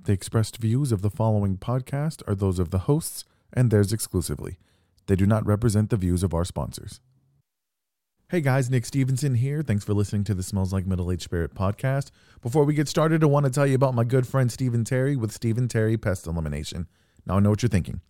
The expressed views of the following podcast are those of the hosts and theirs exclusively. They do not represent the views of our sponsors. Hey guys, Nick Stevenson here. Thanks for listening to the Smells Like Middle Age Spirit podcast. Before we get started, I want to tell you about my good friend Stephen Terry with Stephen Terry Pest Elimination. Now I know what you're thinking.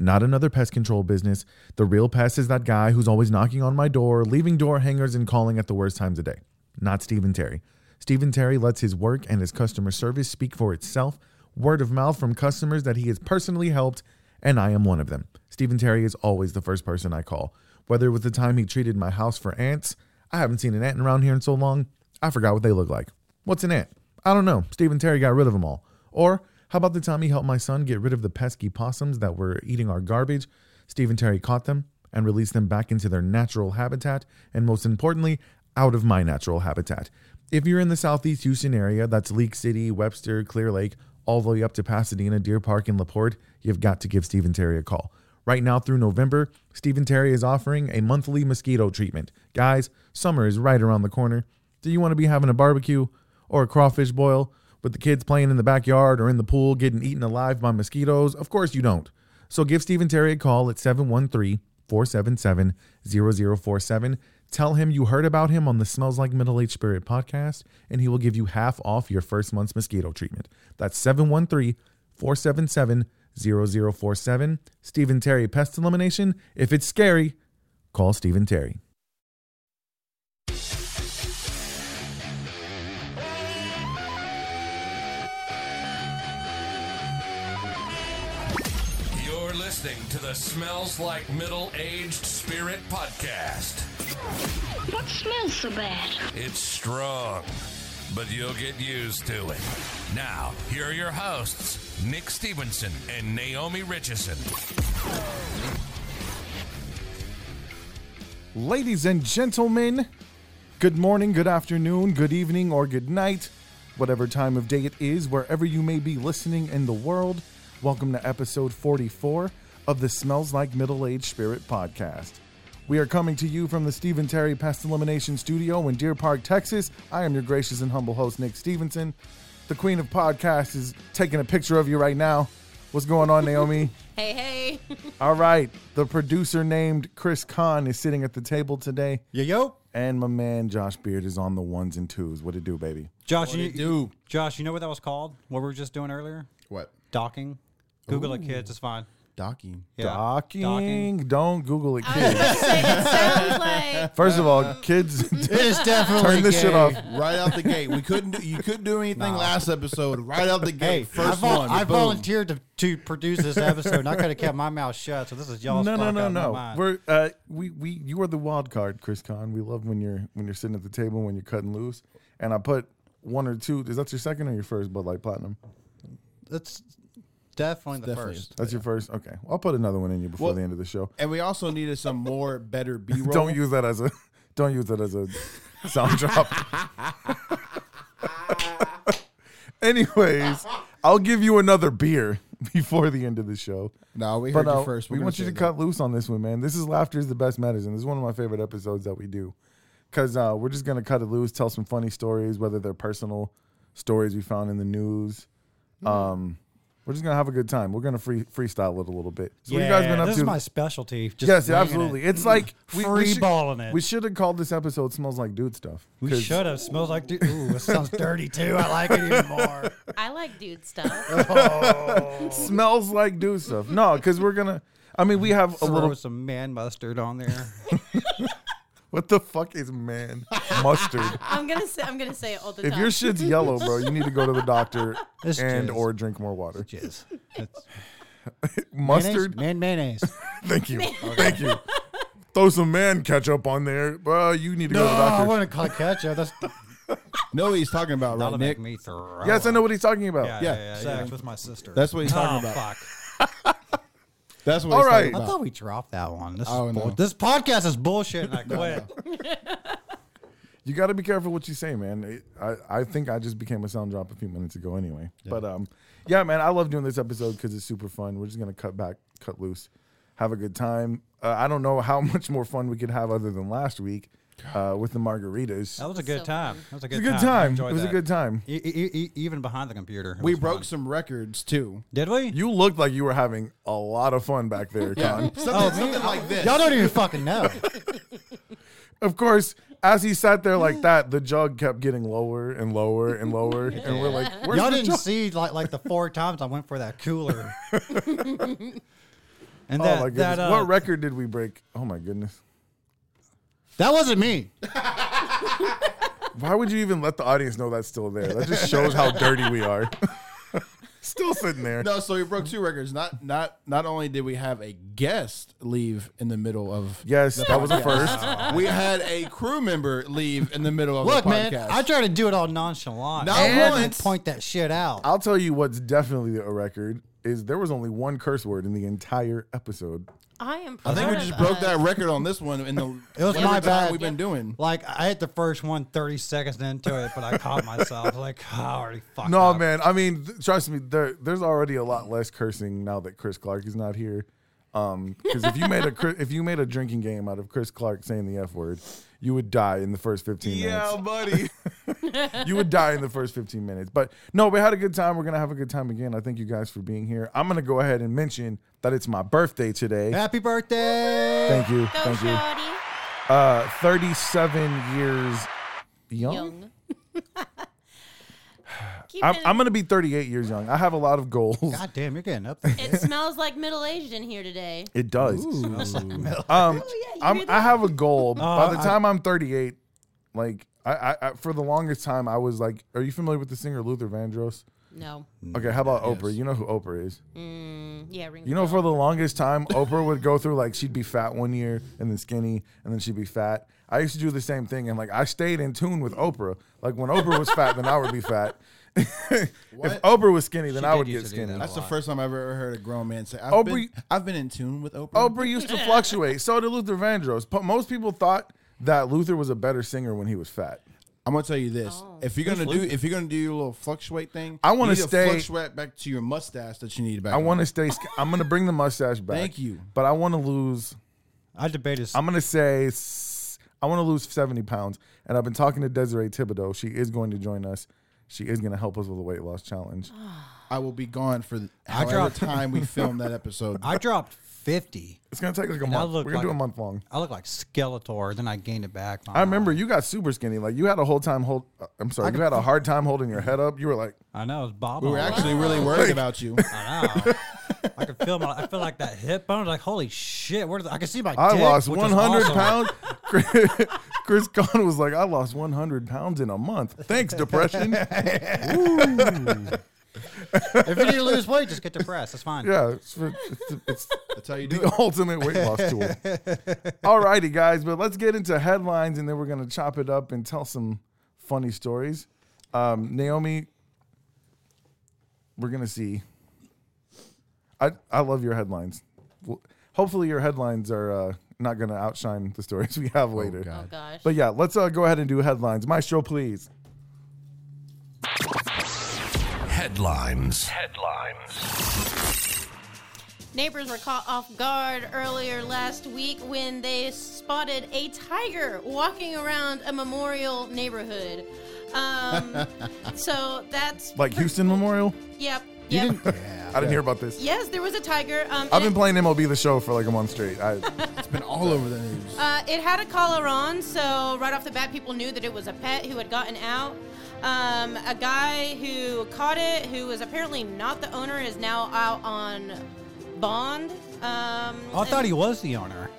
Not another pest control business. The real pest is that guy who's always knocking on my door, leaving door hangers, and calling at the worst times of day. Not Stephen Terry. Stephen Terry lets his work and his customer service speak for itself. Word of mouth from customers that he has personally helped, and I am one of them. Stephen Terry is always the first person I call. Whether it was the time he treated my house for ants, I haven't seen an ant around here in so long, I forgot what they look like. What's an ant? I don't know. Stephen Terry got rid of them all. Or how about the time he helped my son get rid of the pesky possums that were eating our garbage? Stephen Terry caught them and released them back into their natural habitat, and most importantly, out of my natural habitat. If you're in the Southeast Houston area, that's Leak City, Webster, Clear Lake, all the way up to Pasadena, Deer Park, and LaPorte, you've got to give Stephen Terry a call. Right now through November, Stephen Terry is offering a monthly mosquito treatment. Guys, summer is right around the corner. Do you want to be having a barbecue or a crawfish boil with the kids playing in the backyard or in the pool getting eaten alive by mosquitoes? Of course you don't. So give Stephen Terry a call at 713 477 0047. Tell him you heard about him on the Smells Like Middle Age Spirit podcast, and he will give you half off your first month's mosquito treatment. That's 713 477 0047. Stephen Terry Pest Elimination. If it's scary, call Stephen Terry. You're listening to the Smells Like Middle Aged Spirit podcast. What smells so bad? It's strong, but you'll get used to it. Now, here are your hosts, Nick Stevenson and Naomi Richardson. Ladies and gentlemen, good morning, good afternoon, good evening, or good night, whatever time of day it is, wherever you may be listening in the world. Welcome to episode 44 of the Smells Like Middle Age Spirit podcast. We are coming to you from the Stephen Terry Pest Elimination Studio in Deer Park, Texas. I am your gracious and humble host, Nick Stevenson. The queen of podcasts is taking a picture of you right now. What's going on, Naomi? Hey, hey. All right. The producer named Chris Kahn is sitting at the table today. Yo yo, And my man Josh Beard is on the ones and twos. What it do, baby? Josh, you Josh, you know what that was called? What we were just doing earlier? What? Docking. Google it, kids. It's fine. Docking. Yeah. Docking. Don't Google it, I was kids. about to say, it sounds like First of all, kids, It is definitely Turn this shit gay. off. right out the gate. We couldn't. Do, you couldn't do anything last episode. Right out the gate, Hey, first I, vol- one. I boom. volunteered to, to produce this episode, and I could have kept my mouth shut. So this is y'all's no, no, fault, no, not no. mine. We're uh, we we you are the wild card, Chris Kahn. We love when you're when you're sitting at the table when you're cutting loose. And I put one or two. Is that your second or your first Bud Light Platinum? That's definitely the Definitely. first. That's your first. Okay, I'll put another one in you before Well- the end of the show. And we also needed some more better B roll. Don't use that as a don't use that as a sound drop. Anyways, I'll give you another beer before the end of the show. No, we heard But, you uh, first. We're We gonna want you say to no. cut loose on this one, man. This is laughter is the best medicine. This is one of my favorite episodes that we do because uh, we're just gonna cut it loose, tell some funny stories, whether they're personal stories we found in the news. Mm. Um, we're just gonna have a good time. We're gonna free freestyle it a little bit. So what you guys been up this to? is my specialty. Just Yes, winging it. absolutely. It's like Free should- balling it. We should have called this episode "Smells Like Dude Stuff." We 'cause should have. Smells like. Dude. Ooh, it sounds dirty too. I like it even more. I like dude stuff. Smells like dude stuff. No, because we're gonna. I mean, we have a Throw little. some man mustard on there. What the fuck is man mustard? I'm gonna say I'm gonna say it all the If time. your shit's yellow, bro, you need to go to the doctor It's and jizz. or drink more water. Jizz. That's Mustard. Mayonnaise? Man mayonnaise. Thank you. Thank you. Throw some man ketchup on there, bro. You need to go to the I doctor. want to call it ketchup. That's know what he's talking about, right, that'll Nick? make me throw. yes, I up. know what he's talking about. Yeah, Yeah, yeah, yeah, sex with my sister. That's what he's talking oh, about. Fuck. That's what. All he's right. talking I about. thought we dropped that one. This, is Oh, no. bull- this podcast is bullshit, and I quit. You got to be careful what you say, man. It- I, I think I just became a sound drop a few minutes ago anyway. But um, yeah, man, I love doing this episode because it's super fun. We're just gonna cut back, cut loose, have a good time. Uh, I don't know how much more fun we could have other than last week. uh, with the margaritas. That was a good So time. fun. That was a It good was a good I time. It enjoyed was a that. good time. E- e- e- even behind the computer. It We was broke fun. some records too. Did we? You looked like you were having a lot of fun back there, Con. Something, something like this. Y'all don't even fucking know. of course, as he sat there like that, the jug kept getting lower and lower and lower, and we're like, "Where's Y'all the didn't jug?" see like like the four times I went for that cooler. and Oh that my goodness! that uh, what record did we break? Oh my goodness! that wasn't me. Why would you even let the audience know that's still there? That just shows how dirty we are. still sitting there. No, so we broke two records. Not not not only did we have a guest leave in the middle of Yes, that was a first. we had a crew member leave in the middle of Look, the man, podcast. I try to do it all nonchalant. Not I didn't once. point that shit out. I'll tell you what's definitely a record is there was only one curse word in the entire episode. I am. I Proud think we of just broke us. that record on this one in the It was every my time bad. we've been doing. like I hit the first one 30 seconds into it, but I caught myself. Like "Oh, I already fucked No, up. man. I mean, th- trust me. There, there's already a lot less cursing now that Chris Clark is not here. Because if you made a cri- if you made a drinking game out of Chris Clark saying the f word, you would die in the first 15 minutes. buddy. You would die in the first 15 minutes. But no, we had a good time. We're gonna have a good time again. I thank you guys for being here. I'm gonna go ahead and mention that it's my birthday today. Happy birthday! Thank you. Go, Thank you. shorty. Uh, 37 years young. Young. Keep I'm, it- I'm gonna be 38 years young. I have a lot of goals. God damn, you're getting up there. it smells like middle aged in here today. It does. um, you I'm, hear that? I have a goal. By the I- time I, am 38, like I, I, I, for the longest time, I was like, "Are you familiar with the singer Luther Vandross?" No. Okay, how about Mm, Oprah? You know who Oprah is. Yeah, ring. Mm. You know, for the longest time, Oprah would go through like she'd be fat one year and then skinny and then she'd be fat. I used to do the same thing and like I stayed in tune with Oprah. Like when Oprah was fat, then I would be fat. if What? Oprah was skinny, then She I did would used get to do that. skinny. That's the first time I've ever heard a grown man say, I've, Oprah- been, I've been in tune with Oprah. Oprah used to fluctuate. So did Luther Vandross. But most people thought that Luther was a better singer when he was fat. I'm gonna tell you this: if you're gonna do, if you're gonna do your little fluctuate thing, I wanna you need stay- fluctuate back to your mustache that you need back. I want to stay. sk- I'm going to bring the mustache back. Thank you. But I want to lose. I debated. I'm going to say. s- I want to lose 70 pounds. And I've been talking to Desiree Thibodeau. She is going to join us. She is going to help us with the weight loss challenge. I will be gone for however dropped- time we filmed that episode. I dropped 50. It's going to take like a I month. We're look going to like do a a- month long. I look like Skeletor. Then I gained it back. I remember you got super skinny. Like you had a whole time hold. uh, I'm sorry. You had a hard time holding your head up. You were like, I know it was Bob. we were actually really worried about you. I know. I could feel my. I feel like that hip bone. Like holy shit! Where did I could see my. I dick, lost which was 100 awesome. pounds. Chris Kahn was like, I lost 100 pounds in a month. Thanks, depression. If you need to lose weight, just get depressed. That's fine. yeah, it's, for- it's, it's That's how you do the it. ultimate weight loss tool. All righty, guys, but let's get into headlines and then we're going to chop it up and tell some funny stories. Um, Naomi, we're going to see. I, I love your headlines. Well, hopefully, your headlines are uh, not going to outshine the stories we have later. Oh gosh. But yeah, let's uh, go ahead and do headlines. Maestro, please. Headlines. Neighbors were caught off guard earlier last week when they spotted a tiger walking around a memorial neighborhood. Um, so that's Like Houston Memorial? yep. You Yep. didn't. Yeah. I didn't hear about this. Yes, there was a tiger. Um, I've and been playing MLB the show for like a month straight. I, It's been all over the news. Uh, it had a collar on, so right off the bat, people knew that it was a pet who had gotten out. Um, a guy who caught it, who was apparently not the owner, is now out on bond. Um, Oh, I thought he and was the owner.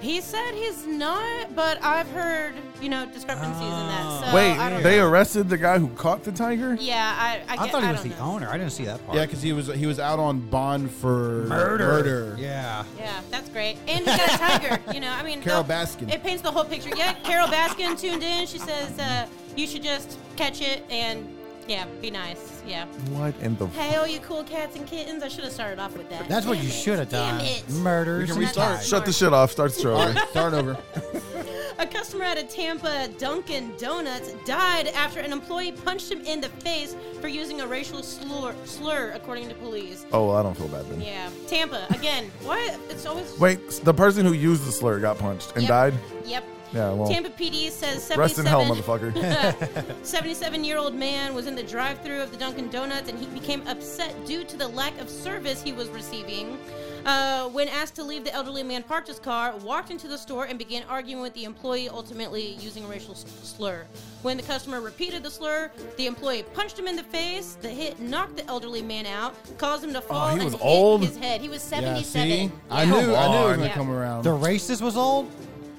he said he's not, but I've heard you know discrepancies in Ah. that. So I wait, don't they know. arrested the guy who caught the tiger? Yeah, I I, I get- thought he I was the don't know. owner. I didn't see that part. yeah, because he was he was out on bond for murder. Yeah. Yeah, that's great. And he's got a tiger. You know, I mean, Carol the- Baskin. It paints the whole picture. Yeah, Carol Baskin tuned in. She says, uh, "You should just catch it and yeah, be nice. Yeah. What in the? Hey, all you cool cats and kittens. I should have started off with that. That's what Damn you it. should have Damn done. it. Murders. can and restart. ties. Shut the shit off. Start the show. All over. right, start over. A customer at a Tampa Dunkin' Donuts died after an employee punched him in the face for using a racial slur, slur according to police. Oh, well, I don't feel bad then. Yeah, Tampa again. What? It's always Wait, s- the person who used the slur got punched and Yep. died. Yep. Yeah, well, Tampa PD says rest in hell, 77 motherfucker. 77 year old man was in the drive through of the Dunkin' Donuts and he became upset due to the lack of service he was receiving. Uh, when asked to leave, the elderly man parked his car, walked into the store, and began arguing with the employee, ultimately using a racial s- slur. When the customer repeated the slur, the employee punched him in the face. The hit knocked the elderly man out, caused him to Oh, fall he and was hit old? his head. He was Yeah, 77. see, I Yeah. knew, I knew it was on. gonna Yeah. come around. The racist was old.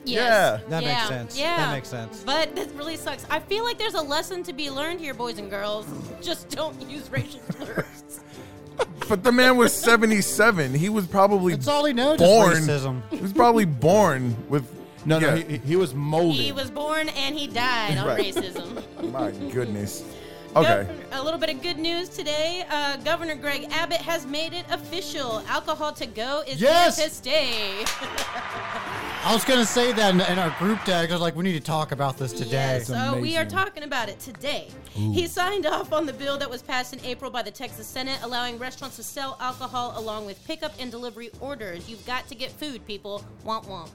Yes. Yeah. That makes sense. That makes sense. But that really sucks. I feel like there's a lesson to be learned here, boys and girls. Just don't use racial slurs. but the man was 77. He was probably That's all he knows. is born. Racism. He was probably born with. no, no, yeah. he, he was molded. he was born and he died on Right. racism. My goodness. Okay. Governor- a little bit of good news today. Uh, Governor Greg Abbott has made it official. Alcohol to go is Yes! here to stay. I was gonna say that in, in our group tag. I was like, we need to talk about this today. Yes, oh, we are amazing. talking about it today. He signed off on the bill that was passed in April by the Texas Senate, allowing restaurants to sell alcohol along with pickup and delivery orders. You've got to get food, people. Womp womp.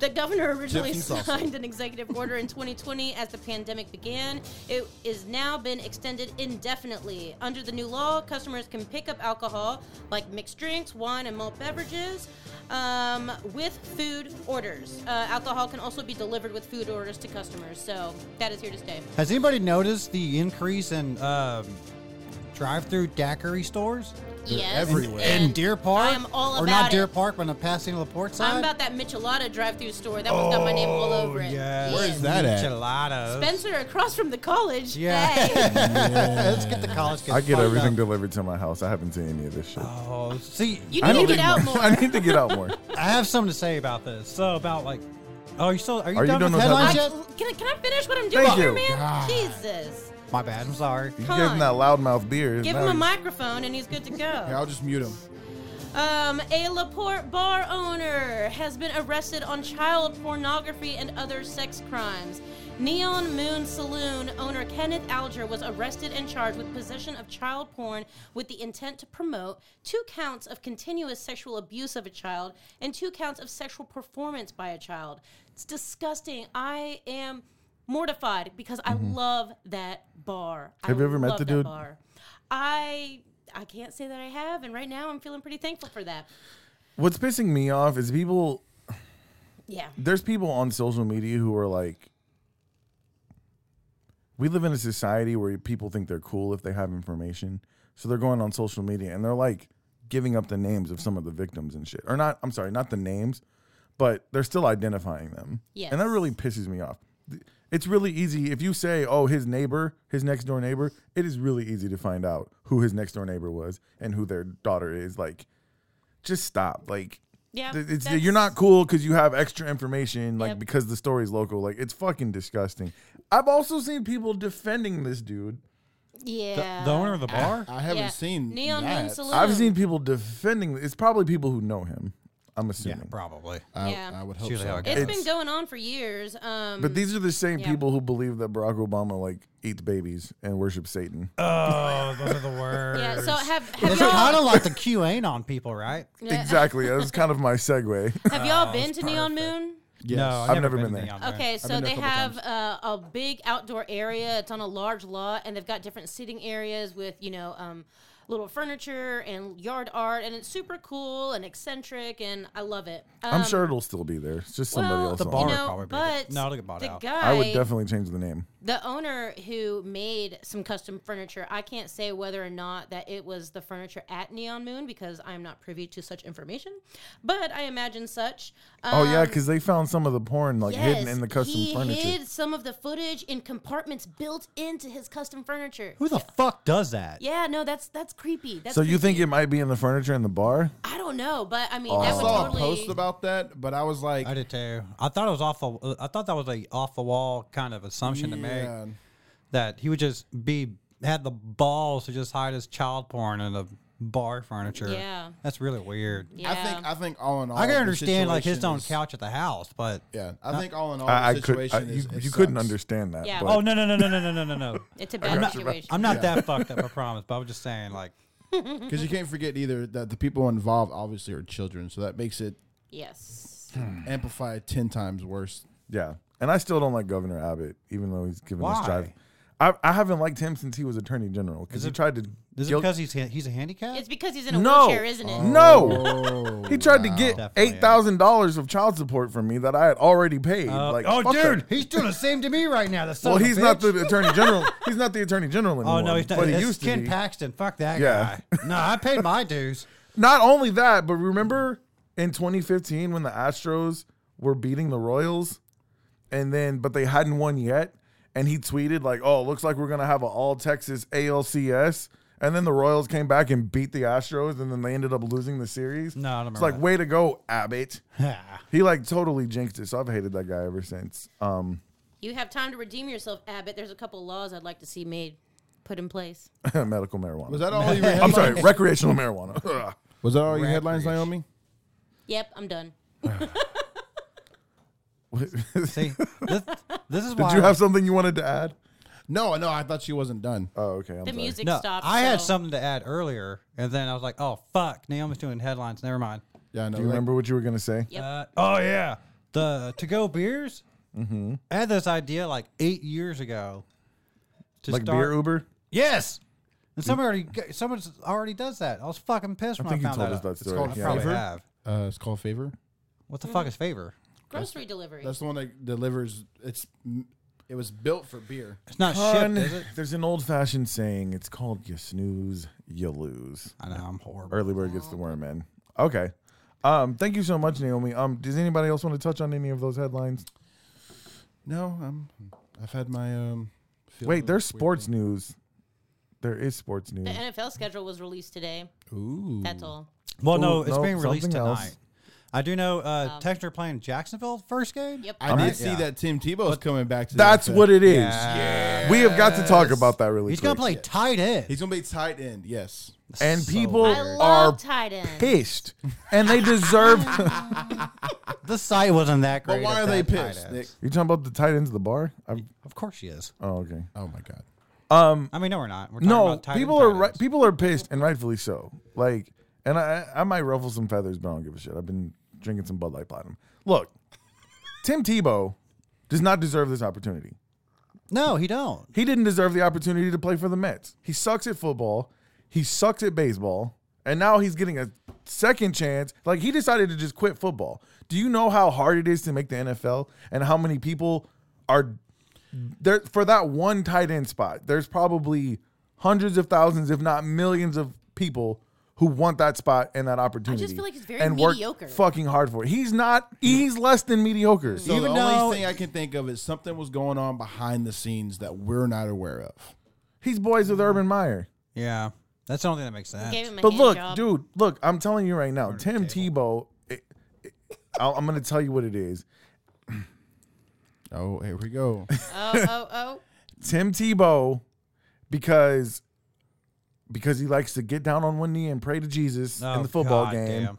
The governor originally Tiffany salsa. signed an executive order in 2020 as the pandemic began. It is now been extended indefinitely. Under the new law, customers can pick up alcohol like mixed drinks, wine, and malt beverages um, with food orders. Uh, alcohol can also be delivered with food orders to customers, so that is here to stay. Has anybody noticed the increase in um, drive-through daiquiri stores Yes. everywhere. in and Deer Park? I am all about or not it. Deer Park, but in Pasadena Laporte side. Oh, I'm about that Michelada drive-through store. That one's got my name all over it. yes. Where is that at? Gelatos. Spencer across from the college. Yeah. Hey. Let's get the college kids. I get fired everything up. delivered to my house. I haven't seen any of this shit. Oh, see, You I don't need to get think- out more. I need to get out more. I have something to say about this. So about like, oh, you still are you Are you done done with with headlines I, yet? can, I, can I finish what I'm doing Thank here, you. man? God. Jesus. My bad. I'm sorry. You Come gave him on. that loudmouth beer. Give now him a he's- microphone and he's good to Here, go. I'll just mute him. Um, a Laporte bar owner has been arrested on child pornography and other sex crimes. Neon Moon Saloon owner Kenneth Alger was arrested and charged with possession of child porn with the intent to promote two counts of continuous sexual abuse of a child and two counts of sexual performance by a child. It's disgusting. I am mortified because I love that bar. I Mm-hmm. Have you ever met love the that dude? Bar. I I can't say that I have, and right now I'm feeling pretty thankful for that. What's pissing me off is people Yeah. there's people on social media who are like we live in a society where people think they're cool if they have information so they're going on social media and they're like giving up the names of some of the victims and shit or not i'm sorry not the names but they're still identifying them Yes. and that really pisses me off Th- it's really easy if you say oh his neighbor his next door neighbor it is really easy to find out who his next door neighbor was and who their daughter is like just stop like Yeah. Th- It's, that's- you're not cool because you have extra information, like Yep. because the story's local. Like it's fucking disgusting. I've also seen people defending this dude. Yeah. The owner of the bar. I haven't Yeah. seen Neon that. Moon Saloon. I've seen people defending. It's probably people who know him. I'm Yeah, assuming. probably. I, Yeah. I would hope Usually how so. it It's goes. been going on for years. Um, but these are the same yeah. people who believe that Barack Obama like eats babies and worships Satan. Oh, those are the words. yeah. So have have Those are kind y'all, of like the QAnon people, right? Yeah. Exactly. That was kind of my segue. have y'all been to Neon Moon? Yes. No, I've, never, been, there. to Neon Moon. Okay, so been there they a couple have uh, a big outdoor area. It's on a large lot, and they've got different sitting areas with you know um, little furniture and yard art, and it's super cool and eccentric, and I love it. Um, I'm sure it'll still be there. It's just somebody well, else. The on it. bar you know, probably be but good. No, they bought the out. guy, I would definitely change the name. the owner who made some custom furniture. I can't say whether or not that it was the furniture at Neon Moon because I am not privy to such information, but I imagine such. Um, oh yeah, because they found some of the porn Oh, like hidden Yes, in the custom he furniture. hid some of the footage in compartments built into his custom furniture. Who the fuck does that? Yeah, no, that's that's creepy. That's so you creepy. think Oh. it might be in the furniture in the bar? I don't know, but I mean, I that would saw totally. a post about that, but I was like, I did too. I thought it was off. The, I thought that was a off the wall kind of assumption to Yeah. make that he would just be had the balls to just hide his child porn in the bar furniture. Yeah. that's really weird. yeah. I think I think all in all, I can the understand like his situation own is- couch at the house, but Yeah, I think all in all, I, I the could. situation I, you is it you couldn't sucks. understand that. Yeah. but- oh no no no no no no no no no. it's a bad situation. I'm not that fucked up. I promise. But I was just saying like Because you can't forget either that the people involved obviously are children, so that makes it yes. amplified ten times worse. Yeah, and I still don't like Governor Abbott, even though he's given us Why? drive. I, I haven't liked him since he was Attorney General because he tried to. Is it guilt- because he's ha- he's a handicap? It's because he's in a No. Oh. wheelchair, isn't it? no, he tried to get Oh. Definitely, eight thousand dollars of child support from me that I had already paid. like, fuck that. Uh, oh, he's doing the same to me right now. The son Well, of a he's not bitch. the Attorney General. he's not the Attorney General anymore. Oh no, he's not. But he it's used to Ken be. Paxton. Fuck that Yeah. guy. No, I paid my dues. Not only that, but remember in 2015 when the Astros were beating the Royals, and then but they hadn't won yet, and he tweeted like, "Oh, looks like we're gonna have an all Texas ALCS." And then the Royals came back and beat the Astros, and then they ended up losing the series. No, I don't it's remember like that. way to go, Abbott. Ah, He like totally jinxed it, so I've hated that guy ever since. Um, You have time to redeem yourself, Abbott. There's a couple laws I'd like to see made, put in place. Uh, medical marijuana. Was that all your I'm headlines? sorry, recreational marijuana. Was that all your headlines, Naomi? Yep, I'm done. see, this, this is why Did you have something you wanted to add? No, no, I thought she wasn't done. Oh, okay. I'm The sorry. music no, stopped. I had so- something to add earlier, and then I was like, "Oh fuck, Naomi's doing headlines. Never mind." Yeah, no. Do you remember what you were gonna say? Yep. Uh, oh yeah, the to go beers. Mm-hmm. I had this idea like eight years ago. To Like beer Uber? Yes. And someone already someone already does that. I was fucking pissed when I I, think you found told that us out. that story. called I yeah. probably Favor? have. Uh, it's called favor. What the fuck is favor? Grocery delivery. That's the one that delivers. It's it was built for beer. It's not Hun, shit, is it? There's an old fashioned saying. It's called you snooze, you lose. I know I'm horrible. Early bird gets the worm in. Okay. Um, thank you so much, Naomi. Um, does anybody else want to touch on any of those headlines? No, I'm. I've had my um. fill Uh, Wait, of there's weird sports news. There is sports news. the NFL schedule was released today. Ooh. That's all. Well, no, Ooh, it's no, being released something tonight. else. I do know uh, Texter playing Jacksonville first game. Um, Yep. I did see yeah. that Tim Tebow's coming back. to That's the NFL. what it is. Yeah. We have got to talk about that really He's quick. gonna play tight end. He's gonna be tight end. Yes. and So people I are love tight end. pissed. And they deserve the site wasn't that great. But why at are they that tight pissed? end. Nick? You're talking about the tight ends of the bar? i Of course she is. oh, okay. Oh my god. I mean, no, we're not. We're talking No, about tight people end, are tight ri- ends. people are pissed, and rightfully so. Like, and I I might ruffle some feathers, but I don't give a shit. I've been drinking some Bud Light Platinum. Look, Tim Tebow does not deserve this opportunity. No, he don't. He didn't deserve the opportunity to play for the Mets. He sucks at football. He sucks at baseball, and now he's getting a second chance. Like he decided to just quit football. Do you know how hard it is to make the NFL, and how many people are there for that one tight end spot, there's probably hundreds of thousands, if not millions, of people who want that spot and that opportunity. feel like he's very and work mediocre. Mm. fucking hard for it. He's not. He's less than mediocre. So Even the though- only thing I can think of is something was going on behind the scenes that we're not aware of. He's boys with Urban Meyer. Yeah, that's the only thing that makes sense. Gave him a But hand look, job. dude, look, I'm telling you right now, Tim Tebow. It, it- I'll- I'm going to tell you what it is. Oh, here we go. Oh, oh, oh. Tim Tebow, because because he likes to get down on one knee and pray to Jesus Oh, in the football God game. damn.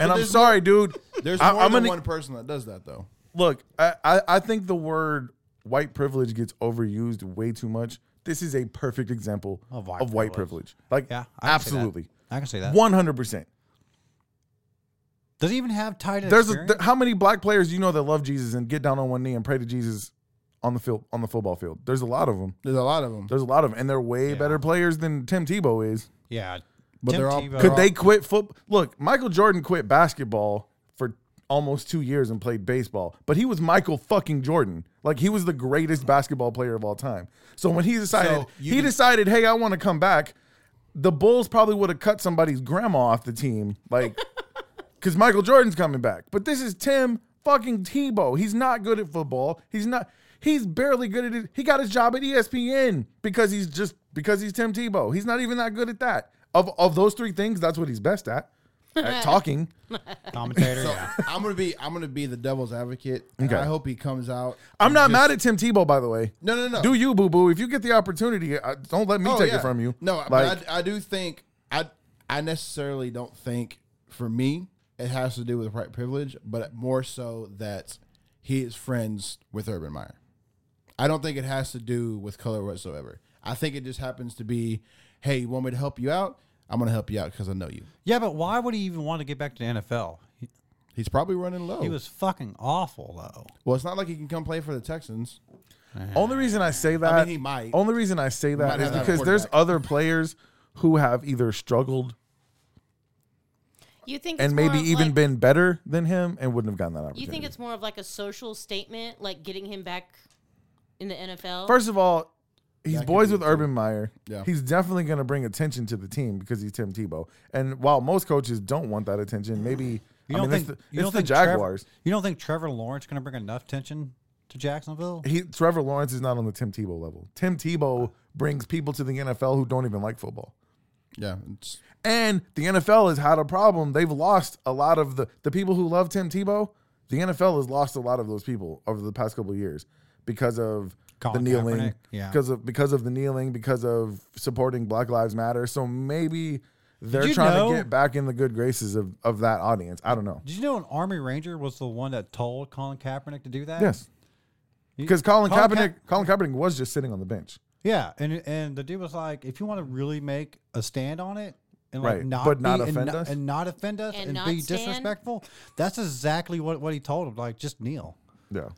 And I'm sorry, dude. There's I- more I'm than gonna- one person that does that though. look, I, I, I think the word white privilege gets overused way too much. This is a perfect example of Of white, white privilege. Like, Yeah, I can see that. absolutely. I can see that. 100%. Does he even have tight end? There's a, experience? th- how many black players do you know that love Jesus and get down on one knee and pray to Jesus on the field on the football field? There's a lot of them. There's a lot of them. There's a lot of them, and they're way Yeah. better players than Tim Tebow is. yeah, But Tim they're all- Tebow- Could they quit football? Look, Michael Jordan quit basketball for almost two years and played baseball, but he was Michael fucking Jordan. Like he was the greatest basketball player of all time. So when he decided, So you he can- decided, hey, I want to come back. The Bulls probably would have cut somebody's grandma off the team, like, because Michael Jordan's coming back. But this is Tim fucking Tebow. He's not good at football. He's not. He's barely good at it. He got his job at E ESPN because he's just because he's Tim Tebow. He's not even that good at that. Of of those three things, that's what he's best at. At talking. commentator. So yeah. I'm gonna be I'm gonna be the devil's advocate. and Okay. I hope he comes out. I'm not mad at Tim Tebow, by the way. No, no, no. Do you, boo boo? If you get the opportunity, I, don't let me Oh, take yeah. it from you. No, like but I, I do think I I necessarily don't think for me it has to do with white privilege, but more so that he is friends with Urban Meyer. I don't think it has to do with color whatsoever. I think it just happens to be, hey, you want me to help you out? I'm gonna help you out because I know you. yeah, but why would he even want to get back to the NFL? He- He's probably running low. He Oh. was fucking awful though. well, it's not like he can come play for the Texans. Only reason I say that, he might. Only reason I say that might is have that because there's quarterback. other players who have either struggled You think and it's maybe more of even like- been better than him and wouldn't have gotten that opportunity. You think it's more of like a social statement, like getting him back in the NFL? First of all, he's That could boys be with it, Urban Meyer. Yeah. He's definitely going to bring attention to the team because he's Tim Tebow. And while most coaches don't want that attention, maybe You I don't mean, it's think the, you it's don't the think Trevor- Jaguars. you don't think Trevor Lawrence going to bring enough tension to Jacksonville? he Trevor Lawrence is not on the Tim Tebow level. Tim Tebow brings people to the NFL who don't even like football. Yeah, it's, And the NFL has had a problem. They've lost a lot of the the people who love Tim Tebow. The NFL has lost a lot of those people over the past couple of years because of Colin the kneeling, Kaepernick, yeah. because of because of the kneeling, because of supporting Black Lives Matter. So maybe they're you trying know- to get back in the good graces of of that audience. I don't know. Did you know an Army Ranger was the one that told Colin Kaepernick to do that? Yes, He- because Colin, Ka- Kaepernick, Colin Kaepernick was just sitting on the bench, yeah, and and the dude was like, if you want to really make a stand on it. And like Right, not but not be- and offend not- us? and not offend us And and, not be stand? disrespectful. That's exactly what, what he told him. Like just kneel. yeah,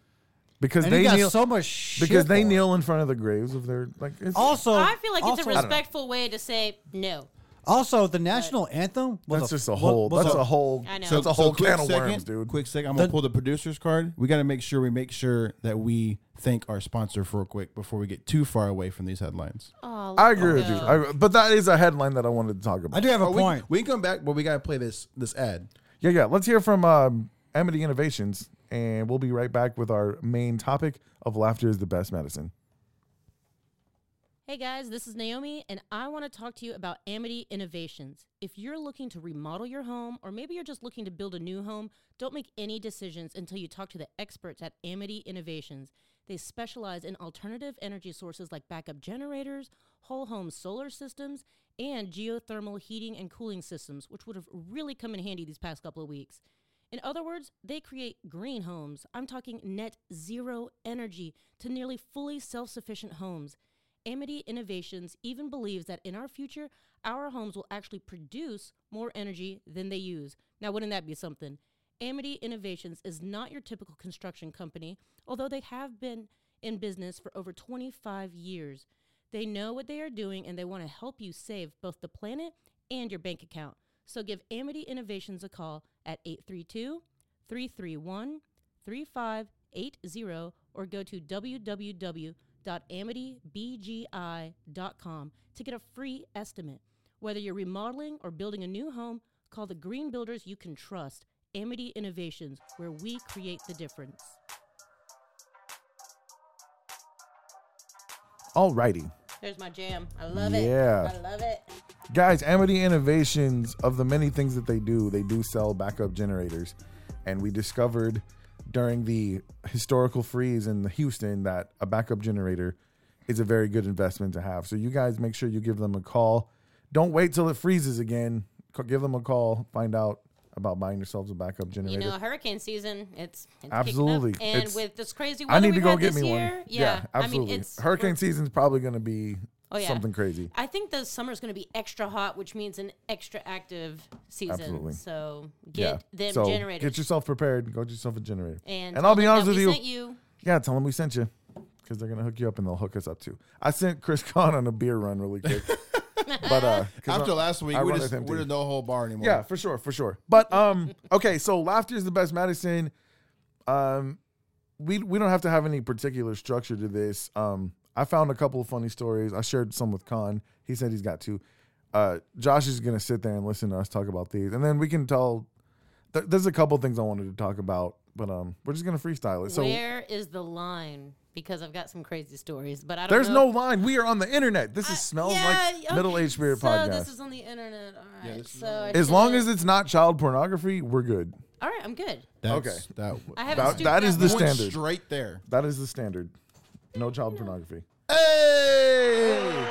because And they he got kneel so much shit because they for it. kneel in front of the graves of their like. It's, Also, I feel like it's also- a respectful way to say no. Also, the national anthem was that's a, just a was- whole. was That's a, whole. I know. That's a So whole quick can of second, worms, dude. Quick second, I'm gonna pull the producer's card. We got to make sure we make sure that we thank our sponsor for quick before we get too far away from these headlines. Oh, I agree with you, no. I, but that is a headline that I wanted to talk about. I do have a Oh, we- point. We, can come back, but we gotta play this this ad. Yeah, yeah. Let's hear from um, Amity Innovations, and we'll be right back with our main topic of laughter is the best medicine. Hey guys, this is Naomi, and I want to talk to you about Amity Innovations. If you're looking to remodel your home, or maybe you're just looking to build a new home, don't make any decisions until you talk to the experts at Amity Innovations. They specialize in alternative energy sources like backup generators, whole home solar systems, and geothermal heating and cooling systems, which would have really come in handy these past couple of weeks. In other words, they create green homes. I'm talking net zero energy to nearly fully self sufficient homes. Amity Innovations even believes that in our future, our homes will actually produce more energy than they use. Now, wouldn't that be something? Amity Innovations is not your typical construction company, although they have been in business for over 25 years. They know what they are doing and they want to help you save both the planet and your bank account. So give Amity Innovations a call at 832 331 3580 or go to www.amitybgi.com to get a free estimate. Whether you're remodeling or building a new home, call the green builders you can trust, Amity Innovations, where we create the difference. Alrighty, There's my jam. I love it. Yeah. I love it. guys. Amity Innovations, of the many things that they do, they do sell backup generators, and we discovered during the historical freeze in Houston that a backup generator is a very good investment to have. So you guys make sure you give them a call. Don't wait till it freezes again. C- Give them a call. Find out about buying yourselves a backup You generator. know, hurricane season, it's, it's Absolutely. kicking up. and It's- with this crazy weather I need we to go had get this me year, one. yeah, absolutely. I mean, it's Hurricane season's probably going to be Oh, yeah. something crazy. I think the summer's going to be extra hot, which means an extra active season. Absolutely. So yeah. get them so generators. get yourself prepared. Go get yourself a generator. and I'll be honest that with we you. Sent you. Yeah, tell them we sent you because they're going to hook you up and they'll hook us up too. I sent Chris Kahn on a beer run really quick. but uh 'cause After I- last week, I we run just with him, we dude. didn't know whole bar anymore. Yeah, for sure, for sure. But um, okay, so laughter is the best medicine. Um, we we don't have to have any particular structure to this. Um, I found a couple of funny stories. I shared some with Khan. He said he's got two. Uh, Josh is gonna sit there and listen to us talk about these, and then we can tell. Th- there's a couple things I wanted to talk about, but um, we're just gonna freestyle it. So Where is the line? Because I've got some crazy stories, but I don't. there's know. no line. We are on the internet. This is smells like okay, middle aged spirit so podcast. this is on the internet. All right. so I as long shouldn't- as it's not child pornography, we're good. all right, I'm good. That's, Okay. That w- I haven't. That, stooped that is the low. went standard. straight there. That is the standard. No child pornography. Hey,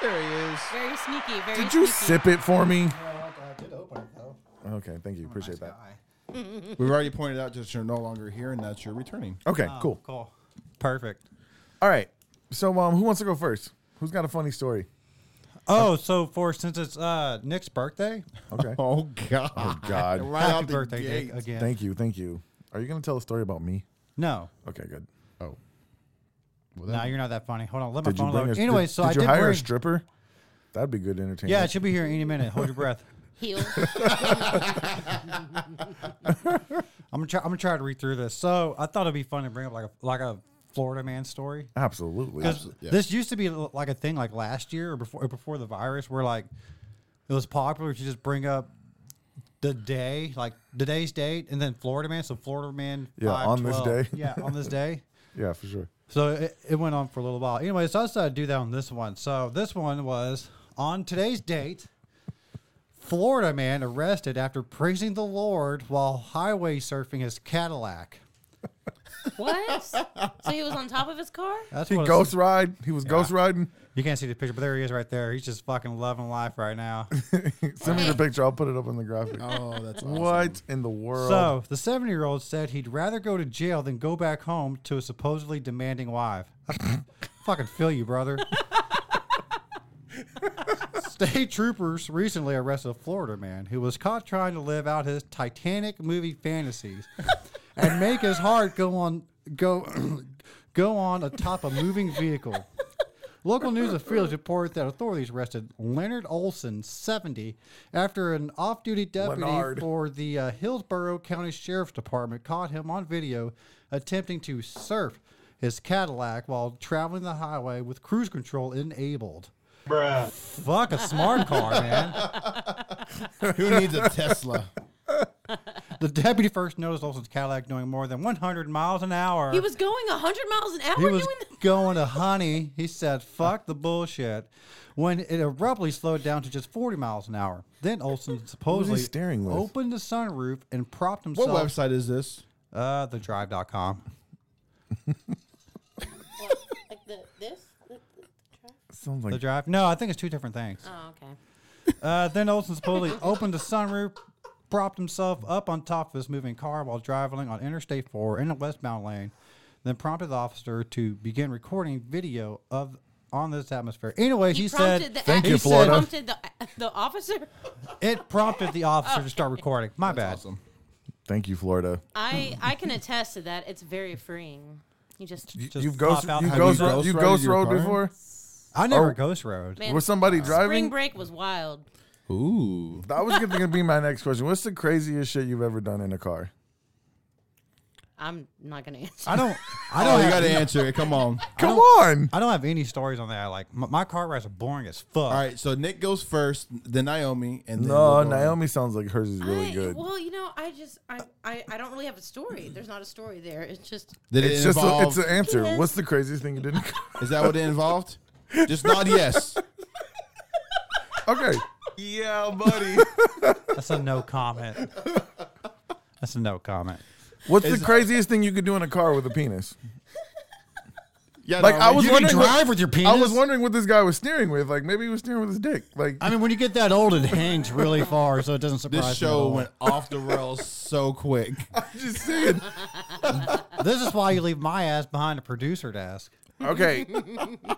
there he is. Very sneaky. Very. Did you sneaky. sip it for me? I did open it though. Okay, thank you. Appreciate that. We've already pointed out that you're no longer here and that you're returning. Okay, cool. Cool. Perfect. All right. So, um, who wants to go first? Who's got a funny story? Oh, so for since it's uh, Nick's birthday, Okay. Oh God! Oh God. Right happy out the birthday gate. Nick, again. Thank you. Thank you. Are you going to tell a story about me? no, Okay, good. Oh, well, no, that- you're not that funny. Hold on, let my Did you phone bring load. a, Anyway, did, so did I you did hire bring. a stripper? That'd be good entertainment. yeah, it should be here any minute. Hold your breath. Heel. I'm gonna try. I'm gonna try to read through this. So I thought it'd be fun to bring up like a like a Florida man story. absolutely. Because this used to be l- like a thing like last year or before or before the virus, where like it was popular to just bring up the day, like today's date, and then Florida man. So Florida man, Yeah, on this 512. day. yeah, on this day. Yeah, for sure. So it, it went on for a little while. Anyway, so I decided to do that on this one. So this one was on today's date. Florida man arrested after praising the Lord while highway surfing his Cadillac. what? So he was on top of his car? That's He what it ghost says. ride. He was ghost riding. You can't see the picture, but there he is right there. He's just fucking loving life right now. Send me the picture. I'll put it up on the graphic. Oh, that's awesome. What in the world? So the 70 year old said he'd rather go to jail than go back home to a supposedly demanding wife. Fucking feel you, brother. State troopers recently arrested a Florida man who was caught trying to live out his Titanic movie fantasies and make his heart go on go go on atop a moving vehicle. Local news affiliates report that authorities arrested Leonard Olson, 70, after an off-duty deputy Leonard. for the uh, Hillsborough County Sheriff's Department caught him on video attempting to surf his Cadillac while traveling the highway with cruise control enabled. Bruh. Fuck a smart car, man. Who needs a Tesla? The deputy first noticed Olson's Cadillac doing more than 100 miles an hour. He was going 100 miles an hour He was doing that? going to honey. He said, "Fuck the bullshit." When it abruptly slowed down to just 40 miles an hour, then Olson supposedly steering with? opened the sunroof and propped What himself. website is this? Uh, thedrive.com. Like the, this? sounds The like drive? No, I think it's two different things. Oh, okay. Uh, then Olson supposedly opened the sunroof, propped himself up on top of his moving car while traveling on Interstate 4 in the westbound lane, then prompted the officer to begin recording video of on this atmosphere. Anyway, He, he prompted said, the Thank he you, said- Florida. prompted the, the officer. It prompted the officer to start recording. My bad. Awesome. thank you, Florida. I, I can attest to that. It's very freeing. You just, You, Just you've ghost, pop out you the ghost, window. ro- you Ghost ghost rided your rode car? before. I never Oh. ghost rode. man, Was somebody spring driving? break was wild. Ooh. That was going to be my next question. What's the craziest shit you've ever done in a car? I'm not going to answer. I don't. I Oh, don't you have. got to answer it. Come on. Come on. I don't have any stories on that. Like my, my car rides are boring as fuck. All right, so Nick goes first, then Naomi, and then No, we'll Oh, go- Naomi sounds like hers is really I- good. Well, you know, I just I, I I don't really have a story. There's not a story there. It's just Did it It's just a, involve? it's an answer. What's the craziest thing you did? In a car? is that what it involved? Just nod yes. okay, Yeah, buddy. That's a no comment. That's a no comment. what's the craziest thing you could do in a car with a penis? Yeah, Like Naomi. I was You can wondering, what- drive with your I was penis? wondering what this guy was steering with. Like maybe he was steering with his dick. Like I mean, when you get that old, it hangs really far, so it doesn't surprise This show went off the rails so quick. just saying. This is why you leave my ass behind a producer desk. Okay,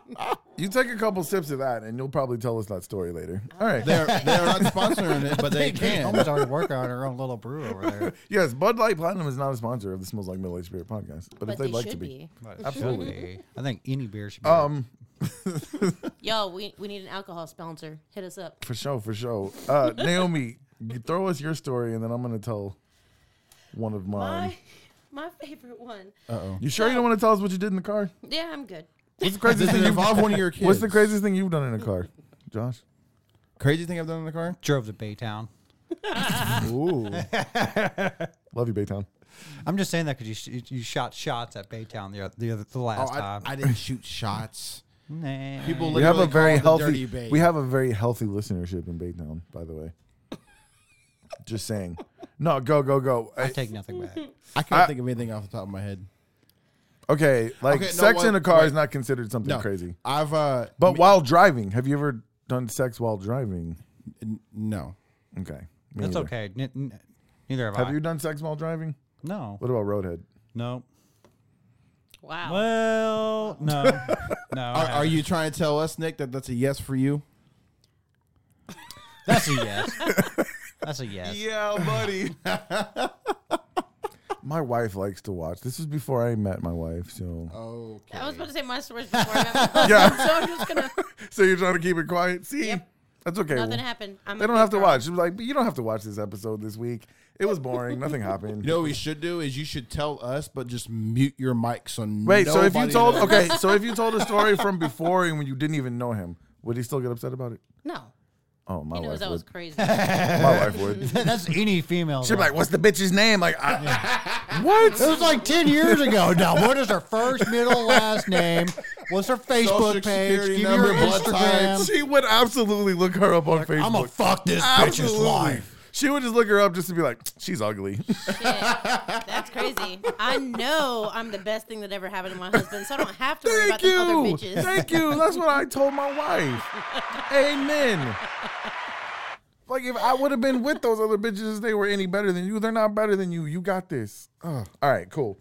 you take a couple sips of that, and you'll probably tell us that story later. All right. They're they're not sponsoring it, but they Almost can. already working on her own little brew over there. Yes, Bud Light Platinum is not a sponsor of the Smells Like Middle Aged Spirit podcast, but, if they'd but they like should to be, be. absolutely. I think any beer should be. Um, Yo, we we need an alcohol sponsor. Hit us up. for sure, for sure. Uh, Naomi, you throw us your story, and then I'm gonna tell one of mine. My my favorite one. You sure you don't want to tell us what you did in the car? Yeah, I'm good. What's the craziest Does thing it you've involve one of your kids? What's the craziest thing you've done in a car, Josh? crazy thing I've done in the car? drove to Baytown. Ooh, Love you, Baytown. I'm just saying that because you, sh- you- you shot shots at Baytown the other, the, other, the last Oh, I, time. I didn't shoot shots. Nah. People We have a literally very call it the dirty healthy. babe. We have a very healthy listenership in Baytown, by the way. Just saying. No, go go go. I I- take nothing back. I can't think of anything off the top of my head. okay, like Okay, no, sex what- in a car is wait. not considered something No, crazy. I've uh, But while driving, have you ever done sex while driving? n- no. Okay, me That's neither. okay. N- n- neither have, I. Have you done sex while driving? No. What about Roadhead? No. Wow. Well, no. no. I Are, haven't. are you trying to tell us, Nick, that that's a yes for you? That's a yes. That's a yes. Yeah, buddy. My wife likes to watch. This is before I met my wife, so Okay. I was about to say my stories before. I Yeah. yeah. So I'm just gonna. So you're trying to keep it quiet? See? Yep. That's okay. Nothing happened. I'm They a don't good have to girl. watch. She was like, you don't have to watch this episode this week. It was boring. Nothing happened. You know what we should do is you should tell us, but just mute your mic so Wait, so if you nobody told knows. okay, so if you told a story from before and when you didn't even know him, would he still get upset about it? No. Oh, my He knows wife I would. was crazy. I My wife would. That's any female. She'd be like, "What's the bitch's name?" Like, I, It was like 10 years ago. Now, what is her first, middle, last name? What's her Social Facebook page? Security Give me number, her blood Instagram. type. she would absolutely look her up on Facebook. I'm going to fuck this bitch's Absolutely. wife. She would just look her up just to be like, "She's ugly." That's crazy. I know I'm the best thing that ever happened to my husband, so I don't have to Thank worry about the other you. bitches. Thank you. That's what I told my wife. Amen. Like if I would have been with those other bitches, they were any better than you. They're not better than you. You got this. Ugh. All right, cool.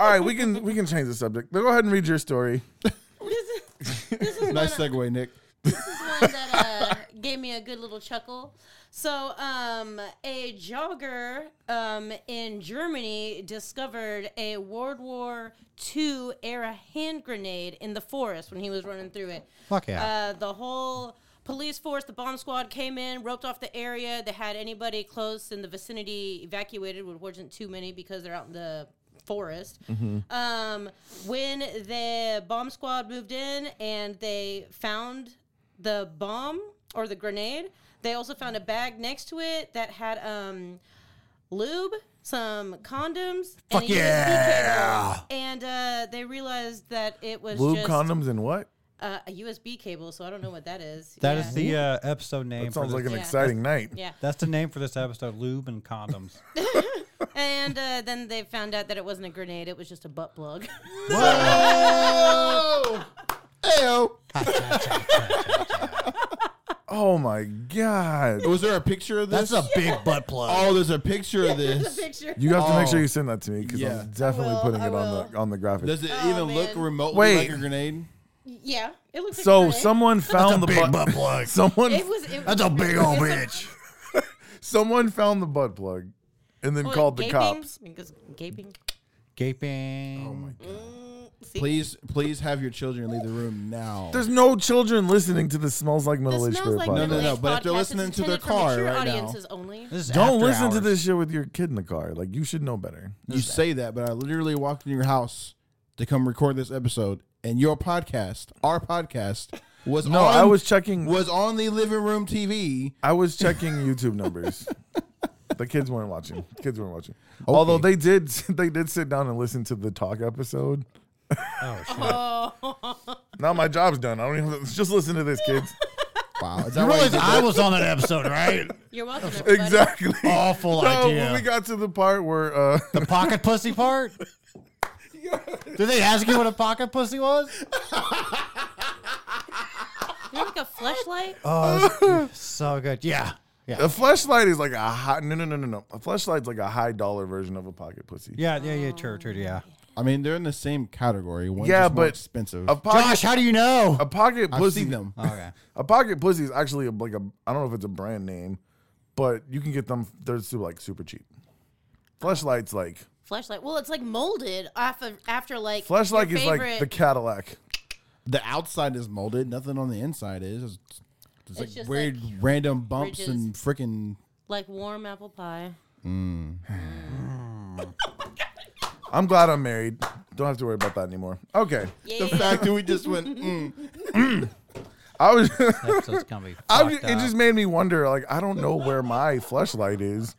All right, we can we can change the subject. Go ahead and read your story. This is, this is Nice segue, Nick. this is one that uh, gave me a good little chuckle. So, um, a jogger um, in Germany discovered a World War II era hand grenade in the forest when he was running through it. Fuck yeah. Uh, the whole police force, the bomb squad came in, roped off the area. They had anybody close in the vicinity evacuated, which wasn't too many because they're out in the forest. Mm-hmm. Um, when the bomb squad moved in and they found the bomb or the grenade, they also found a bag next to it that had um, lube, some condoms, and a USB cable. And uh, they realized that it was Lube just condoms and what? uh, a USB cable, so I don't know what that is. That yeah. is the uh, episode name. That for sounds like this- an Yeah. exciting night. yeah. That's the name for this episode lube and condoms. And uh, then they found out that it wasn't a grenade; it was just a butt plug. Heyo. Oh my god. Was there a picture of this? That's a big butt plug. oh, there's a picture of There's this. a picture. You have to make Oh. sure you send that to me because Yeah. I'm definitely I will, putting I it on the will. on the graphic. Does it Oh, even look man. remotely Wait. like a grenade? Yeah, it looks. so like a grenade. someone found the butt, plug. someone It was. It That's a was big old it's a- bitch. someone found the butt plug and then what, called the gaping? cops. I think it's gaping. Gaping. Oh my Mm, see? Please, please have your children leave the room now. There's no children listening to the Smells Like This Middle Age smells Spirit like podcast. No, no, no, middle-aged but if they're podcast. listening It's to their intended for car mature right now. audiences only. This is Don't after listen to hours. this shit with your kid in the car. Like you should know better. you say that, but I literally walked in your house to come record this episode, and your podcast, our podcast, was No, on, I was checking. was on the living room TV. I was checking YouTube numbers. the kids weren't watching. Kids weren't watching. Although they did, they did sit down and listen to the talk episode. Oh, shit. Oh. Now my job's done. I don't even just listen to this, kids. Wow, is that You why you realize did I that? was on that episode, right? You're welcome. Everybody. exactly. Awful No, idea. when we got to the part where uh, The pocket pussy part? Did they ask you what a pocket pussy was? You're like a flashlight. Oh, so good. Yeah. a Yeah. flashlight is like a high no no no no no a flashlight's like a high dollar version of a pocket pussy. Yeah, yeah, yeah, true, true, yeah. I mean, they're in the same category. One's Yeah, just more but- expensive. A pocket Josh, how do you know? a pocket I've pussy seen them. Okay. A pocket pussy is actually a, like a I don't know if it's a brand name, but you can get them. They're super, like super cheap. Flashlights like Flashlight. Well, it's like molded off of after like flashlight your is like favorite- the Cadillac. the outside is molded. Nothing on the inside is. It's, it's like just weird random bumps ridges. and freaking. like warm apple pie. I'm glad I'm married. Don't have to worry about that anymore. Okay, The fact that we just went. Mm. I was. Episode's gonna be I fucked was- it up. just made me wonder. Like I don't know where my flashlight is.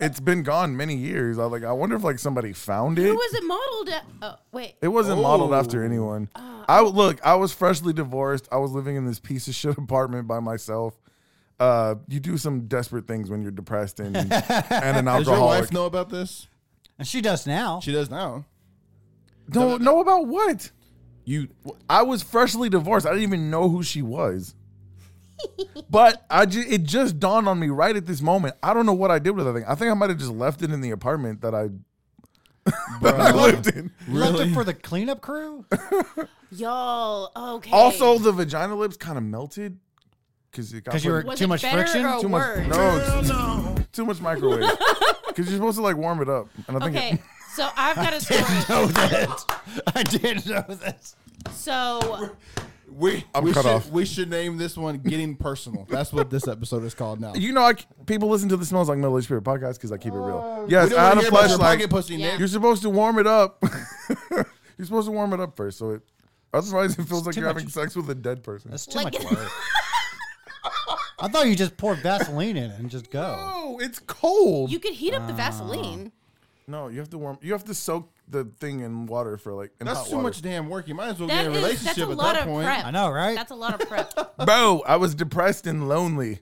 It's been gone many years. I like. I wonder if like somebody found it. Who was it modeled? At? Oh wait. It wasn't modeled after anyone. I look. I was freshly divorced. I was living in this piece of shit apartment by myself. Uh, you do some desperate things when you're depressed and and an Does your alcoholic. wife know about this? And she does now. She does now. Don't know about what. You I was freshly divorced. I didn't even know who she was. but I ju- it just dawned on me right at this moment. I don't know what I did with that thing. I think I might have just left it in the apartment that I bro, lived in. Left really? it for the cleanup crew? Y'all. Okay. Also, the vagina lips kind of melted. because it got Because you were put- Was too it much better friction. or Too much. worse? no, it's too much microwave. Because you're supposed to like warm it up, and I think Okay, so I've got a story. know that. I did know that. So We I'm we cut should, off. We should name this one "Getting Personal." That's what this episode is called now. it, you know, I c people listen to the Smells Like Middle Aged Spirit podcast because I keep it real. Oh. We Yes, don't I had wanna a hear about your flashlight. pocket pussy, Yeah. Nick. You're supposed to warm it up. you're supposed to warm it up first, so it otherwise it feels like too you're much. having sex with a dead person. That's too Like- much work. I thought you just poured Vaseline in it and just go. Oh, it's cold. you could heat up the Vaseline. no, you have to warm. You have to soak the thing in water for like. In That's hot too water. much damn work. You might as well That get in a is relationship that's a at lot that of point. prep. I know, right? That's a lot of prep. Bro, I was depressed and lonely,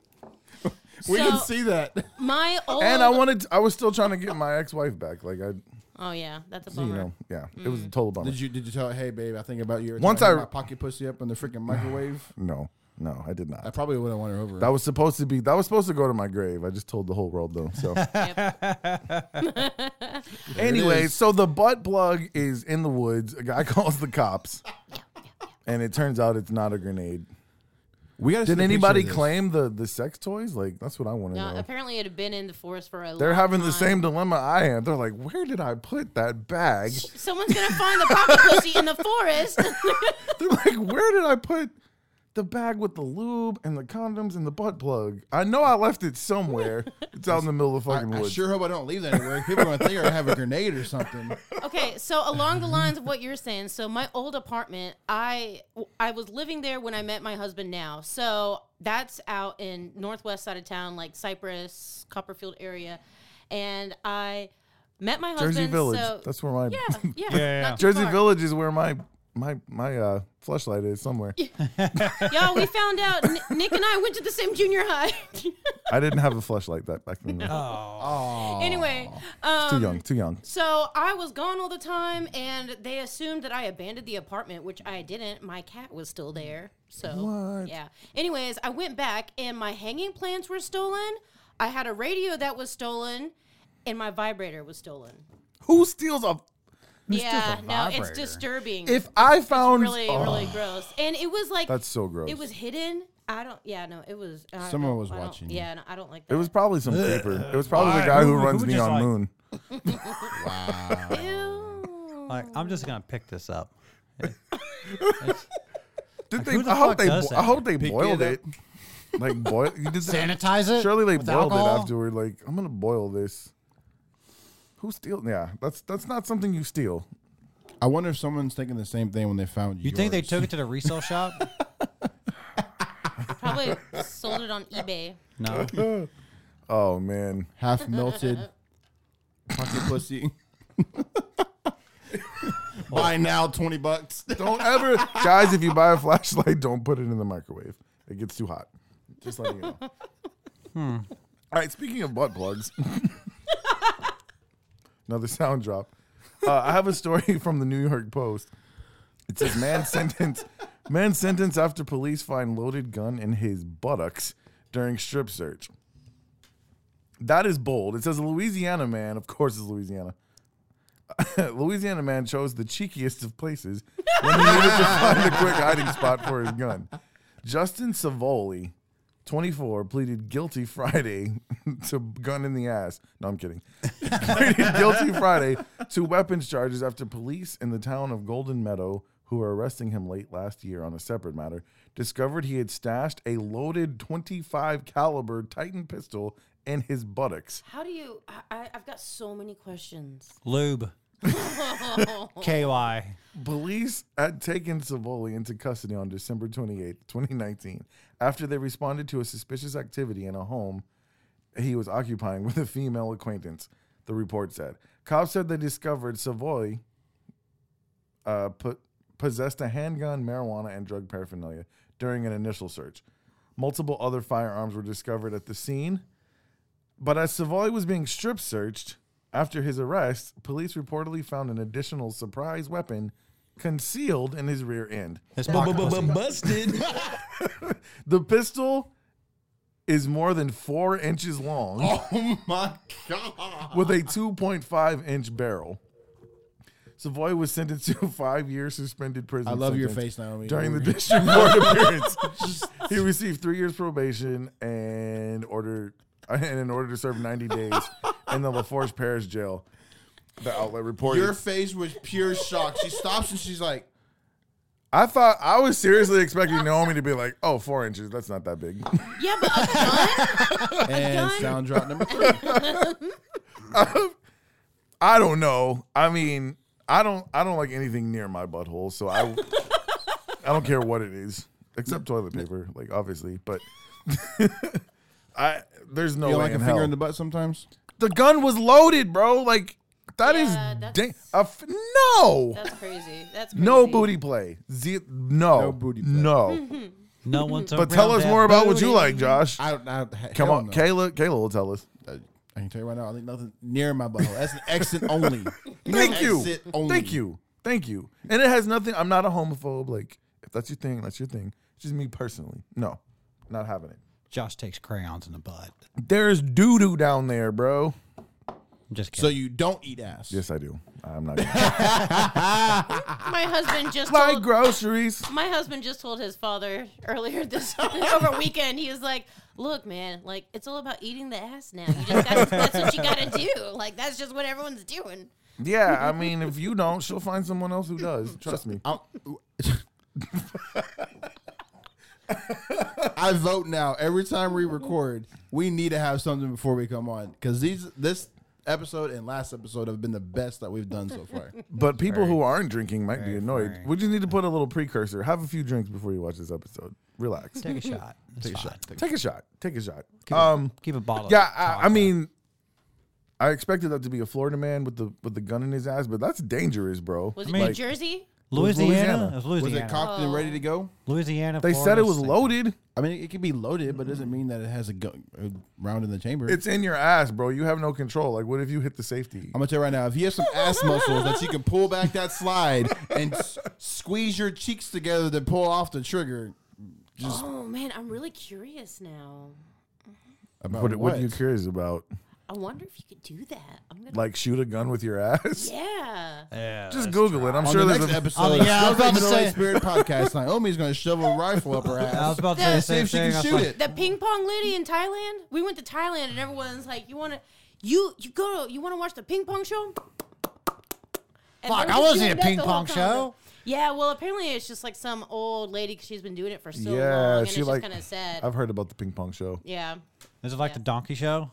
We So- can see that. My old and I wanted. I was still trying to get my ex-wife back. Like I, oh yeah, that's a you bummer. know, yeah, it was a total bummer. Did you did you tell her, hey babe, I think about you. every Once time I- heat my pocket pussy up in the freaking microwave. No, no, I did I not. probably would have won her over. That was supposed to be. That was supposed to go to my grave. I just told the whole world though. So, anyway, so the butt plug is in the woods. A guy calls the cops, and it turns out it's not a grenade. we got. Did anybody claim the the sex toys? Like that's what I want to No, know. apparently it had been in the forest for a. They're long having the time. same dilemma I am. They're like, where did I put that bag? Someone's gonna find the pocket pussy in the forest. They're like, where did I put the bag with the lube and the condoms and the butt plug? I know I left it somewhere. It's out in the middle of the I, fucking I woods. sure hope I don't leave that anywhere. People are gonna think I have a grenade or something. okay, so along the lines of what you're saying, so my old apartment, I I was living there when I met my husband now. So that's out in northwest side of town, like Cypress, Copperfield area, and I met my Jersey husband. Village. So That's where my yeah, yeah, not too Jersey far. Village is where my my my uh flashlight is somewhere. Y'all, we found out N- Nick and I went to the same junior high. I didn't have a flashlight that back then. Oh. though. anyway, Too um, young, too young. so I was gone all the time, and they assumed that I abandoned the apartment, which I didn't. My cat was still there. So, What? yeah. Anyways, I went back, and my hanging plants were stolen. I had a radio that was stolen, and my vibrator was stolen. Who steals a yeah, no, it's vibrator? disturbing. if I found really, oh, really gross. And it was like That's so gross. It was hidden. I don't. Yeah, no, it was. I don't Someone know. was I don't- watching you. Yeah, no, I don't like that. it was probably some creeper. It was probably the guy who, Who- who runs would just Neon like- Moon. Ew. Like, I'm just gonna pick this up. Did who they, the I hope fuck they does bo- I that? hope they Pick boiled it it. Like boil you did that. Sanitize it. Surely they with boiled alcohol? it afterward. Like I'm gonna boil this. Who steal? Yeah, that's that's not something you steal. I wonder if someone's thinking the same thing when they found You think they yours. took it to the resale shop? Probably sold it on eBay. No. Oh man, half melted pocket pussy? Buy now, twenty bucks. don't ever, guys. If you buy a flashlight, don't put it in the microwave. It gets too hot. Just letting you know. All right. Speaking of butt plugs, another sound drop. Uh, I have a story from the New York Post. It says man sentence man sentence after police find loaded gun in his buttocks during strip search. That is bold. It says a Louisiana man, of course it's Louisiana. Louisiana man chose the cheekiest of places when he needed to find a quick hiding spot for his gun. Justin Savoli, 24, pleaded guilty Friday to gun in the ass. No, I'm kidding. pleaded guilty Friday to weapons charges after police in the town of Golden Meadow, who were arresting him late last year on a separate matter, discovered he had stashed a loaded 25 caliber Titan pistol in his buttocks. How do you? I, I, I've got so many questions. Lube. KY. Police had taken Savoli into custody on December 28, 2019, after they responded to a suspicious activity in a home he was occupying with a female acquaintance, the report said. Cops said they discovered Savoy uh, po- possessed a handgun, marijuana, and drug paraphernalia during an initial search. Multiple other firearms were discovered at the scene. But as Savoy was being strip searched after his arrest, police reportedly found an additional surprise weapon concealed in his rear end. His pocket pussy. Busted. The pistol is more than four inches long. Oh my god! with a 2.5 inch barrel. Savoy was sentenced to a five-year suspended prison. I love your sentence face, Naomi. During the district court appearance, he received three years probation and order and an order to serve 90 days in the LaForge Parish Jail. The outlet reported. Your face was pure shock. She stops and she's like, I thought I was seriously expecting Naomi to be like, "Oh, four inches. That's not that big." Yeah, but a gun? and gun? sound drop number three. I don't know. I mean, I don't. I don't like anything near my butthole, so I. I don't care what it is, except toilet paper, like obviously. But I there's no You way like a in finger hell. in the butt sometimes? the gun was loaded, bro. Like that is Yeah, that's- da- a f- no, That's crazy. That's crazy. no booty play. Z- no, No booty play. No, No one's but tell us more about what you like, Josh. I don't. I, hell Come on, no. Kayla. Kayla will tell us. I I can tell you right now, I think nothing near my butthole. That's an exit only. Thank you. Exit only. Thank you. Thank you. And it has nothing. I'm not a homophobe. Like, if that's your thing, that's your thing. It's just me personally. No, not having it. Josh takes crayons in the butt. There's doo doo down there, bro. I'm just So kidding. you don't eat ass. Yes, I do. I'm not. Gonna. My husband just Buy told, groceries. my husband just told his father earlier this over weekend. He was like, "Look, man, like it's all about eating the ass now. You just gotta, that's what you gotta do. Like that's just what everyone's doing." Yeah, I mean, if you don't, she'll find someone else who does. Trust me. I'm- I vote now. Every time we record, we need to have something before we come on because these this episode and last episode have been the best that we've done so far. But people who aren't drinking might be annoyed. We just need to put a little precursor. Have a few drinks before you watch this episode. Relax. take a shot. It's fine. Take a shot. Take a shot. Um, Keep a bottle. Yeah, I, I mean, I expected that to be a Florida man with the with the gun in his ass, but that's dangerous, bro. Was it New Like, Jersey? Louisiana. Louisiana. It was Was Louisiana. it cocked and ready to Oh. go? Louisiana. they said Florida, it was St- loaded. I mean, it can be loaded, but it doesn't mean that it has a, gun, a round in the chamber. It's in your ass, bro. You have no control. Like, what if you hit the safety? I'm gonna tell you right now, if you have some ass muscles that you can pull back that slide and s- squeeze your cheeks together to pull off the trigger, just Oh man, I'm really curious now. about What, what? what are you curious about? I wonder if you could do that. I'm gonna. Like, shoot a gun with your ass? yeah. Yeah. Just Google it. I'm On sure the there's next a, episode, Oh, yeah, I was Smoking about to Middle-Aged say- Spirit podcast, Naomi's gonna shove a rifle up her I was ass. about to Yeah, say the same See if she thing. I can was shoot like, it. the ping pong lady in Thailand. We went to Thailand and everyone's like, "You want to, you you go, you want to watch the ping pong show?" And Fuck, they're I just wanna see doing a that ping the whole pong time. show. Yeah, well, apparently it's just like some old lady 'cause she's been doing it for so long, yeah. and She it's like, just kind of sad. I've heard about the ping pong show. yeah, Is it like the donkey show?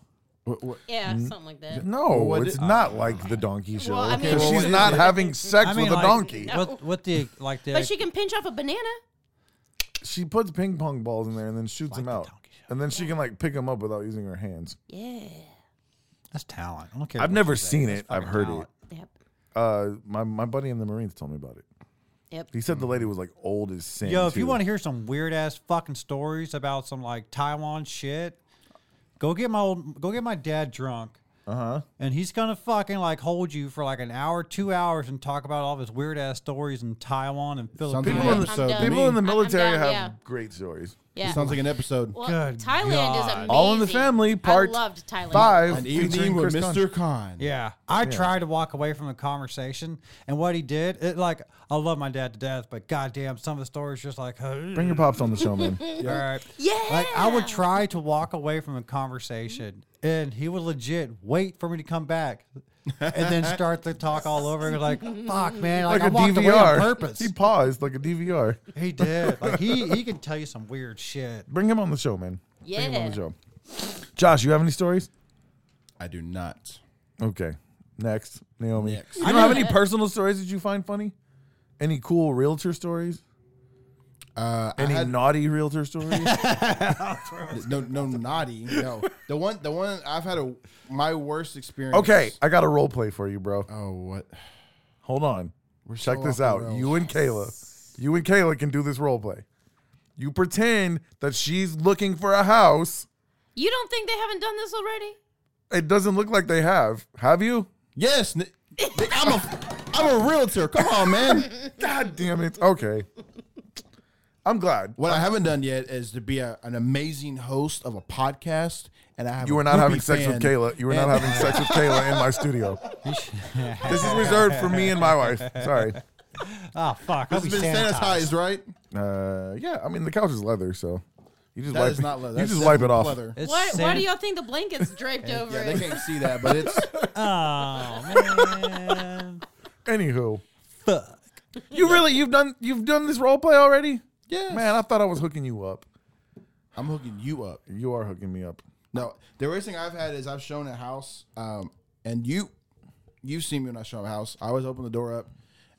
yeah, something like that. No, what it's did- not like the donkey show. I mean- 'cause Okay, well, she's what not is it? having sex with a like, donkey. What, what the like the But she can pinch off a banana. She puts ping pong balls in there and then shoots them the out, donkey show. and then she can like pick them up without using her hands. Yeah. that's talent. I don't care. I've what never you say. seen That's it. I've fucking heard talent. it. Yep. Uh, my my buddy in the Marines told me about it. Yep. He said the Mm. lady was like old as sin. Yo, if you too. want to hear some weird ass fucking stories about some like Taiwan shit, go get my old, go get my dad drunk. Uh Uh-huh. huh. And he's gonna fucking like hold you for like an hour, two hours, and talk about all of his weird ass stories in Taiwan and Sounds Philippines. like people, in an the, episode. to I'm people me. in the I'm military down, have yeah. great stories. Yeah. Sounds like an episode. well, Good Thailand is God. amazing. All in the Family, part I loved Thailand. Five An featuring evening with Chris Dunn. Mr. Khan. Yeah, I tried to walk away from the conversation, and what he did, it like I love my dad to death, but goddamn, some of the stories just like Bring your pops on the show, man. All right. Yeah. Like I would try to walk away from a conversation, and he would legit wait for me to come back, and then start the talk all over. and Like fuck, man, like like, I a walked away on DVR. purpose. He paused like a DVR. He did. Like he he can tell you some weird shit. Bring him on the show, man. Bring him on Yeah. the show. Josh, you have any stories? I do not. Okay. Next, Naomi. Next. You don't have e- any personal stories that you find funny? Any cool realtor stories? Uh, I Any had- naughty realtor stories? no, no naughty. No, the one, the one I've had a my worst experience. okay, I got a role play for you, bro. Oh, what? Hold on. Check so this off out. the rails. You and Kayla, you and Kayla can do this role play. You pretend that she's looking for a house. You don't think they haven't done this already? It doesn't look like they have. Have you? Yes, Ni- Nick, I'm a, I'm a realtor. Come on, man. God damn it. Okay. I'm glad. What I haven't done yet is to be a, an amazing host of a podcast, and I have You a were not groupie having sex with fan. Kayla. You were not And- having sex with Kayla in my studio. This is reserved for me and my wife. Sorry. Oh fuck! I'll be It's been sanitized, sanitized. right? Uh, yeah, I mean the couch is leather, so you just That wipe is not leather. You That's just wipe it definitely off. leather. It's Why, why do sanit- y'all think the blanket's draped over Yeah, they it? can't see that, but it's Oh man! Anywho, fuck! you really you've done you've done this role play already? yeah. Man, I thought I was hooking you up. I'm hooking you up. You are hooking me up. No, the worst thing I've had is I've shown a house, um, and you, you've seen me when I show a house. I always open the door up,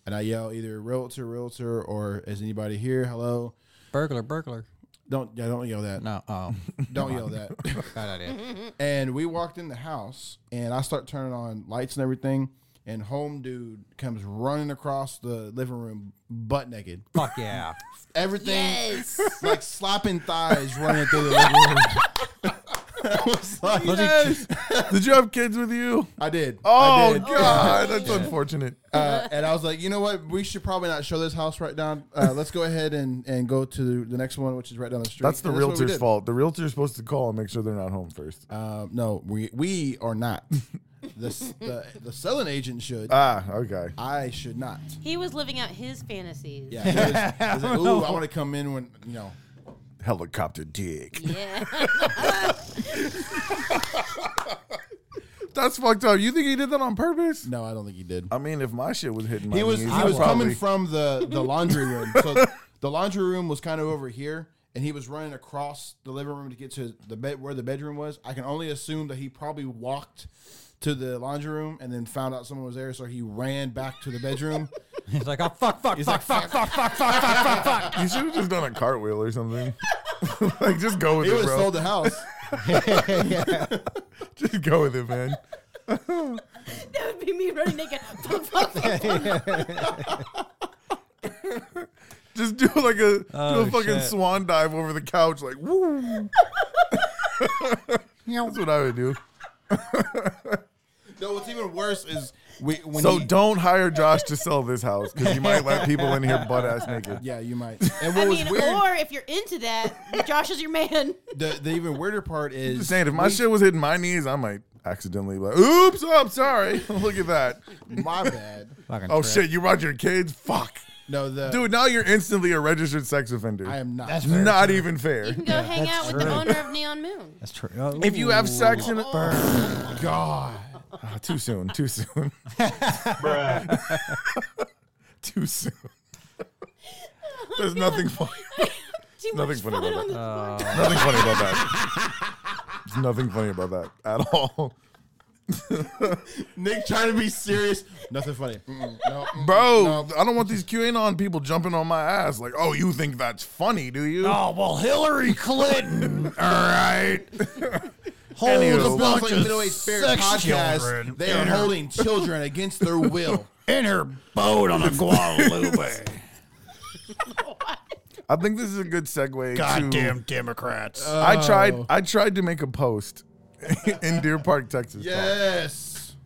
and I yell either "realtor, realtor" or "Is anybody here? Hello." Burglar! Burglar! Don't yeah, don't yell that. No. Oh, Don't yell that. bad idea. and we walked in the house, and I start turning on lights and everything, and home dude comes running across the living room butt naked, fuck yeah! everything Yes. like slapping thighs running through the living room. I was like- Did you have kids with you? I did. I Oh did. God, that's unfortunate. Uh, and I was like, you know what? We should probably not show this house right down. Uh, let's go ahead and, and go to the next one, which is right down the street. That's the And what we realtor's did. fault. The realtor's supposed to call and make sure they're not home first. Uh, no, we we are not. the, s- the the selling agent should. Ah, okay. I should not. He was living out his fantasies. Yeah. it was- it was like, Ooh, I want to come in when you know. Helicopter dick. Yeah. That's fucked up. You think he did that on purpose? No, I don't think he did. I mean, if my shit was hitting my he was he knees, I was would. coming from the the laundry room. So the laundry room was kind of over here, and he was running across the living room to get to the bed where the bedroom was. I can only assume that he probably walked to the laundry room and then found out someone was there, so he ran back to the bedroom. He's like, oh fuck! Fuck! Fuck! fuck! Fuck! Fuck! Fuck! Fuck! Fuck! Fuck! You should have just done a cartwheel or something. like, just go with He it, would bro. have sold the house. just go with it, man. that would be me running naked. Just do like a do Oh, a fucking shit. swan dive over the couch, like woo. That's what I would do. No, what's even worse is we when So he- don't hire Josh to sell this house because you might let people in here butt ass naked. Yeah, you might. And what I was mean, uh, weird, or if you're into that, Josh is your man. the, the even weirder part is Just saying, if my we- shit was hitting my knees, I might accidentally be like, oops, oh, I'm sorry. Look at that. my bad. Fucking Oh prick. shit, you brought your kids? Fuck. No, the Dude, now you're instantly a registered sex offender. I am not. That's fair. Not even You fair. can go hang out with the true. owner of Neon Moon. That's true. Oh, If you have sex in it, God. Ah, too soon, too soon, too soon. There's nothing funny. Too Nothing funny about on that. Uh, the floor. Nothing funny about that. There's nothing funny about that at all, Nick trying to be serious. Nothing funny. Mm-mm, no, mm. bro. I don't want these QAnon people jumping on my ass. Like, oh, you think that's funny, do you? Oh well, Hillary Clinton All right. holds Anywho. a Sounds bunch like of Middle Aged Spirit sex podcast. children They are in her- holding children against their will. in her boat on the Guadalupe. I think this is a good segue. to, Goddamn Democrats! I tried. I tried to make a post in Deer Park, Texas. Yes.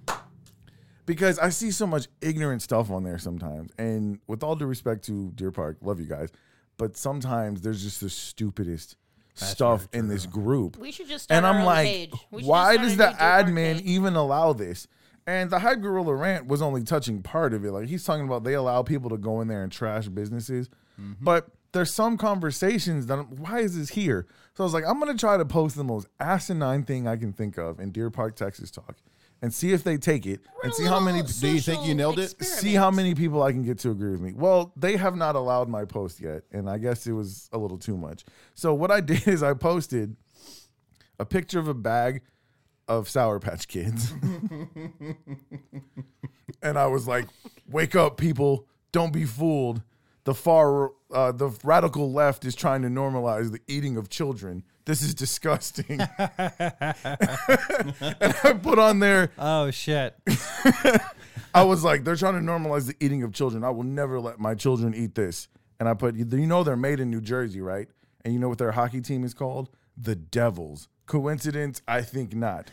because I see so much ignorant stuff on there sometimes. And with all due respect to Deer Park, love you guys, but sometimes there's just the stupidest stuff in this group. We should just start and our I'm own like, page. We should just why start does a the new Deer Park admin page. even allow this? And the hype gorilla rant was only touching part of it. Like he's talking about they allow people to go in there and trash businesses, but there's some conversations that I'm, why is this here? So I was like, I'm gonna try to post the most asinine thing I can think of in Deer Park, Texas talk, and see if they take it and see how many. Do you think you nailed it? See how many people I can get to agree with me. Well, they have not allowed my post yet, and I guess it was a little too much. So what I did is I posted a picture of a bag of Sour Patch Kids, and I was like, "Wake up, people! Don't be fooled. The far, uh, the radical left is trying to normalize the eating of children. This is disgusting." and I put on there. Oh shit! I was like, they're trying to normalize the eating of children. I will never let my children eat this. And I put, you know, they're made in New Jersey, right? And you know what their hockey team is called? The Devils. Coincidence? I think not.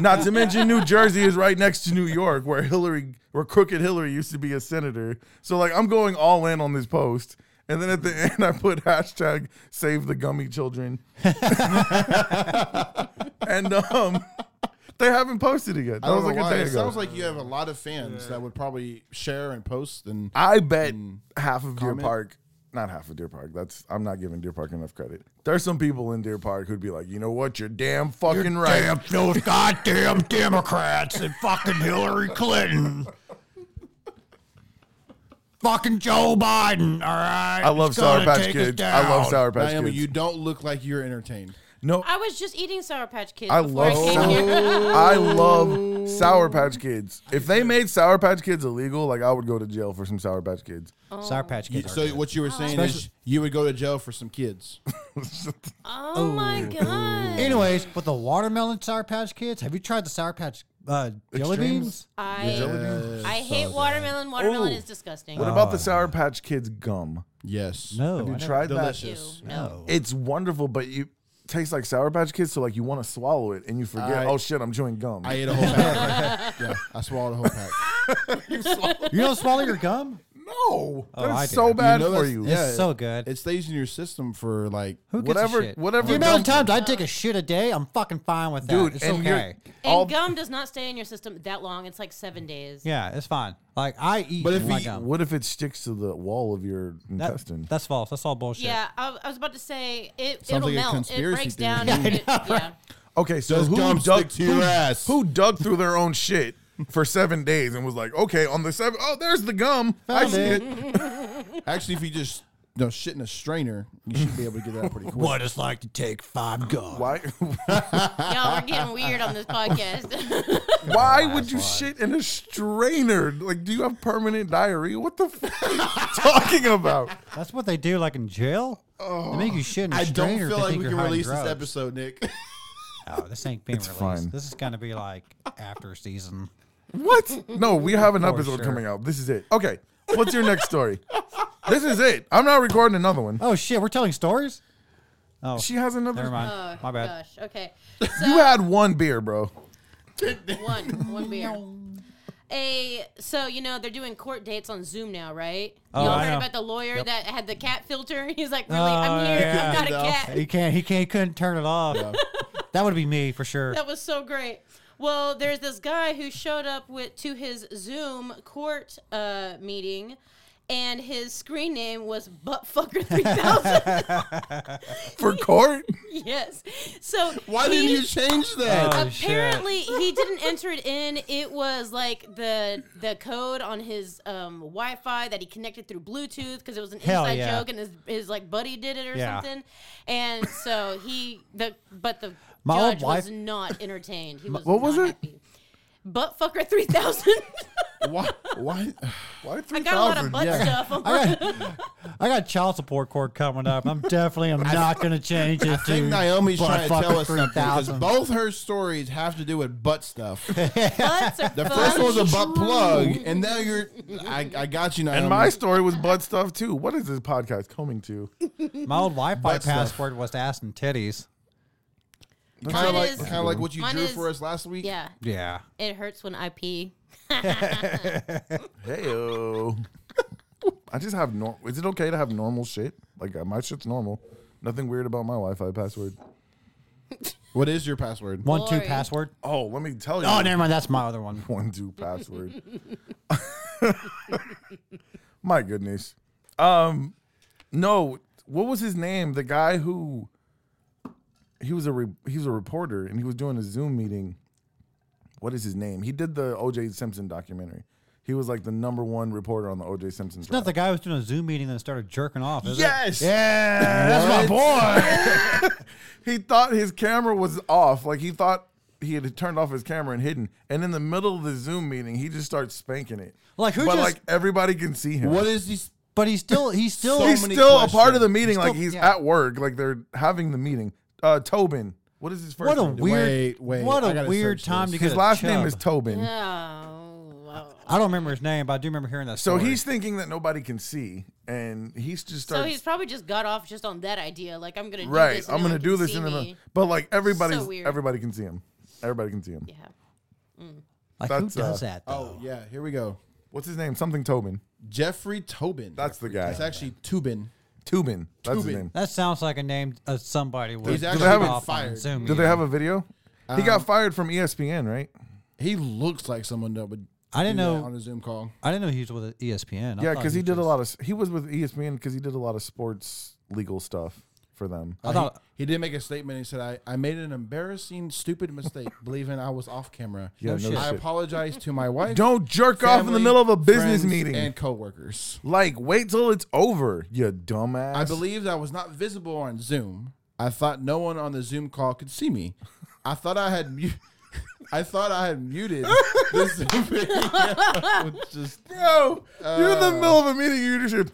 not to mention, New Jersey is right next to New York, where Hillary, where crooked Hillary used to be a senator. So, like, I'm going all in on this post. And then at the end, I put hashtag save the gummy children. and um, they haven't posted it yet. That I was don't like know a why. day It ago. sounds like you have a lot of fans that would probably share and post and I bet Mm. half of Deer Comment? Park, not half of Deer Park. That's I'm not giving Deer Park enough credit. There's some people in Deer Park who'd be like, you know what, you're damn fucking right. those goddamn Democrats and fucking Hillary Clinton. Fucking Joe Biden, all right? I love He's Sour gonna Patch take us Kids. I love down. Sour Patch Naomi, Kids. you don't look like you're entertained. no, I was just eating Sour Patch Kids. I before love I came here. Sour. I love Sour Patch Kids. If they made Sour Patch Kids illegal, like I would go to jail for some Sour Patch Kids. Sour Patch You- Kids. are so good. what you were saying is Especially- you would go to jail for some kids. Oh, my god! Anyways, with the watermelon Sour Patch Kids, have you tried the Sour Patch uh, jelly beans? I Uh, I hate watermelon. Watermelon is disgusting. Oh. What about the Sour Patch Kids gum? Yes. No, Have I you never- tried that? Ew, Delicious. no. It's wonderful, but you tastes like Sour Patch Kids, so like you want to swallow it and you forget. I- oh shit, I'm chewing gum. I ate a whole pack. yeah, I swallowed a whole pack. You don't swallow your gum? no, Oh, Oh, I that's did. so You bad know for that's- you. It's so good. It stays in your system for like Who gives whatever- a shit? whatever The amount of gum- times I take a shit a day, I'm fucking fine with that. dude, it's and you're- okay. And all- gum does not stay in your system that long. It's like seven days. Yeah, it's fine. Like I eat But if my you- gum. What if it sticks to the wall of your That- intestine? that's false. That's all bullshit. Yeah, I, I was about to say it. Sounds it'll like a melt. It conspiracy breaks theory. down. Yeah, and it- yeah. okay, so Does who gum dug stick to your who- ass? Who dug through their own shit for seven days and was like, okay, on the seven, oh, there's the gum. I see it. actually if you just no shit in a strainer, you should be able to get that pretty quick. What it's like to take five guns. Why? Y'all, we're getting weird on this podcast. Why would you shit in a strainer? Like, do you have permanent diarrhea? What the fuck are you talking about? That's what they do, like in jail. they make you shit in a Oh. I don't strainer if feel they like think we you're can hiding release drugs. this episode, Nick. Oh, this ain't being released. fine. This is gonna be like after season. What? No, we have an episode sure. coming out. This is it. Okay, what's your next story? this is it. I'm not recording another one. Oh shit, we're telling stories. Oh, She has another. never mind. Oh, My bad. Gosh. Okay. You had one beer, bro. One. One beer. A so you know they're doing court dates on Zoom now, right? Oh, Y'all I heard know. about the lawyer Yep. that had the cat filter. He's like, really, Oh, I'm here. yeah. I've got a cat. He can't. He can't. He couldn't turn it off. That would be me for sure. That was so great. Well, there's this guy who showed up with to his Zoom court uh, meeting, and his screen name was Buttfucker Three Thousand. For court? Uh, yes. So Why didn't he- you change that? Oh, shit. Apparently, he didn't enter it in. It was like the the code on his um, Wi-Fi that he connected through Bluetooth because it was an Hell inside yeah. joke, and his, his like buddy did it or Yeah. something. And so he the but the My old judge wife- was not entertained. He was what was not it? Happy. Butt fucker three thousand. why why Why I three got a lot thousand? of butt stuff. I'm like, I got, I got child support court coming up. I'm definitely. I'm not gonna change it. I think to Naomi's butt trying to tell fucker us something because 3000. both her stories have to do with butt stuff. The butts are first fun. one's a butt plug, and now you're. I, I got you, Naomi. Um, And my story was butt stuff too. What is this podcast coming to? My old Wi-Fi Butt stuff. password was ass and titties. kind of Mine like is- kind of like what you Mine drew is- for us last week. Yeah, Yeah. it hurts when I pee. Hey, I just have normal. Is it okay to have normal shit? Like, uh, my shit's normal. Nothing weird about my Wi Fi password. What is your password? One two Boring. password. Oh, let me tell you. Oh, never mind. That's my other one. One two password. my goodness. Um, no. What was his name? The guy who he was a re, he was a reporter and he was doing a Zoom meeting. What is his name? He did the O.J. Simpson documentary. He was like the number one reporter on the O.J. Simpson. It's not the guy who's doing a Zoom meeting and started jerking off. Is it? yes. Yeah, that's my boy. he thought his camera was off. Like he thought he had turned off his camera and hidden. And in the middle of the Zoom meeting, he just starts spanking it. Like, who But just- like everybody can see him. What is these? But he's still. He's still. So he's many still a part questions. of the meeting. He's like still- he's yeah. at work. Like they're having the meeting. Uh, Tobin. What is his first? what a name? weird. Wait, wait, what I a gotta weird search time to this. get His a last name chub. is Tobin. Oh, wow. I don't remember his name, but I do remember hearing that. So story. he's thinking that nobody can see, and he's just starts. So he's probably just got off just on that idea. Like I'm gonna do right. This and I'm no gonna one do can this see in the. me. But like everybody's, weird. everybody can see him. Everybody can see him. Yeah. like, who that's, uh, does that? Though? Oh yeah, here we go. What's his name? Something Tobin. Jeffrey Tobin. That's the guy. It's actually Tubin. Tubin. That's Tubin. his name. That sounds like a name of somebody would He's drop actually been off on fired. Zoom. Did they have a video? he got fired from E ESPN, right? He looks like someone that would. I didn't do that know- on a Zoom call. I didn't know he was with E ESPN. I Yeah, thought because he was did a just- lot of. He was with E ESPN because he did a lot of sports legal stuff for them. I thought He did make a statement. He said, I, I made an embarrassing, stupid mistake, believing I was off camera. Yeah, no I shit. apologize to my wife. Don't jerk off in the family, middle of a business friends, meeting. And coworkers. like, wait till it's over, you dumbass. I believed I was not visible on Zoom. I thought no one on the Zoom call could see me. I thought I had mu- I thought I had muted the Zoom video. Which is- Bro, you're in the Uh. middle of a meeting. You just hear-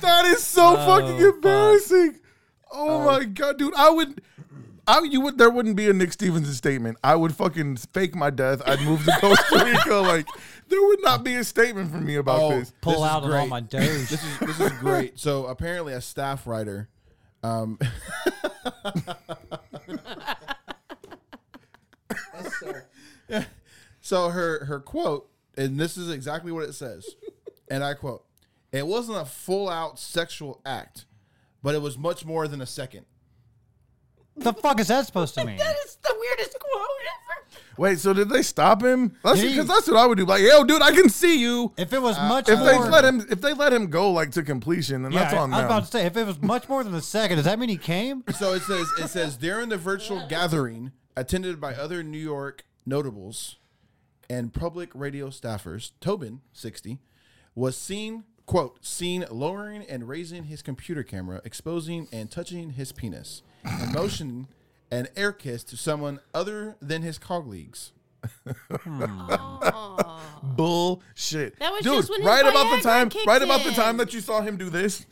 that is so Oh, fucking embarrassing. Oh Um, my god, dude! I would, I you would. There wouldn't be a Nick Stevenson statement. I would fucking fake my death. I'd move to Costa Rica. like there would not be a statement from me about Oh, this. pull This is out on all great. my doge. this is this is great. So apparently a staff writer um, So her her quote, and this is exactly what it says, and I quote: "It wasn't a full out sexual act, but it was much more than a second. the fuck is that supposed to mean? It's the weirdest quote ever. Wait, so did they stop him? That's Did he- because that's what I would do. Like, yo, dude, I can see you. If it was much Uh, If more, they let him, if they let him go like to completion, then yeah, that's on I was them. about to say if it was much more than a second, does that mean he came? So it says it says during the virtual gathering attended by other New York notables and public radio staffers, Tobin, 60, was seen, quote, seen lowering and raising his computer camera, exposing and touching his penis, and motioning an air kiss to someone other than his colleagues. bullshit. That was Dude, just when his right about the Viagra time, kicked right about the in. time that you saw him do this.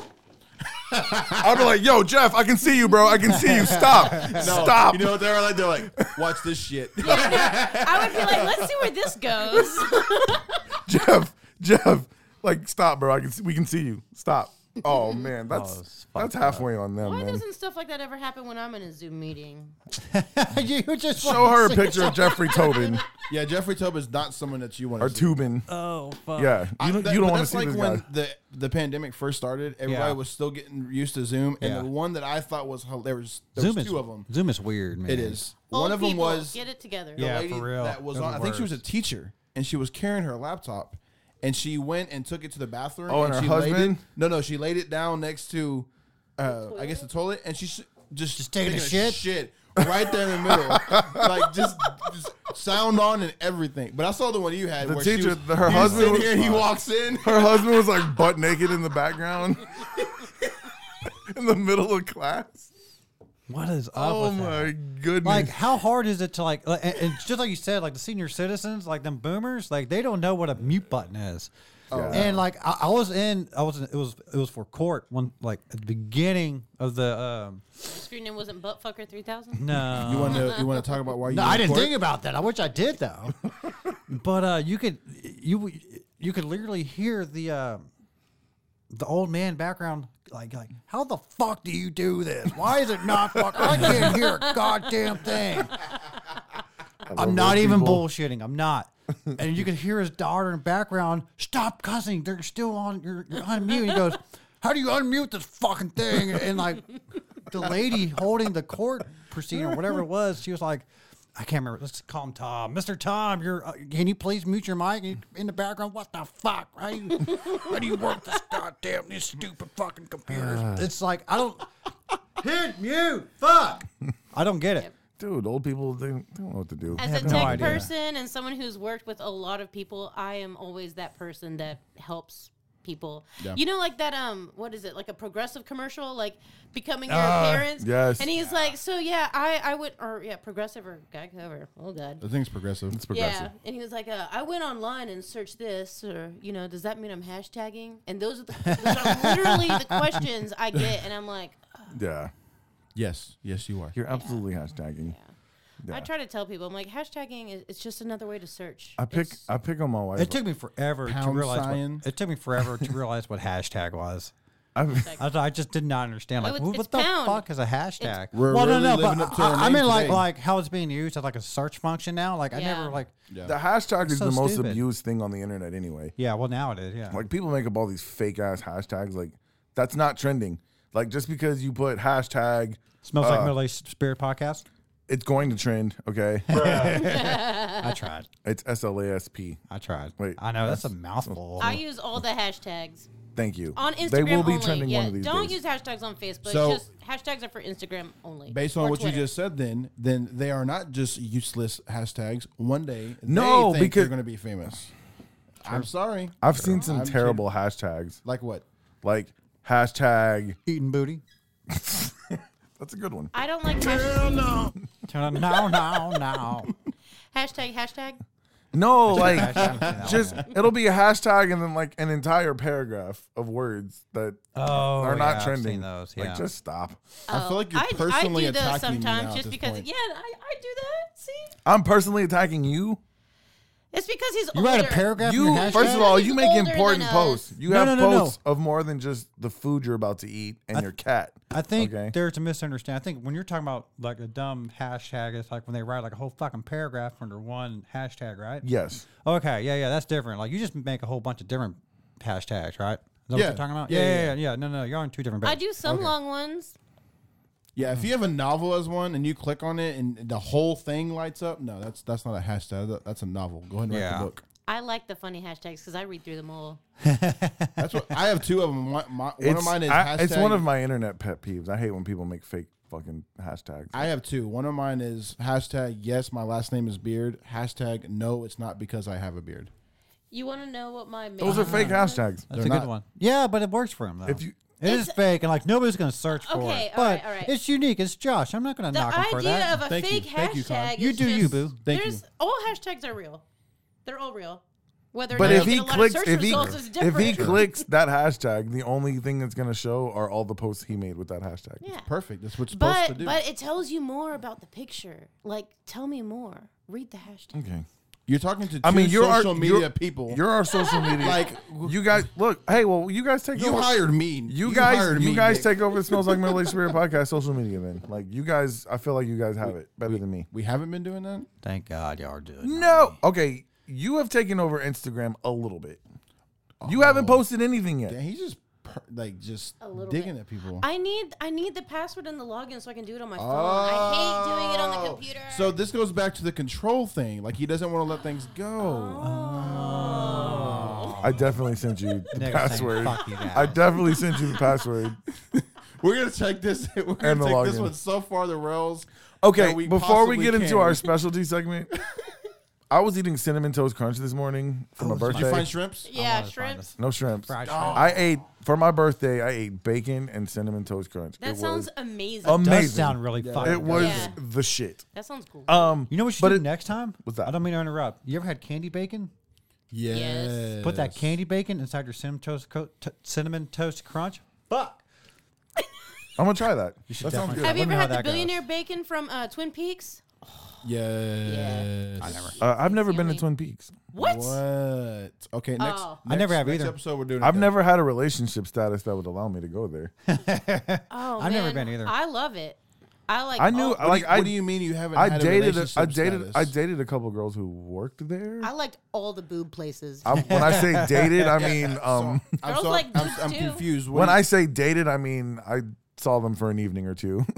I'd be like, "Yo, Jeff, I can see you, bro. I can see you. Stop, stop." You know what they're like? They're like, watch this shit. I would be like, let's see where this goes. Jeff, Jeff, like, stop, bro. I can, see, we can see you. Stop. Oh man, that's it's that's halfway on them, Why man. doesn't stuff like that ever happen when I'm in a Zoom meeting? you just Show her a picture of Jeffrey Tobin yeah, Jeffrey Tobin's not someone that you want or to see. Tubin. Oh fuck. Yeah, you don't, That- you don't but want to that's see like this when guy. the the pandemic first started. Everybody Yeah. was still getting used to Zoom, and Yeah. the one that I thought was hel- there was there Zoom was is two of them. Zoom is weird, man. It is Old one of them people, was get it together. Yeah. lady for real. that was Those on. are I think she was a worse. teacher, and she was carrying her laptop, and she went and took it to the bathroom. Oh, and her she Laid husband? it, no, no, she laid it down next to, uh, I guess the toilet, and she s- just Just taking a shit? shit right there in the middle, like just. just Sound on and everything, but I saw the one you had. The where she teacher- was, the- her he was husband sitting was- here. and He walks in. Her husband was like butt naked in the background, in the middle of class. What is up? Oh with that? my goodness! Like, how hard is it to like, like and, and just like you said, like the senior citizens, like them boomers, like they don't know what a mute button is. Oh, And like I, I was in, I was in, it was it was for court one like at the beginning of the um Screen name wasn't Buttfucker 3000. no You want to you want to talk about why you? no were I didn't court? think about that I wish I did though, but uh you could you you could literally hear the uh, the old man background like like how the fuck do you do this why is it not fuck I can't hear a goddamn thing I'm not even bullshitting. I'm not. And you can hear his daughter in the background. Stop cussing. They're still on. You're, you're on mute. He goes, "How do you unmute this fucking thing?" And like, the lady holding the court proceeding or whatever it was, she was like, "I can't remember. Let's call him Tom. Mister Tom, you're. Uh, can you please mute your mic You- in the background? What the fuck? How do you, how do you work this goddamn these stupid fucking computers? It's like I don't Uh. hit mute. Fuck. I don't get it. Dude, old people they don't they don't know what to do. As a no tech idea. person and someone who's worked with a lot of people, I am always that person that helps people. You know, like that um, what is it? Like a progressive commercial, like becoming your parents. Ah, yes. And he's like, so yeah, I I would or yeah, progressive or Geico or oh god. The thing's progressive. It's Yeah, and he was like, uh, "I went online and searched this, or you know, does that mean I'm hashtagging?" And those are the those are literally the questions I get, and I'm like, yeah, Yes, yes, you are. you're absolutely hashtagging. I try to tell people, I'm like, hashtagging is it's just another way to search. I pick It's- I pick on my wife. It took me forever to Pound realize. sign. What, it took me forever to realize what hashtag was. I've, I, was- I just did not understand. Oh, Like, it's- what it's the pound. fuck is a hashtag? We're well, really no, no, living but up to I, our I name mean, like, today. like how it's being used as like a search function now. Like, I Yeah. never like. the hashtag is so the most stupid. abused thing on the internet anyway. Yeah, well, now it is. Yeah, Like people make up all these fake ass hashtags. Like that's not trending. Like just because you put hashtag, smells Uh. like Middle East Spirit podcast. it's going to trend. Okay, I tried. it's SLASP. I tried. Wait, I know that's, a mouthful. I use all the hashtags Thank you. on Instagram they will be only. trending yeah, one of these don't days. use hashtags on Facebook. So- just hashtags are for Instagram only. Based on or what Twitter. you just said, then then they are not just useless hashtags. One day, No, they think because- they're going to be famous. I'm sorry. I've seen some I'm kidding. terrible hashtags. Like what? Like hashtag. eating booty. That's a good one. I don't like hashtag, Turn on now, now, now. hashtag hashtag. No, like just it'll be a hashtag and then like an entire paragraph of words that Oh, are yeah, not I've trending. seen those, Like yeah. just stop. I feel like you're Oh, I, I personally do those attacking me now sometimes at just this because point. yeah, I, I do that. See, I'm personally attacking you. it's because he's You older. write a paragraph. in You your hashtag? first of all, He's you make older important than us. posts. You No, have no, no, no. posts of more than just the food you're about to eat and your cat. I think Okay. there's a misunderstanding. I think when you're talking about like a dumb hashtag, it's like when they write like a whole fucking paragraph under one hashtag, right? Yes. Okay, yeah, yeah, that's different. Like you just make a whole bunch of different hashtags, right? Is that what Yeah. you're talking about? Yeah, yeah, yeah, yeah, yeah. No, no, you're on two different. I pages. do some long ones. Yeah, if you have a novel as one and you click on it and the whole thing lights up, no, that's that's not a hashtag. That- That's a novel. Go ahead and write Yeah. the book. I like the funny hashtags because I read through them all. That's what I have two of them. My, my, one It's, of mine is I- hashtag, it's one of my internet pet peeves. I hate when people make fake fucking hashtags. I have two. One of mine is hashtag yes, my last name is beard. Hashtag no, it's not because I have a beard. You want to know what my Those are fake hashtags. That's They're a good not- one. Yeah, but it works for him though. If you it is It's- fake, and like nobody's gonna search for Okay, it. all But right, all right. it's unique. It's Josh. I'm not gonna The knock him for idea that. of a Thank you. fake Thank you, Con. hashtag. You is do you, just- boo. Thank there's, you. All hashtags are real. They're all real. Whether or But not if you he get a lot of clicks, search if he, results is if he different. clicks that hashtag, the only thing that's going to show are all the posts he made with that hashtag. yeah. Perfect. That's what it's supposed to But do. but it tells you more about the picture. Like, tell me more. Read the hashtag. Okay. you're talking to two I mean, you're our- social media you're- people. You're our social media. Like- you guys, look. Hey, well, you guys take you over. hired me. you, guys, hired you me, guys Nick. take over the smells like Middle Aged Spirit podcast social media, man. Like you guys, I feel like you guys have it better than me. We haven't been doing that. Thank God y'all are doing. No, okay, you have taken over Instagram a little bit. You haven't Oh. posted anything yet. Yeah, he's just per, like just little digging bit. at people. I need I need the password and the login so I can do it on my phone. I hate doing it on the Oh. computer. So this goes back to the control thing. Like he doesn't want to let things go. I definitely sent you the Next thing, password. fuck you guys. I definitely sent you the password. We're gonna take this. We're gonna And the take this login. one so far the rails. Okay, that we before we possibly get into can. our specialty segment, I was eating cinnamon toast crunch this morning for my Did you birthday. find shrimps? yeah, wanna find shrimp. this. no shrimps. Fried shrimp. I ate for my birthday. I ate bacon and cinnamon toast crunch. That it sounds was amazing. amazing. Does sound really fucking. It was Yeah. the shit. that sounds cool. Um, You know what you But do it- next time? What's that? I don't mean to interrupt. You ever had candy bacon? Yes. Put that candy bacon inside your cinnamon toast, co- t- cinnamon toast crunch. Fuck. I'm gonna try that. You should That sounds definitely good. try Have you let me ever know had how the that goes. billionaire bacon from uh, Twin Peaks? Yes. I never. Uh, I've never been to Yummy. Twin Peaks. What? What? Okay. Next. Oh. I never next- have next either. Episode we're doing. it I've then. never had a relationship status that would allow me to go there. Oh, I've never man. been either. I love it. I like. I knew, all- like, What I, do you mean you haven't? I had dated, A a, I dated, relationship I status? dated a couple girls who worked there. I liked all the boob places. I, when I say dated, I mean, um, I'm Girls so- like I'm, dudes I'm too. confused. What when do you- I say dated, I mean I saw them for an evening or two.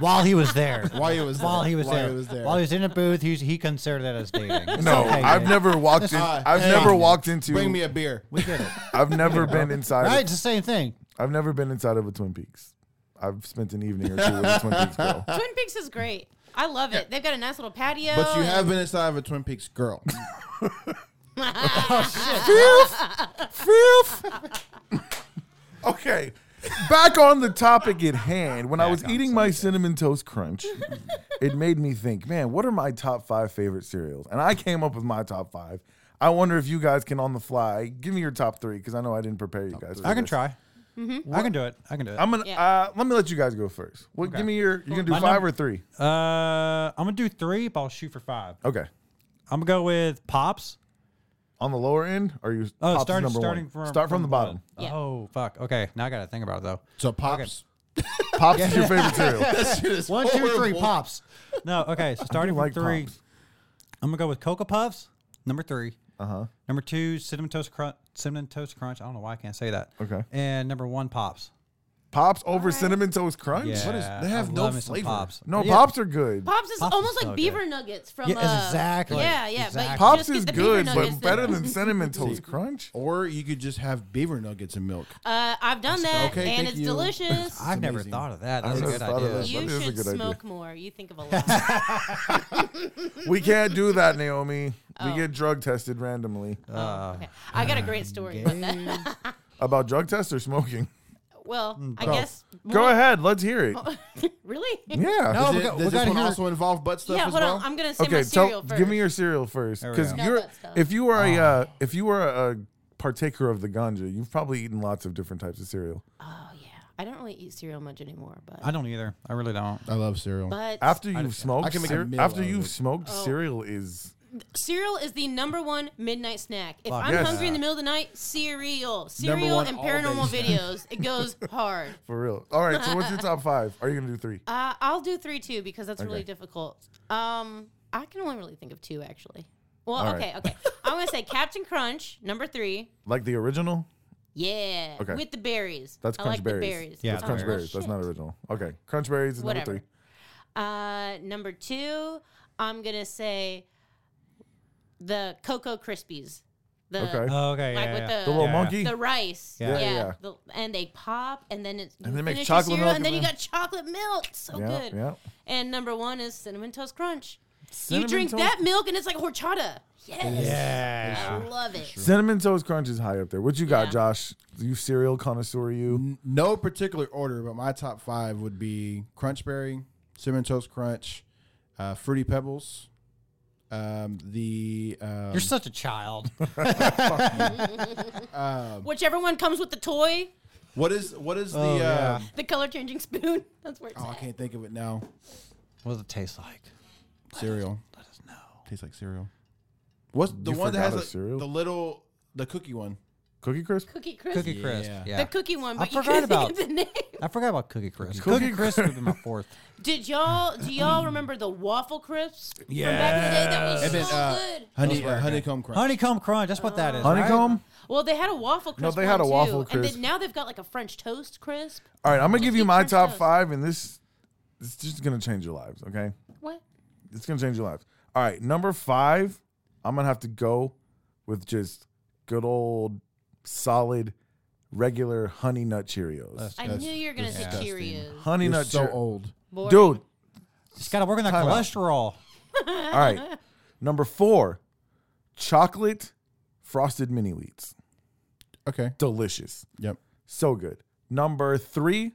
While he was there. While he was While there. he was While there. he was there. While he was in a booth, he, he considered that as dating. It's no, okay, I've dude. never walked in. Ah, I've hey, never walked into. bring me a beer. We get it. I've never been inside. Right? Of, It's the same thing. I've never been inside of a Twin Peaks. I've spent an evening or two with a Twin Peaks girl. Twin Peaks is great. I love it. They've got a nice little patio. But you and- have been inside of a Twin Peaks girl. Okay. Back on the topic at hand, when I was eating my cinnamon toast crunch, it made me think, man, what are my top five favorite cereals? And I came up with my top five. I wonder if you guys can, on the fly, give me your top three because I know I didn't prepare you guys. for I can this. try. I can do it. I can do it. I'm gonna Yeah. uh, let me let you guys go first. What? Give me your. You can do My five num- or three. Uh, I'm going to do three, but I'll shoot for five. Okay. I'm going to go with Pops. on the lower end, or you Oh, Pops is starting number starting one? from start from, the bottom. Yeah. Oh fuck. Okay, now I gotta think about it though. So pops. Pops is your favorite cereal. One, two, three, pops. No, okay. So starting like from three, Pops. I'm gonna go with Cocoa Puffs. Number three. Uh Uh-huh. huh. Number two, cinnamon toast crunch. Cinnamon toast crunch. I don't know why I can't say that. Okay. And number one, pops. Pops over cinnamon toast crunch. Yeah, What is- I they have no love me some flavor. Pops. No, Yeah. pops are good. Pops is Pops is almost so like good. beaver nuggets from Yeah, uh, exactly. Yeah, yeah. But Exactly. Pops just is get the beaver good, nuggets but and- better than cinnamon toast crunch. Or you could just have beaver nuggets and milk. Uh, I've done that, Okay, and thank it's you. delicious. I've never amazing. thought of that. I That's a never good thought of idea. that. you That is a should good idea. smoke more. You think of a lot. We can't do that, Naomi. We get drug tested randomly. Uh. Oh, okay. I got a great story about that. About drug tests or smoking? Well, I guess. Mm, Go ahead. Let's hear it. Really? Yeah. No, Does, we it, got- we does this gotta one hear- also involve butt stuff yeah, as hold well? on. I'm gonna say my okay, cereal tell, first. give me your cereal first, we because go. you're Nut stuff. if you were a Oh. uh, if you were a partaker of the ganja, you've probably eaten lots of different types of cereal. Oh yeah, I don't really eat cereal much anymore, but I don't either. I really don't. I love cereal. but After you've smoked, I can make a cere- meal after out of you've it. smoked, Oh. cereal is cereal is the number one midnight snack. If I'm yes. hungry in the middle of the night, cereal, cereal, one and all day paranormal snack. videos. It goes hard. for real. All right, so what's your top five? Are you gonna do three? Uh, I'll do three too because that's really difficult. Um, I can only really think of two actually. Well, All okay, right. okay. I'm gonna say Captain Crunch number three. Like the original? Yeah, Okay. with the berries. That's I Crunch like Berries. The berries. Yeah, That's Oh, Crunch shit. Berries. That's not original. Okay, Crunch Berries is Whatever. number Uh, number two, I'm gonna say the Cocoa Krispies. The, Okay. Oh, okay. Like yeah, with yeah. the- three. The little Yeah. monkey. The rice, Yeah. yeah, Yeah, yeah. The, and they pop, and then it's And they make finish your chocolate cereal, milk and then and you then- got chocolate milk. So Yeah, good. yeah. And number one is cinnamon toast crunch. Cinnamon you drink Toast- that milk, and it's like horchata. Yes, Yeah. I love it. Cinnamon Toast Crunch is high up there. What you got, Yeah. Josh? You cereal connoisseur, you? N- no particular order, but my top five would be Crunchberry, Cinnamon Toast Crunch, uh, Fruity Pebbles, um, the um, You're such a child. Whichever one comes with the toy, what is what is the Oh, um, yeah. the color changing spoon. That's where it's oh I at. can't think of it now what does it taste like? cereal Let us know. tastes like cereal. What's the You one that forgot has a like, cereal? the little the cookie one? Cookie Crisp? Cookie crisp. Cookie crisp. Yeah. Yeah. The cookie one, I but you forgot couldn't about- think of the name. I forgot about Cookie Crisp. Cookie, Crisp would be my fourth. Did y'all do y'all remember the waffle crisps? Yeah, from back in the day, that was And then, so uh, good. Honey, uh, honeycomb crunch. Honeycomb Crunch. That's what that is. right? Honeycomb? Well, they had a waffle crisp. they had a one, waffle too. And crisp. then now they've got like a French toast crisp. All right, I'm gonna give you my Crunch top Toast. five, and this it's just gonna change your lives. Okay, What? it's gonna change your lives. All right, number five, I'm gonna have to go with just good old solid regular honey nut Cheerios. I knew you were gonna say Cheerios. honey You're nut so Cheer- old. Boring. dude. Just gotta work on that Time out. cholesterol. All right, number four, chocolate frosted mini wheats, Okay. delicious, Yep. so good. Number three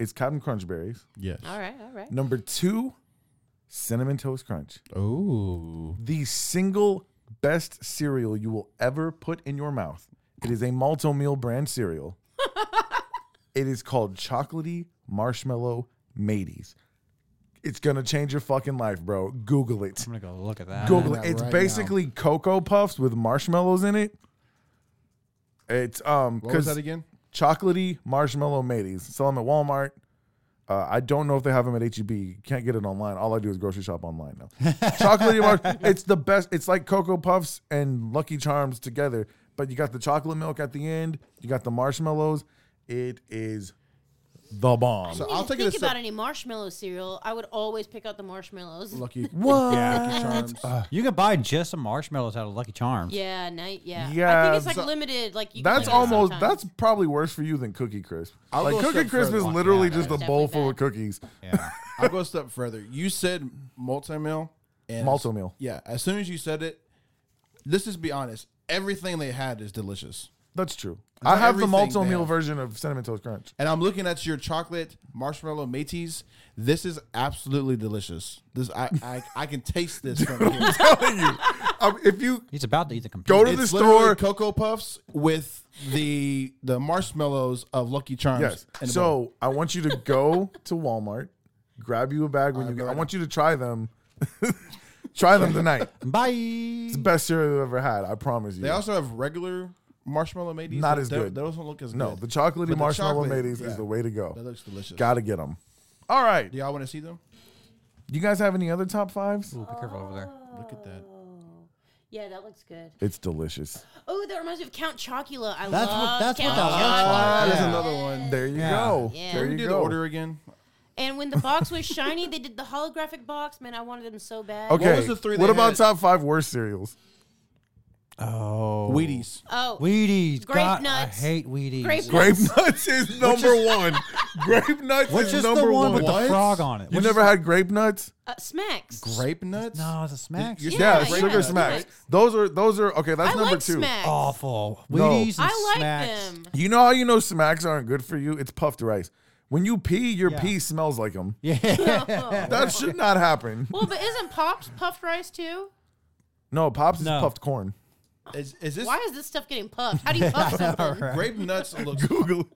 is Captain Crunch berries. Yes. All right, all right. Number two, cinnamon toast crunch. Oh. the single best cereal you will ever put in your mouth. It is a malto meal brand cereal. it is called Chocolatey Marshmallow Mateys. It's gonna change your fucking life, bro. Google it. I'm gonna go look at that. Google it. that It's right basically cocoa puffs with marshmallows in it. It's um What was because that again? chocolatey marshmallow mateys. Sell them at Walmart. Uh, I don't know if they have them at HEB. You Can't get it online. All I do is grocery shop online now. chocolatey marshmallow. It's the best. It's like Cocoa Puffs and Lucky Charms together. But you got the chocolate milk at the end. You got the marshmallows. It is the bomb. So I I'll didn't take it a think about step. any marshmallow cereal. I would always pick out the marshmallows. Lucky. What? Lucky Charms. You can buy just some marshmallows out of Lucky Charms. Yeah, night. Yeah. I Yeah, think it's like so- limited. Like you. can That's get it almost. sometimes. That's probably worse for you than Cookie Crisp. I'll like go a Cookie step Crisp is further. literally Yeah, just a that's bowl definitely full of bad. cookies. Yeah. I'll go a step further. You said multi-meal and Multi-meal. Yeah. As soon as you said it, let's just be honest. Everything they had is delicious. That's true. Not I have the everything malto they meal have. version of cinnamon toast crunch. And I'm looking at your chocolate marshmallow mateys. This is absolutely delicious. This I I, I can taste this from here. Uh, Um, if you He's about to eat the computer. go to the It's store, literally cocoa puffs with the the marshmallows of Lucky Charms. yes. in a bowl. So I want you to Oh, go to Walmart, grab you a bag when you. Get, I want you to try them. Try them tonight. Bye. It's the best cereal I've ever had. I promise you. They also have regular marshmallow mateys. Not but as tho- good. Those don't look as no, good. the chocolatey But the marshmallow chocolate, mateys yeah. is the way to go. That looks delicious. Gotta get them. All right. Do y'all want to see them? You guys have any other top fives? Ooh, be careful over there. Look at that. Yeah, that looks good. It's delicious. Oh, that reminds me of Count Chocula. I That's what- love that's what Count that looks Chocula. like. There's Yeah. another one. There you Yeah. go. Yeah. There you Can you do go. the order again? And when the box was shiny, they did the holographic box. Man, I wanted them so bad. Okay. What, was the three they about had? top five worst cereals? Oh. Wheaties. Oh, Wheaties. Grape God, nuts. I hate Wheaties. grape Grape nuts is number one. Grape nuts Which is is number the one, with What? the frog on it? You Which never is- had grape nuts? uh, smacks. Grape nuts? No, it's a smack. You're- Yeah, Yeah, sugar yeah, smacks. smacks. Those are those are okay. That's I number like two. smacks. Oh, awful. No. Wheaties and I like smacks. them. You know how you know smacks aren't good for you? It's puffed rice. When you pee, your Yeah. pee smells like them. Oh. That should not happen. well, but isn't pops puffed rice too? No, pops No. is puffed corn. Is, is this Why is this stuff getting puffed? How do you puff something? grape nuts? Looks Google.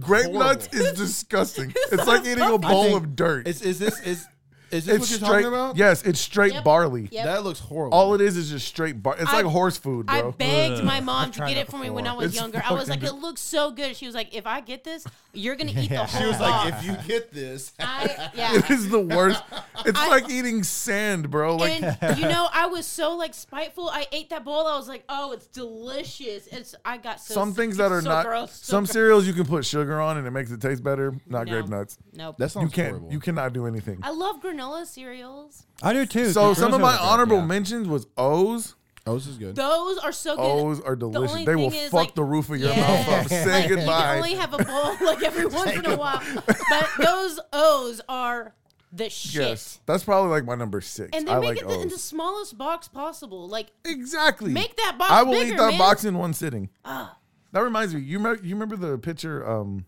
Grape Horrible. nuts is disgusting. It's like eating a bowl think- of dirt. is is this is is this It's what you're straight. talking about? Yes, it's straight Yep. barley. Yep. That looks horrible. All it is is just straight bar. It's I- like horse food, I bro. begged my mom to tried get that it for me when I before. was It's younger. I was like, fucking- it looks so good. She was like, if I get this, you're gonna eat the whole. She was box." like, if you get this, I, It yeah. is the worst. It's I- like eating sand, bro. Like and you know, I was so like spiteful. I ate that bowl. I was like, "Oh, it's delicious." It's I got so some sick. things It's that are so not. gross, so some gross. cereals you can put sugar on and it makes it taste better. Not No. grape nuts. Nope. that sounds You can't. horrible. You cannot do anything. I love granola cereals. I do too. so The some of Grizzlies my are good, honorable yeah. mentions was O's. oh, this is good. Those are so good. O's are delicious. only They will thing is, fuck like- the roof of your Yeah. mouth up. Say Like, You goodbye. can only have a bowl like every once in a while. But those O's are the shit. yes, that's probably like my number six. And they I make like it the, in the O's. smallest box possible. Like Exactly. Make that box I will eat bigger, that man. box in one sitting. That reminds me. You remember, you remember the pitcher, um,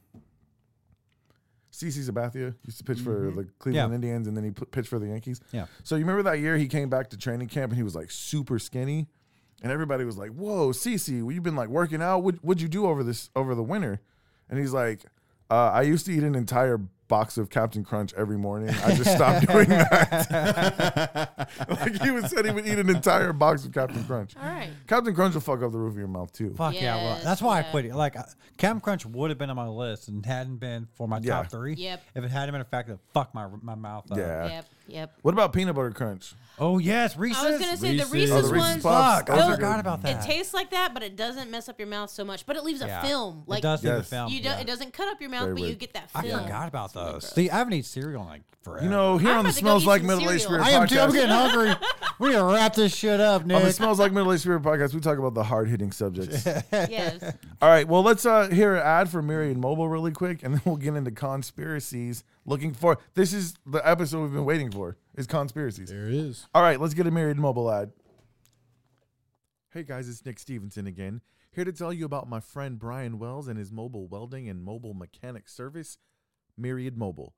CC Sabathia used to pitch for Mm-hmm. the Cleveland Yeah. Indians, and then he put, pitched for the Yankees. Yeah. So you remember that year he came back to training camp and he was like super skinny, and everybody was like, "Whoa, CC, well, you've been like working out. What what'd you do over this over the winter?" And he's like, uh, "I used to eat an entire." Box of Captain Crunch every morning. I just stopped doing that. like he would said, he would eat an entire box of Captain Crunch. all right. Captain Crunch will fuck up the roof of your mouth too. Fuck yeah, well, Yes, that's why yeah. I quit it. Like, I- Captain Crunch would have been on my list and hadn't been for my Yeah. top three. Yep. If it hadn't been a fact that fucked my my mouth up. Yeah. Yep. Yep. What about peanut butter crunch? Oh yes, Reese's. I was gonna say the Reese's, Oh, the Reese's ones. Puffs. Fuck, Those I are forgot good. about It that. tastes like that, but it doesn't mess up your mouth so much. But it leaves Yeah. a film. Like it does leave a Yes. film. you don't, yeah. it doesn't cut up your mouth, Very but you weird. get that I film. forgot about those. See, I haven't eaten cereal in like forever. You know, here I'm on the about to go Smells eat Like some Middle Aged Spirit cereal. I am too. I'm podcast, getting hungry. We're gonna wrap this shit up, on the Nick. Smells Like Middle Aged Spirit podcast, we talk about the hard hitting subjects. Yes. All right, well, let's uh, hear an ad for Myriad Mobile really quick, and then we'll get into conspiracies. Looking for this is the episode we've been waiting for is conspiracies. There it is. All right, let's get a Myriad Mobile ad. Hey guys, it's Nick Stevenson again, here to tell you about my friend Brian Wells and his mobile welding and mobile mechanic service, Myriad Mobile.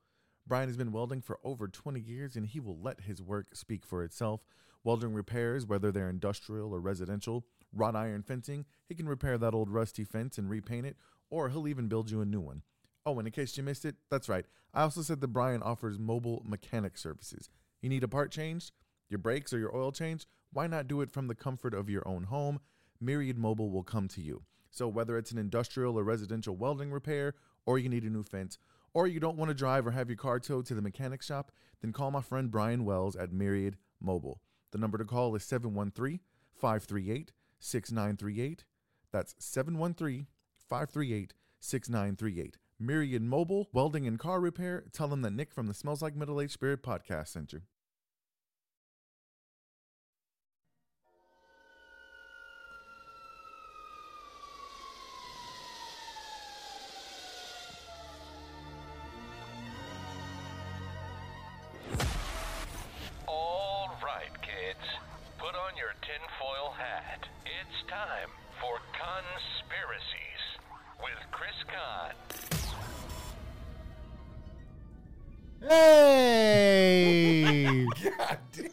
Brian has been welding for over 20 years and he will let his work speak for itself. Welding repairs, whether they're industrial or residential, wrought iron fencing, he can repair that old rusty fence and repaint it, or he'll even build you a new one. Oh, and in case you missed it, that's right. I also said that Brian offers mobile mechanic services. You need a part changed? Your brakes or your oil change? Why not do it from the comfort of your own home? Myriad Mobile will come to you. So, whether it's an industrial or residential welding repair, or you need a new fence, or you don't want to drive or have your car towed to the mechanic shop, then call my friend Brian Wells at Myriad Mobile. The number to call is 713 538 6938. That's 713 538 6938. Myriad Mobile, welding and car repair. Tell them that Nick from the Smells Like Middle Aged Spirit podcast sent you. All right, kids. Put on your tinfoil hat. It's time for Conspiracies with Chris Kahn. Hey!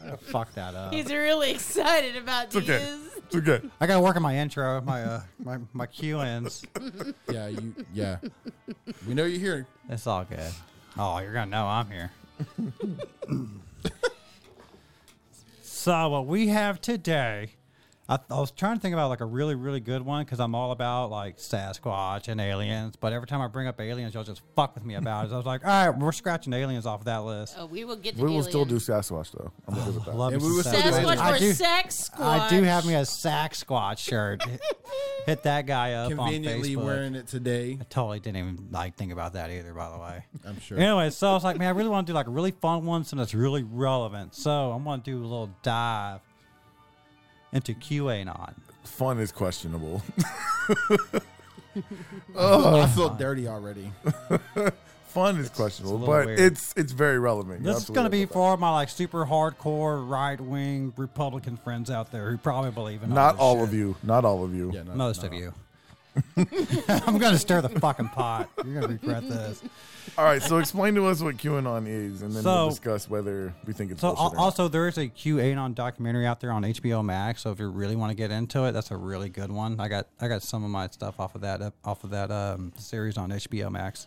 Oh, Fuck that up. He's really excited about these. It's okay. I gotta work on my intro, my uh, my my cue ends. Yeah, you. Yeah, we know you're here. It's all good. Oh, you're gonna know I'm here. So what we have today, I, I was trying to think about like a really really good one because I'm all about like Sasquatch and aliens. But every time I bring up aliens, y'all just fuck with me about it. So I was like, all right, we're scratching aliens off that list. Oh, we will get. To We will still do aliens. Sasquatch though. I'm good with that. Love And me we some were still Sasquatch. doing Sasquatch I for do- sex I do have me a Sasquatch shirt. Hit that guy up Conveniently on Facebook. wearing it today. I totally didn't even like think about that either. By the way, I'm sure. Anyway, so I was like, man, I really want to do like a really fun one, something that's really relevant. So I'm going to do a little dive into QAnon. Fun is questionable. Oh, I feel dirty already. Fun is questionable, little but weird. it's it's very relevant. You're This is going to absolutely be right about for my like super hardcore right wing Republican friends out there who probably believe in that. not this all Oh, shit. of you, not all of you. Yeah, no, most of you. I'm going to stir the fucking pot. You're going to regret this. All right, so explain to us what QAnon is, and then we'll So- discuss whether we think it's So bullshit or al- not. also there is a QAnon documentary out there on HBO Max. So if you really want to get into it, that's a really good one. I got I got some of my stuff off of that uh, off of that um, series on HBO Max.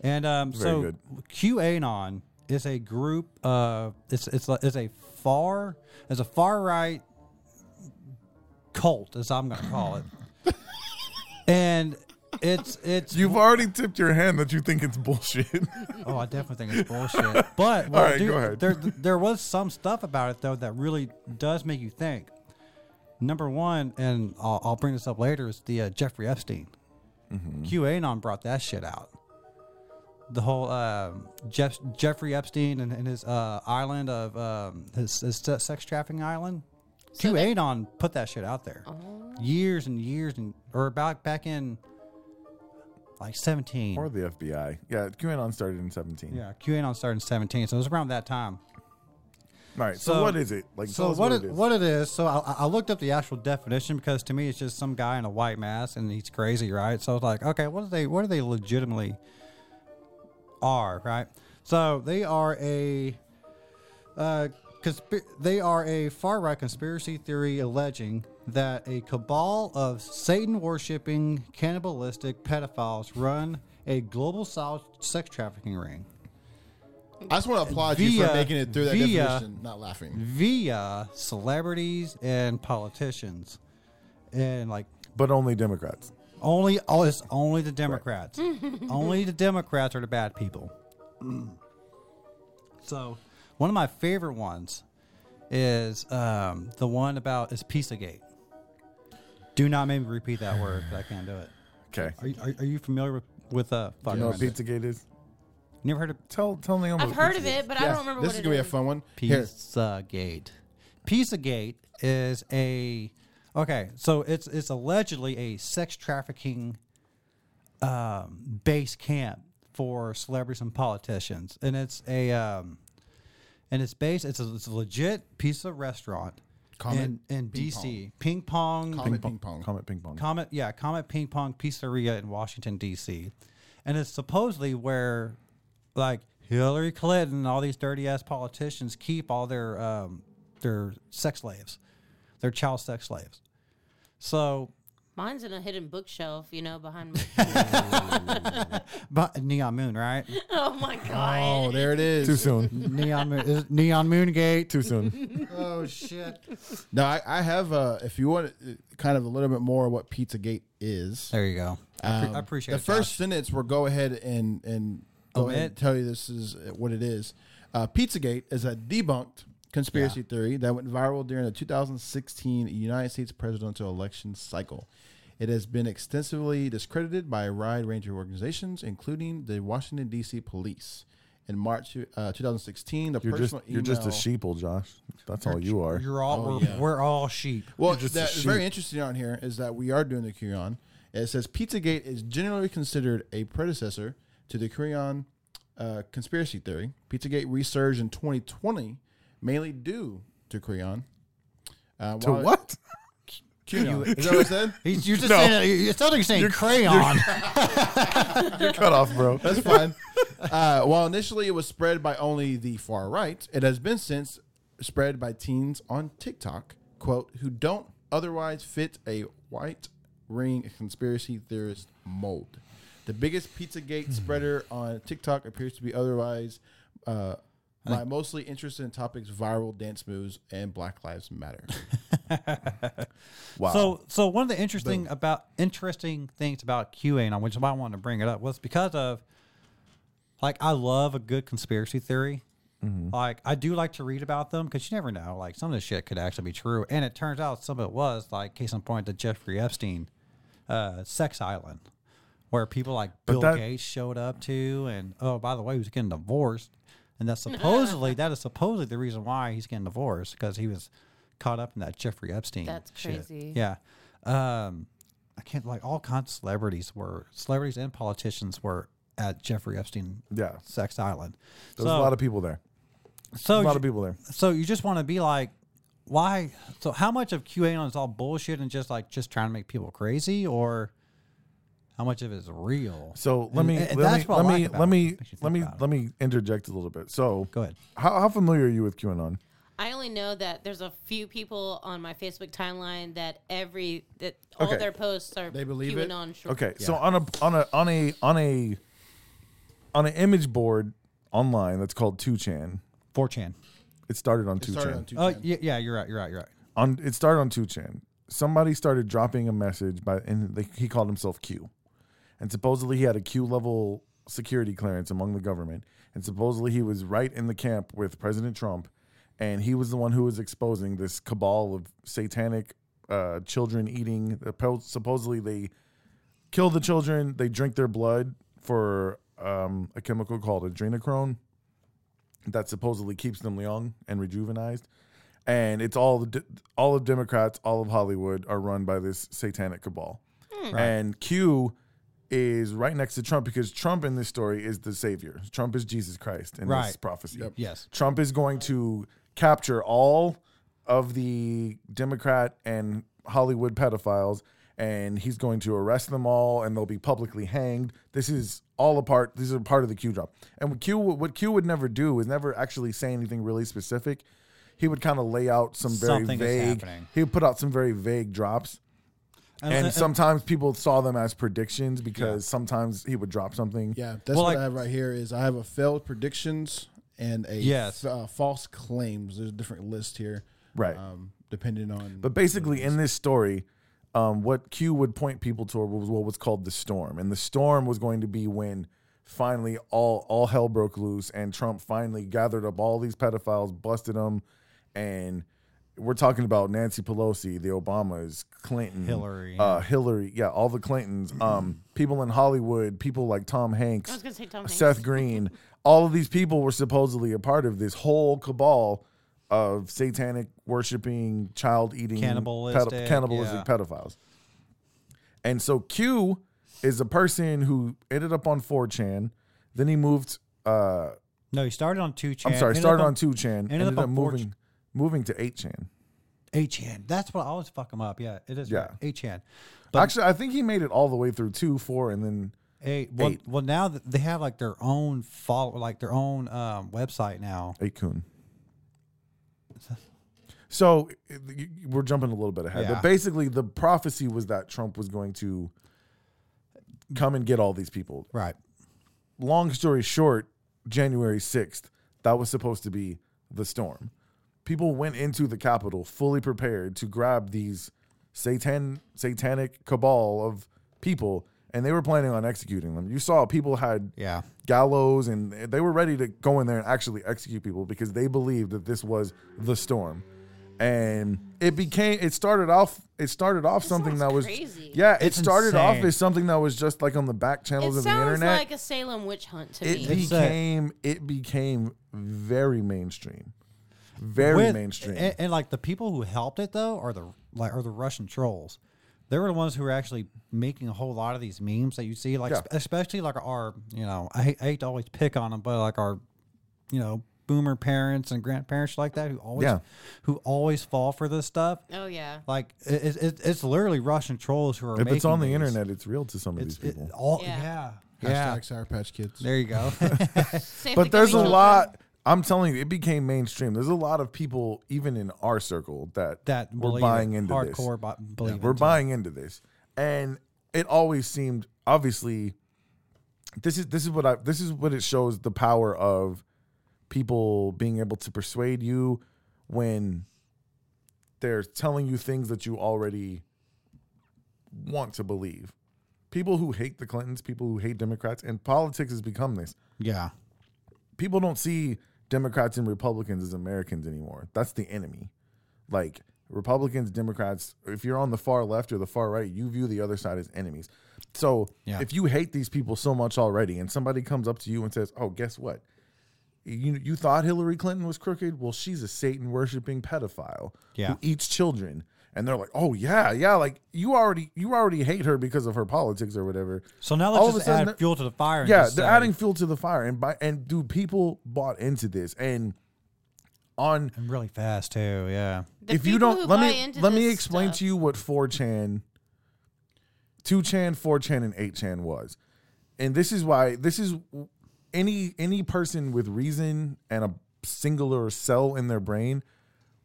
And um, Very so good. QAnon is a group. Uh, it's it's like- it's a far it's a far right cult, as I'm going to call it. and it's it's You've already tipped your hand that you think it's bullshit. Oh, I definitely think it's bullshit. But All well, right, dude, go ahead. there there was some stuff about it though that really does make you think. Number one, and I'll, I'll bring this up later, is the uh, Jeffrey Epstein. Mm-hmm. QAnon brought that shit out. The whole um Jeff, Jeffrey Epstein and, and his uh, island of um, his, his se- sex trafficking island. QAnon put that shit out there years and years and or about back in like seventeen or the FBI. Yeah, QAnon started in 17. yeah, QAnon started in 17, so it was around that time. All right, so, So- what is it? Like, so tell us what what it- it is. what it is? So I, I looked up the actual definition because to me it's just some guy in a white mask and he's crazy, right? So I was like, okay, what are they? What are they legitimately are, right? So they are a uh, consp- they are a far right conspiracy theory alleging that a cabal of Satan worshipping cannibalistic pedophiles run a global sou- sex trafficking ring. I just want to applaud you for Via- making it through that via- definition. Not laughing. via celebrities and politicians, and like but only Democrats. only oh, it's only the Democrats. only the Democrats are the bad people. so, one of my favorite ones is um, the one about is Pizzagate. Do not make me repeat that word. 'cause I can't do it. Okay. Are you, are, are you familiar with with uh? Fuck, You know never what mind. Pizzagate is? Never heard of Tell tell Naomi. I've what heard Pizzagate of is. it, but I Yeah, don't remember this what is it gonna be a is. fun one. Here, Pizzagate. Pizzagate is a okay, so it's it's allegedly a sex trafficking um, base camp for celebrities and politicians, and it's a um, and it's based it's a, it's a legit pizza restaurant Comment in in Ping DC. Ping pong, comment ping pong. Comet ping pong. Comet, yeah, Comet Ping Pong Pizzeria in Washington D.C., and it's supposedly where, like Hillary Clinton and all these dirty ass politicians keep all their um, their sex slaves, their child sex slaves. So, Mine's in a hidden bookshelf, you know, behind me. but Neon Moon, right? oh my god. Oh, there it is. Too soon. Neon Moon, is it Neon Moon Gate. Too soon. Oh shit! No, I, I have. Uh, if you want, uh, kind of a little bit more what PizzaGate is. um, There you go. I, pre- I appreciate the it, first Josh. sentence. We'll go ahead and and go ahead and Omit. tell you this is what it is. Uh, PizzaGate is a debunked conspiracy theory that went viral during the 2016 United States presidential election cycle. It has been extensively discredited by a wide range of organizations, including the Washington D.C. Police. In March uh, 2016, the You're just personal you're just a email- sheeple, Josh. That's all you are. You're all we're, we're all sheep. Well, You're just a that's sheep. very interesting on here is that we are doing the Kurion. It says Pizzagate is generally considered a predecessor to the Kurion uh, conspiracy theory. Pizzagate resurged in 2020, mainly due to Kurion. Uh, To while- what? Kurion. Is that what I said? He's, you're just No. saying it sounds like you're saying crayon. Cut off, bro. That's fine. Uh, while initially it was spread by only the far right, it has been since spread by teens on TikTok, quote, who don't otherwise fit a white ring conspiracy theorist mold. The biggest Pizzagate spreader on TikTok appears to be otherwise uh, My mostly interested in topics viral dance moves and Black Lives Matter. Wow. So, so one of the interesting about interesting things about QAnon, which I wanted to bring it up, was because of like I love a good conspiracy theory. Mm-hmm. Like I do like to read about them because you never know. Like some of this shit could actually be true, and it turns out some of it was. Like case in point, the Jeffrey Epstein uh, sex island, where people like But Bill that- Gates showed up to, and oh by the way, he was getting divorced, and that's supposedly that is supposedly the reason why he's getting divorced because he was caught up in that Jeffrey Epstein. That's shit. crazy. Yeah. Um, I can't like all kinds of celebrities were celebrities and politicians were at Jeffrey Epstein. Yeah. Sex Island. There's a lot of people there. So a lot ju- of people there. So you just want to be like, why? So how much of QAnon is all bullshit and just like just trying to make people crazy, or how much of it is real? So let And- me and- and let that's me what I let like me about let it. me Makes you let think me about it. let me interject a little bit. So go ahead. How, how familiar are you with QAnon? I only know that there's a few people on my Facebook timeline that every that all Okay. their posts are They believe it? QAnon short. Okay, so on a on a on a on a on an image board online that's called 2chan. 4chan. It started on It started 2chan. on 2chan. Oh yeah, yeah, you're right. You're right. You're right. on it started on 2chan. Somebody started dropping a message by and they, he called himself Q. And supposedly he had a Q level security clearance among the government and supposedly he was right in the camp with President Trump and he was the one who was exposing this cabal of satanic uh, children eating supposedly they kill the children, they drink their blood for um, a chemical called adrenochrome that supposedly keeps them young and rejuvenized. And it's all the de- all of Democrats, all of Hollywood are run by this satanic cabal. And Q is right next to Trump because Trump in this story is the savior. Trump is Jesus Christ in this Right. prophecy. Yes. Trump is going to capture all of the Democrat and Hollywood pedophiles and he's going to arrest them all and they'll be publicly hanged. This is all a part these are part of the Q drop. And what Q what Q would never do is never actually say anything really specific. He would kind of lay out some very Something is vague happening. uh, he would put out some very vague drops and, sometimes people saw them as predictions because sometimes he would drop something. Yeah, that's Well, what like- I have right here. Is I have a failed predictions and a Yes. f- uh, false claims. There's a different list here, Right. um, depending on. But basically, in this story, um, what Q would point people toward was what was called the storm, and the storm was going to be when finally all all hell broke loose, and Trump finally gathered up all these pedophiles, busted them, and we're talking about Nancy Pelosi, the Obamas, Clinton, Hillary. uh, Hillary, yeah, all the Clintons, um, people in Hollywood, people like Tom Hanks, I was gonna say Tom Hanks. Seth Green, all of these people were supposedly a part of this whole cabal of satanic worshiping, child eating, Cannibalistic, cannibalistic yeah. pedophiles. And so Q is a person who ended up on 4chan. Then he moved. Uh, No, he started on 2chan. I'm sorry, ended started up on 2chan. Ended, ended up up, on 4chan. moving, moving to 8chan. 8chan. That's what I always fuck him up. Yeah, it is. Yeah. Yeah, 8chan. Actually, I think he made it all the way through two, four, and then Eight. Well, Eight. well, now th- they have like their own follow, like their own um, website now. 8 coon. So it- you- you- we're jumping a little bit ahead, Yeah. but basically the prophecy was that Trump was going to come and get all these people. Right. long story short, January 6th, that was supposed to be the storm. People went into the Capitol fully prepared to grab these satan satanic cabal of people, and they were planning on executing them. You saw people had Yeah. gallows, and they were ready to go in there and actually execute people because they believed that this was the storm. And it became. It started off. It started off sounds something that was. crazy. Yeah, it It's started off insane. as something that was just like on the back It channels of the sounds internet like a Salem witch hunt to it me. It's a- became it became very mainstream very With- mainstream And, and, like the people who helped it though are the like are the Russian trolls. They were the ones who were actually making a whole lot of these memes that you see, like Yeah. sp- especially like our you know I hate, I hate to always pick on them, but like our you know boomer parents and grandparents like that who always Yeah. who always fall for this stuff. oh yeah. Like it, it, it's literally Russian trolls who are. if it's making on the these. internet it's real to some of it's these people it, all Yeah. yeah yeah. hashtag Sour Patch Kids. There you go. Save the but there's a children. lot i'm telling you it became mainstream there's a lot of people even in our circle that that we're believe buying it. into this hardcore bu- believe we're it. buying into this and it always seemed obviously this is this is what i this is what it shows the power of people being able to persuade you when they're telling you things that you already want to believe. People who hate the Clintons, people who hate Democrats, and politics has become this. Yeah. People don't see Democrats and Republicans as Americans anymore. That's the enemy. Like Republicans, Democrats, if you're on the far left or the far right, you view the other side as enemies. So Yeah. if you hate these people so much already and somebody comes up to you and says, Oh, guess what? You, you thought Hillary Clinton was crooked? Well, she's a Satan worshiping pedophile Yeah. who eats children. And they're like, oh yeah, yeah, like you already you already hate her because of her politics or whatever. So now All of let's a just sudden add they're- fuel to the fire. And yeah, just uh, they're say- adding fuel to the fire, and by and dude, people bought into this, and on and really fast too. Yeah. The if you people don't who let buy me into let me this explain stuff- to you what 4chan 2chan 4chan and 8chan was and this is why this is any any person with reason and a singular cell in their brain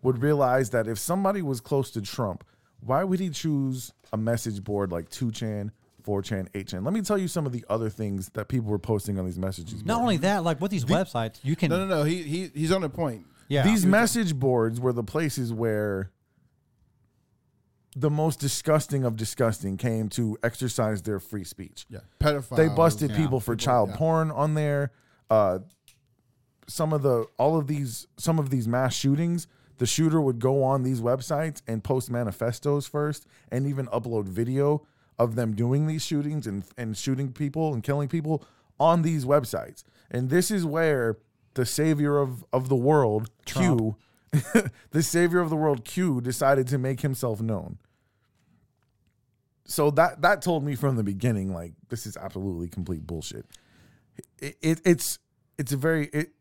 would realize that if somebody was close to trump why would he choose a message board like 2chan 4chan 8chan let me tell you some of the other things that people were posting on these messages Not only that, like with these websites, you can. No, no, no. He, he he's on a point. Yeah. These message boards were the places where the most disgusting of disgusting came to exercise their free speech. Yeah, pedophile. They busted people for child porn on there. Uh, some of the all of these some of these mass shootings, the shooter would go on these websites and post manifestos first, and even upload video of them doing these shootings and and shooting people and killing people on these websites. And this is where the savior of of the world, Q, the savior of the world, Q, decided to make himself known so that that told me from the beginning like this is absolutely complete bullshit it, it it's it's a very it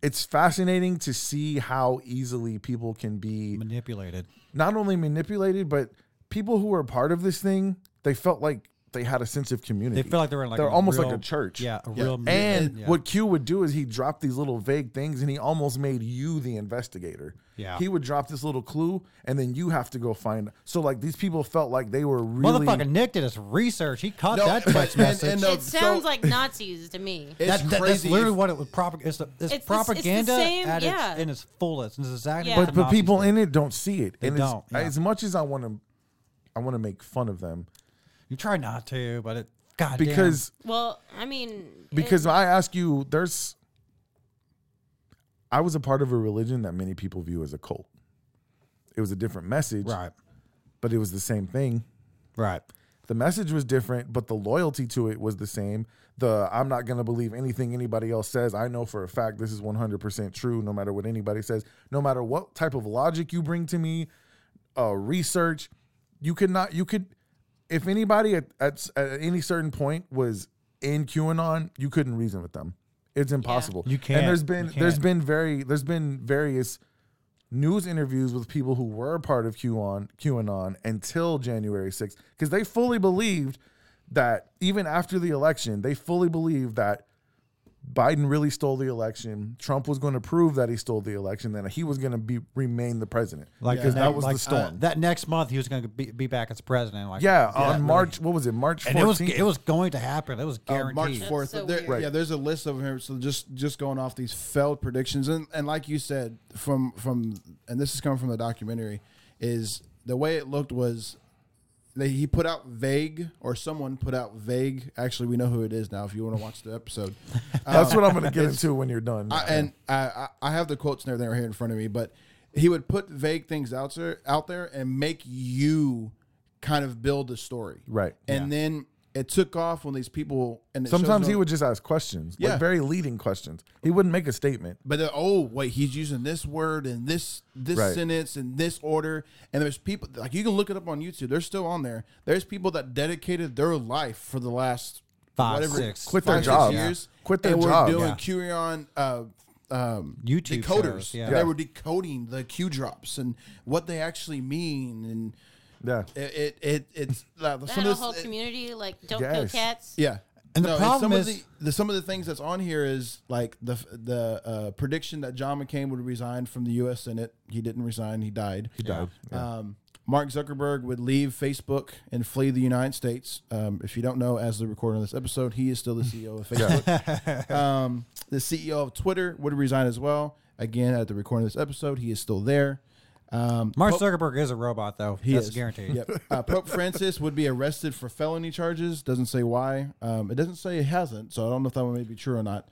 it's fascinating to see how easily people can be manipulated. not only manipulated but people who are part of this thing they felt like they had a sense of community They feel like they're in like they're a almost like real- a church Yeah, a Yeah. real. and yeah. what Q would do is he dropped these little vague things and he almost made you the investigator. Yeah. He would drop this little clue and then you have to go find. So, like, these people felt like they were really. motherfucker Nick did his research. He caught No, that and- text and- message. and, uh, it sounds so- like Nazis to me. It's That- that- that's crazy. literally if- what it was. Propag- it's, the, it's, It's the s- it's the propaganda same, at yeah. its, in its fullest. And it's exactly Yeah. what but, the but Nazis people did. in it don't see it. They and it's- don't, yeah. as much as I want to, I want to make fun of them You try not to, but it. God because Well, I mean, because I ask you, there's. I was a part of a religion that many people view as a cult. It was a different message, Right. but it was the same thing. Right. The message was different, but the loyalty to it was the same. The I'm not going to believe anything anybody else says. I know for a fact this is 100% true, no matter what anybody says, no matter what type of logic you bring to me, uh, research. You could not, you could, if anybody at, at, at any certain point was in QAnon, you couldn't reason with them. It's impossible. You And there's can't. been, You there's can't. been very, there's been various news interviews with people who were a part of QAnon, QAnon until January 6th because they fully believed that even after the election, they fully believed that Biden really stole the election. Trump was going to prove that he stole the election, that he was going to be remain the president. Like because the that next- was like, the uh, storm. that next month, he was going to be, be back as president. Like yeah, on March, what was it? March 14th. and it was it was going to happen. It was uh, March guaranteed. fourth. so there, weird. Right. Yeah, there's a list of them. So just just going off these failed predictions, and and like you said, from from and this is coming from the documentary, is the way it looked was. They, he put out vague, or someone put out vague. Actually, we know who it is now. If you want to watch the episode, That's what I'm going to get into when you're done. I, and I, I I have the quotes and everything right here in front of me, but he would put vague things out there, out there and make you kind of build the story. Right. And then it took off when these people and it shows Sometimes he no- would just ask questions, Yeah. like very leading questions. He wouldn't make a statement. But then, oh wait, he's using this word and this this Right. sentence and this order. And there's people like you can look it up on YouTube. They're still on there. There's people that dedicated their life for the last Five, whatever six, Quit their five, six job. years. Yeah. Quit their and job. We're doing Yeah. Curion. Uh, um, YouTube decoders. shows, yeah. And They Yeah. were decoding the Q drops and what they actually mean, and Yeah. it it, it it's like, that some a of whole this, it- community like don't Yes. kill cats. yeah. And the problem some is- of the, the some of the things that's on here is like the the uh, prediction that John McCain would resign from the U.S. Senate. He didn't resign. He died. He died, Um, Mark Zuckerberg would leave Facebook and flee the United States. Um, if you don't know, as the recording of this episode, he is still the CEO of Facebook. um, the CEO of Twitter would resign as well. Again, at the recording of this episode, he is still there. Um, Mark Pope- Zuckerberg is a robot, though. he That's is guaranteed. Yep. Uh, Pope Francis would be arrested for felony charges. Doesn't say why. Um, it doesn't say it hasn't, so I don't know if that one may be true or not.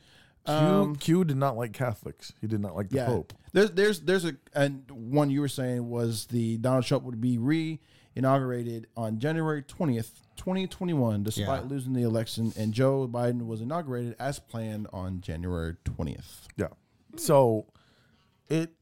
Um, Q, Q did not like Catholics. He did not like the yeah. Pope. There's there's there's a and one you were saying was the Donald Trump would be re inaugurated on January twentieth, twenty twenty one, despite Yeah. losing the election, and Joe Biden was inaugurated as planned on January twentieth. Yeah. So it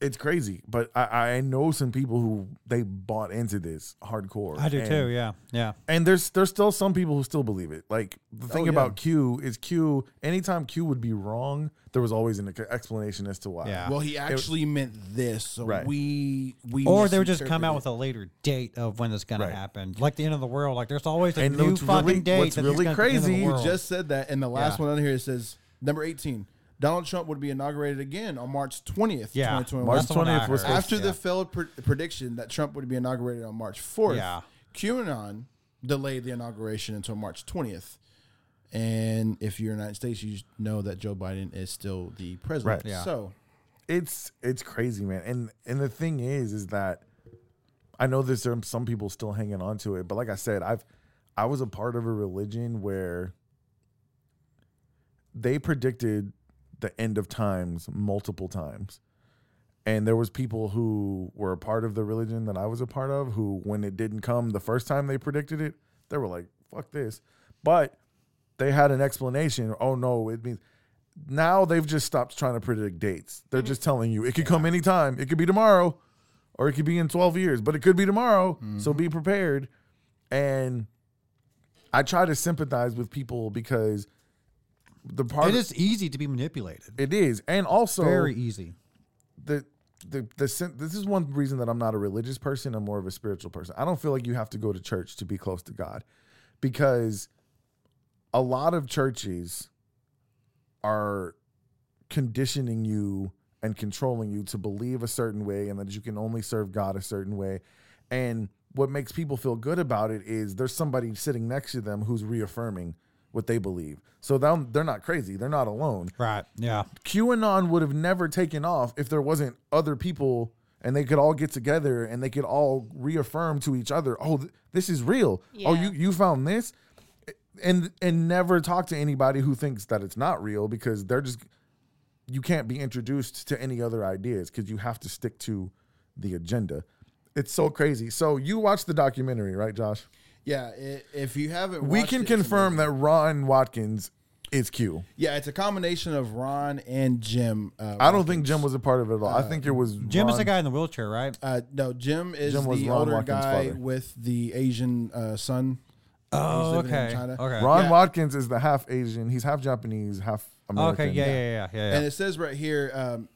it's crazy, but I, I know some people who they bought into this hardcore. I do and- too. Yeah, yeah. And there's there's still some people who still believe it. Like the thing Oh, yeah. about Q is Q. Anytime Q would be wrong, there was always an ex- explanation as to why. Yeah. Well, he actually meant this, so Ah. Right. we we Or they would just come out misinterpreted with a later date of when it's gonna Right. happen, like the end of the world. Like there's always a And new what's fucking really- date. what's that there's really gonna be the end of the crazy, world. just said that, and the last Yeah. one on here it says number eighteen. Donald Trump would be inaugurated again on March twentieth, yeah, twenty That's twenty one. March the one I 20th was heard. After Yeah. the failed pr- prediction that Trump would be inaugurated on March fourth, Yeah. QAnon delayed the inauguration until March twentieth. And if you're in the United States, you know that Joe Biden is still the president. Right. Yeah. So it's it's crazy, man. And and the thing is, is that I know there's some, some people still hanging on to it, but like I said, I've I was a part of a religion where they predicted the end of times multiple times. And there was people who were a part of the religion that I was a part of who when it didn't come the first time they predicted it, they were like, fuck this. But they had an explanation. Oh no, it means now they've just stopped trying to predict dates. They're Mm-hmm. just telling you it could come anytime. It could be tomorrow or it could be in 12 years, but it could be tomorrow. So Mm-hmm. be prepared. And I try to sympathize with people because the part it is easy to be manipulated. it is. And also Very easy. the the the sen- this is one reason that I'm not a religious person. I'm more of a spiritual person. I don't feel like you have to go to church to be close to God, because a lot of churches are conditioning you and controlling you to believe a certain way, and that you can only serve God a certain way. And what makes people feel good about it is there's somebody sitting next to them who's reaffirming what they believe. So them- they're not crazy. They're not alone. Right. Yeah. QAnon would have never taken off if there wasn't other people and they could all get together and they could all reaffirm to each other, "Oh, th- this is real. Oh, you you found this." And and never talk to anybody who thinks that it's not real because they're just you can't be introduced to any other ideas cuz you have to stick to the agenda. It's so crazy. So you watched the documentary, right, Josh? yeah, i if you haven't, We watched it, can it's confirm amazing. that Ron Watkins is Q. Yeah, it's a combination of Ron and Jim. Uh, I don't think Jim was a part of it at all. I think it was Jim is Ron- the guy in the wheelchair, right? Uh, no, Jim is Jim was the Ron older Watkins' guy father. with the Asian uh, son. Oh, living in okay. China. Okay. Ron Yeah. Watkins is the half Asian. He's half Japanese, half American. Okay. Yeah. Yeah. Yeah. Yeah. yeah. And it says right here. Um,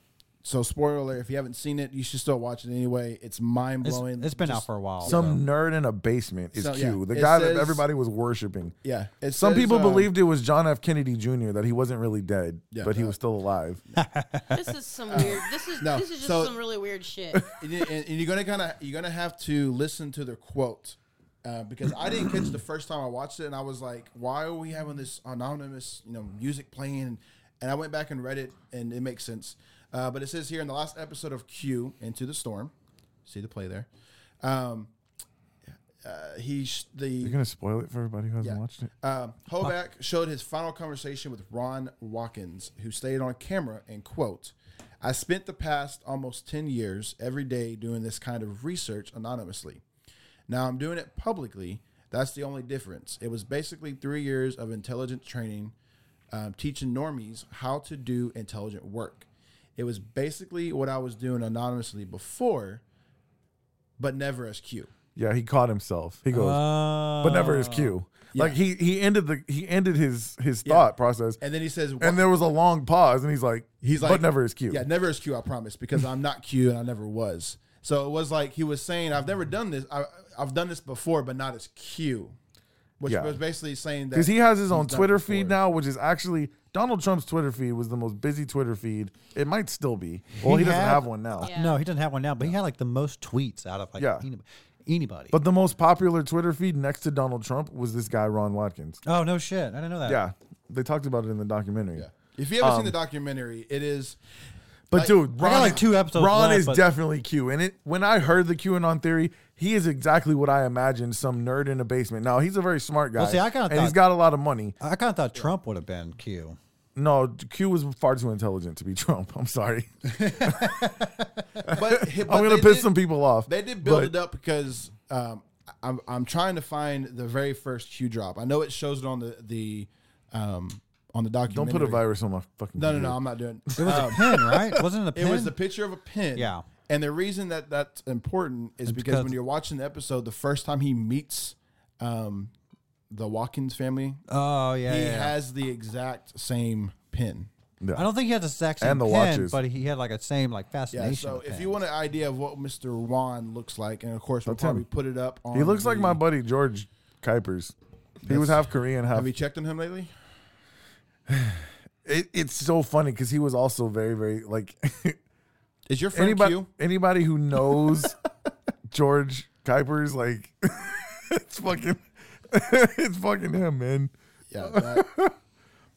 so spoiler alert: if you haven't seen it, you should still watch it anyway. It's mind It's- blowing. it's been out for a while. Some nerd in a basement is So, Q, yeah. the It guy says- that everybody was worshiping. Yeah, it Some says, people uh, believed it was John F. Kennedy Jr. that he wasn't really dead, Yeah, but he uh, was still alive. This is some weird. This is no, this is just so- some really weird shit. and, and- and you're gonna kind of you're gonna have to listen to their quote uh, because I didn't catch the first time I watched it, and I was like, "Why are we having this anonymous, you know, music playing?" And I went back and read it, and it makes sense. Uh, but it says here in the last episode of Q Into the Storm, see the play there. Um, uh, he sh- You're the gonna spoil it for everybody who hasn't Yeah. watched it. Um, Hoback showed his final conversation with Ron Watkins, who stayed on camera and quote, I spent the past almost 10 years every day doing this kind of research anonymously. Now I'm doing it publicly. That's the only difference. It was basically three years of intelligent training, um, teaching normies how to do intelligent work. It was basically what I was doing anonymously before, but never as Q. Yeah, he caught himself. He goes, Uh, but never is Q. Like he he ended the he ended his his Yeah. thought process, and, And then he says, there was a long pause, and he's like, He's like, but never is Q. Yeah, never is Q. I promise, because I'm not Q and I never was. So it was like he was saying, I've never done this. I, I've done this before, but not as Q. which Yeah. was basically saying that Because he has his he's own done it Twitter before. feed now, which is actually Donald Trump's Twitter feed was the most busy Twitter feed. It might still be. Well, he, doesn't had- have one now. No, he doesn't have one now, but he had like the most tweets out of like Yeah. any- anybody. But the most popular Twitter feed next to Donald Trump was this guy Ron Watkins. oh no shit, I didn't know that. Yeah, they talked about it in the documentary. If you haven't Um, seen the documentary, it is. But like- dude, got, Ron, like, two episodes Ron left, is but- definitely Q, and it. When I heard the QAnon theory, he is exactly what I imagined: some nerd in a basement. Now he's a very smart guy. Well, see, I kinda and thought- he's got a lot of money. I kind of thought Trump would have been Q. No, Q was far too intelligent to be Trump. I'm sorry. But, but I'm gonna they piss did- some people off. They did build but- it up because um, I'm I'm trying to find the very first Q drop. I know it shows it on the the um, on the Don't documentary. put a virus on my fucking. No, no, computer. no. I'm not doing. It was a pin, right? Wasn't it a pin? Oh. It was the picture of a pin. Yeah. And the reason that that's important is because, because- when you're watching the episode, the first time he meets um, the Watkins family, oh yeah. he yeah, yeah. has the exact same pin. I don't think he had the sex And and the the pin, watches. but he had like a same like fascination. Yeah. So with if pins. you want an idea of what Mr. Juan looks like, and of course we'll probably put it up on. He looks like the- my buddy George Kuipers. He was half Korean, half. Have you checked on him lately? It, it's so funny because he was also very, very like Is your friend anybody. Q? Anybody who knows George Kuipers, like it's fucking, it's fucking him, man. Yeah. that-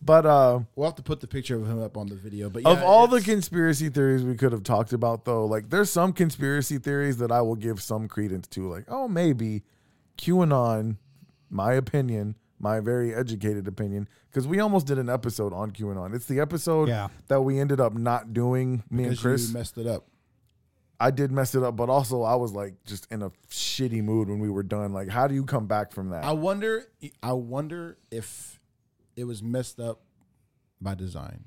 But uh, we'll have to put the picture of him up on the video. But of yeah, all the it's- conspiracy theories we could have talked about, though, like there's some conspiracy theories that I will give some credence to, like oh maybe QAnon. My opinion, my very educated opinion, because we almost did an episode on QAnon. It's the episode Yeah. that we ended up not doing. Me and because Chris you messed it up. I did mess it up, but also I was like just in a shitty mood when we were done. Like, how do you come back from that? I wonder. I wonder if it was messed up by design.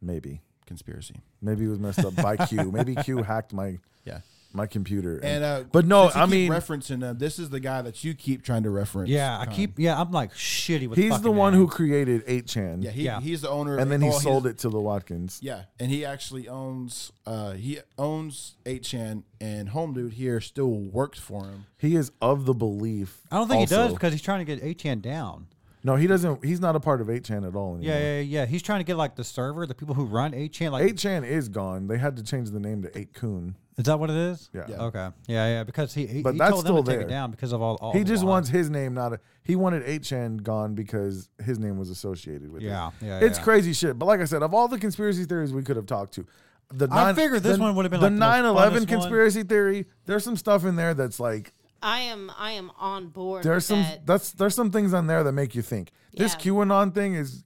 maybe, Conspiracy. maybe it was messed up by Q. Maybe Q hacked my Yeah. my computer. And uh, but no, since you I keep mean referencing them. This is the guy that you keep trying to reference. yeah, I Con. keep yeah, I'm like shitty with. he's fucking the one who names. created Eight Chan. Yeah, he, Yeah. he's the owner, and then he well, he's- sold it to the Watkins. Yeah, and he actually owns. Uh, he owns 8chan, and Home Dude here still works for him. He is of the belief. I don't think he does also- because he's trying to get Achan down. no, he doesn't. He's not a part of Eight Chan at all Yeah, anymore. yeah, yeah. He's trying to get like the server, the people who run Achan. Like, Eight Chan is gone. They had to change the name to Eight Coon. is that what it is? Yeah. Yeah. Okay. Yeah, yeah. Because he, he, But he that's told them still to take there. it down because of all. all He the just lies. wants his name not a, he wanted 8chan gone because his name was associated with Yeah, it. yeah, It's yeah. crazy shit. But like I said, of all the conspiracy theories we could have talked to, the I nine- figured this the- one would have been, the like, the most 9/11 funnest one. conspiracy theory. There's some stuff in there that's like I am I am on board. there's with some that. that's there's some things on there that make you think. This Yeah. QAnon thing is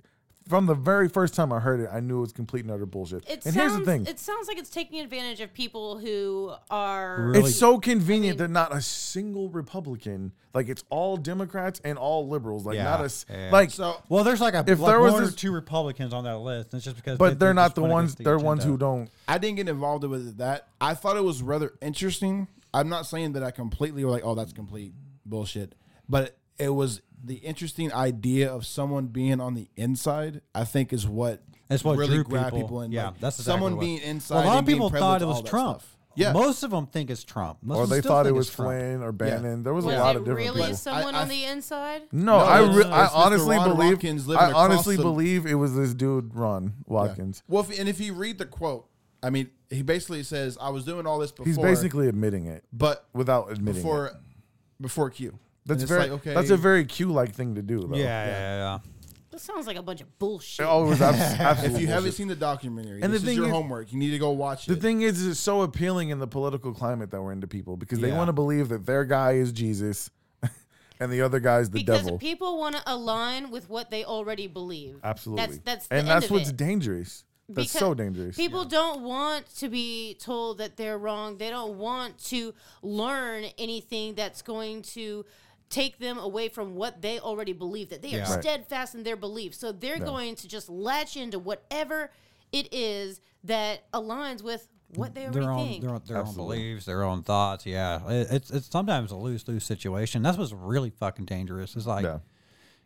from the very first time I heard it, I knew it was complete and utter bullshit. It and sounds, here's the thing. It sounds like it's taking advantage of people who are. Really? It's so convenient that not a single Republican, like it's all Democrats and all liberals, like Yeah, not a s- yeah. like So Well, there's like a If like there was one this- or two Republicans on that list. and It's just because, but they- they're they not just the went ones. against the they're ones who agenda. don't. I didn't get involved with that. I thought it was rather interesting. I'm not saying that I completely were like, oh, that's complete bullshit, but it was the interesting idea of someone being on the inside. I think is what That's what really drew grabbed people. people. and yeah, like, that's exactly someone what- being inside. A lot and of being people prevalent thought to it all was that Trump. stuff. Yeah, most of them think it's Trump. Most Or of them they still thought it think was it's Trump. Flynn or Bannon. There was a Was lot it of different really people. Mm. someone I- I- on the inside? No, I it's- re- it's I Mr. honestly Ron believe Watkins living I across honestly the- believe it was this dude Ron Yeah. Watkins. Well, if, and if you read the quote, I mean, he basically says, "I was doing all this before." He's basically admitting it but without admitting it. before before Q. That's And it's very like, okay. that's a very Q like thing to do though. Yeah, yeah, yeah. That sounds like a bunch of bullshit. Oh, it was abs- absolute If you haven't bullshit. seen the documentary, And and the this thing is your is- homework. You need to go watch The it. thing is, is it's so appealing in the political climate that we're into people because they Yeah. want to believe that their guy is Jesus and the other guy is the because devil. people want to align with what they already believe. Absolutely. That's that's the and end that's of what's it. dangerous. That's Because so dangerous. People don't want to be told that they're wrong. They don't want to learn anything that's going to take them away from what they already believe that they Yeah. are Right. steadfast in their belief. So they're going to just latch into whatever it is that aligns with what they already Their own, think. their, own- their own beliefs, their own thoughts. Yeah, It- it's it's sometimes a lose lose situation. That's what's really fucking dangerous. It's like Yeah.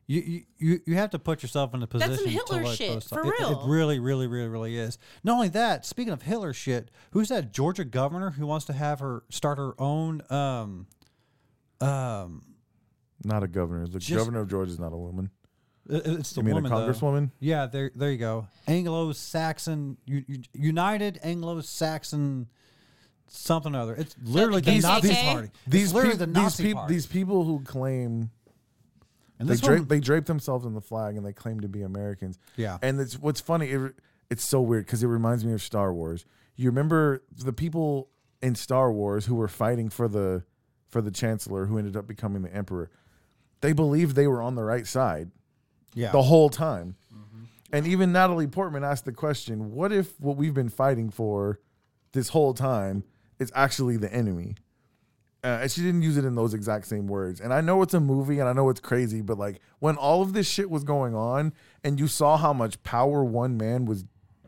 you, you you you have to put yourself in a some position. Hitler to let shit, those- for it- It, real. really, really, really, really is. Not only that. Speaking of Hitler shit, who's that Georgia governor who wants to have her start her own um um Not a governor. The Just- governor of Georgia is not a woman. It- It's the You mean a woman, though. congresswoman? Yeah, there, there you go. Anglo-Saxon, U- U- United Anglo-Saxon, something or other. It's literally the These- Nazi these- party. It's These literally peop- the these Nazi peop- party. These people who claim And they this drape one- they drape themselves in the flag and they claim to be Americans. Yeah. and it's what's funny. It, re- it's so weird because it reminds me of Star Wars. You remember the people in Star Wars who were fighting for the for the Chancellor who ended up becoming the Emperor. They believed they were on the right side. Yeah. the whole time. And even Natalie Portman asked the question, what if what we've been fighting for this whole time is actually the enemy? Uh, and she didn't use it in those exact same words. And I know it's a movie and I know it's crazy, but like when all of this shit was going on and you saw how much power one man was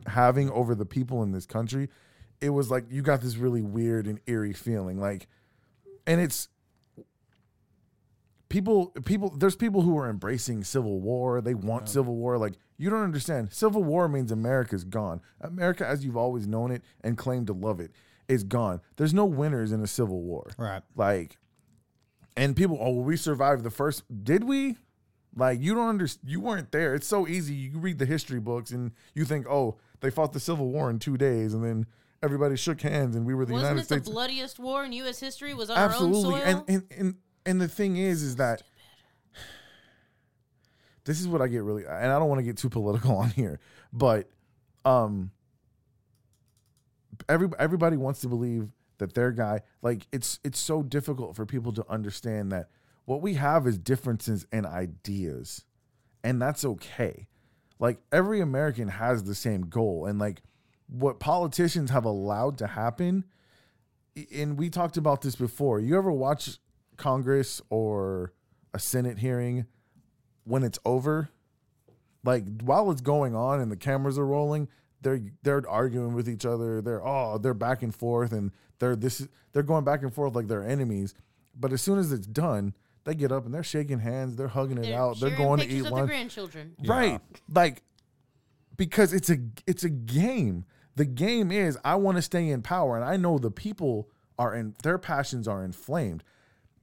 having over the people in this country, it was like you got this really weird and eerie feeling. Like, and it's people people there's people who are embracing civil war they want civil war like you don't understand civil war means america's gone america as you've always known it and claimed to love it is gone there's no winners in a civil war Right. like and people oh well, we survived the first did we like you don't understand you weren't there it's so easy you read the history books and you think oh they fought the civil war in two days and then everybody shook hands and we were the Wasn't united it states the bloodiest war in U.S. history? Was on absolutely our own soil. and, and and and the thing is is that this is what i get really and i don't want to get too political on here but um every, everybody wants to believe that their guy like it's it's so difficult for people to understand that what we have is differences in ideas and that's okay like every american has the same goal and like what politicians have allowed to happen and we talked about this before. You ever watch Congress or a Senate hearing when it's over? Like while it's going on and the cameras are rolling, they're they're arguing with each other. They're oh, they're back and forth and they're this they're going back and forth like they're enemies. But as soon as it's done, they get up and they're shaking hands, they're hugging it They're out, they're sharing going to pictures of eat their lunch. grandchildren. Right. Like because it's a it's a game. The game is I want to stay in power and I know the people are in their passions are inflamed.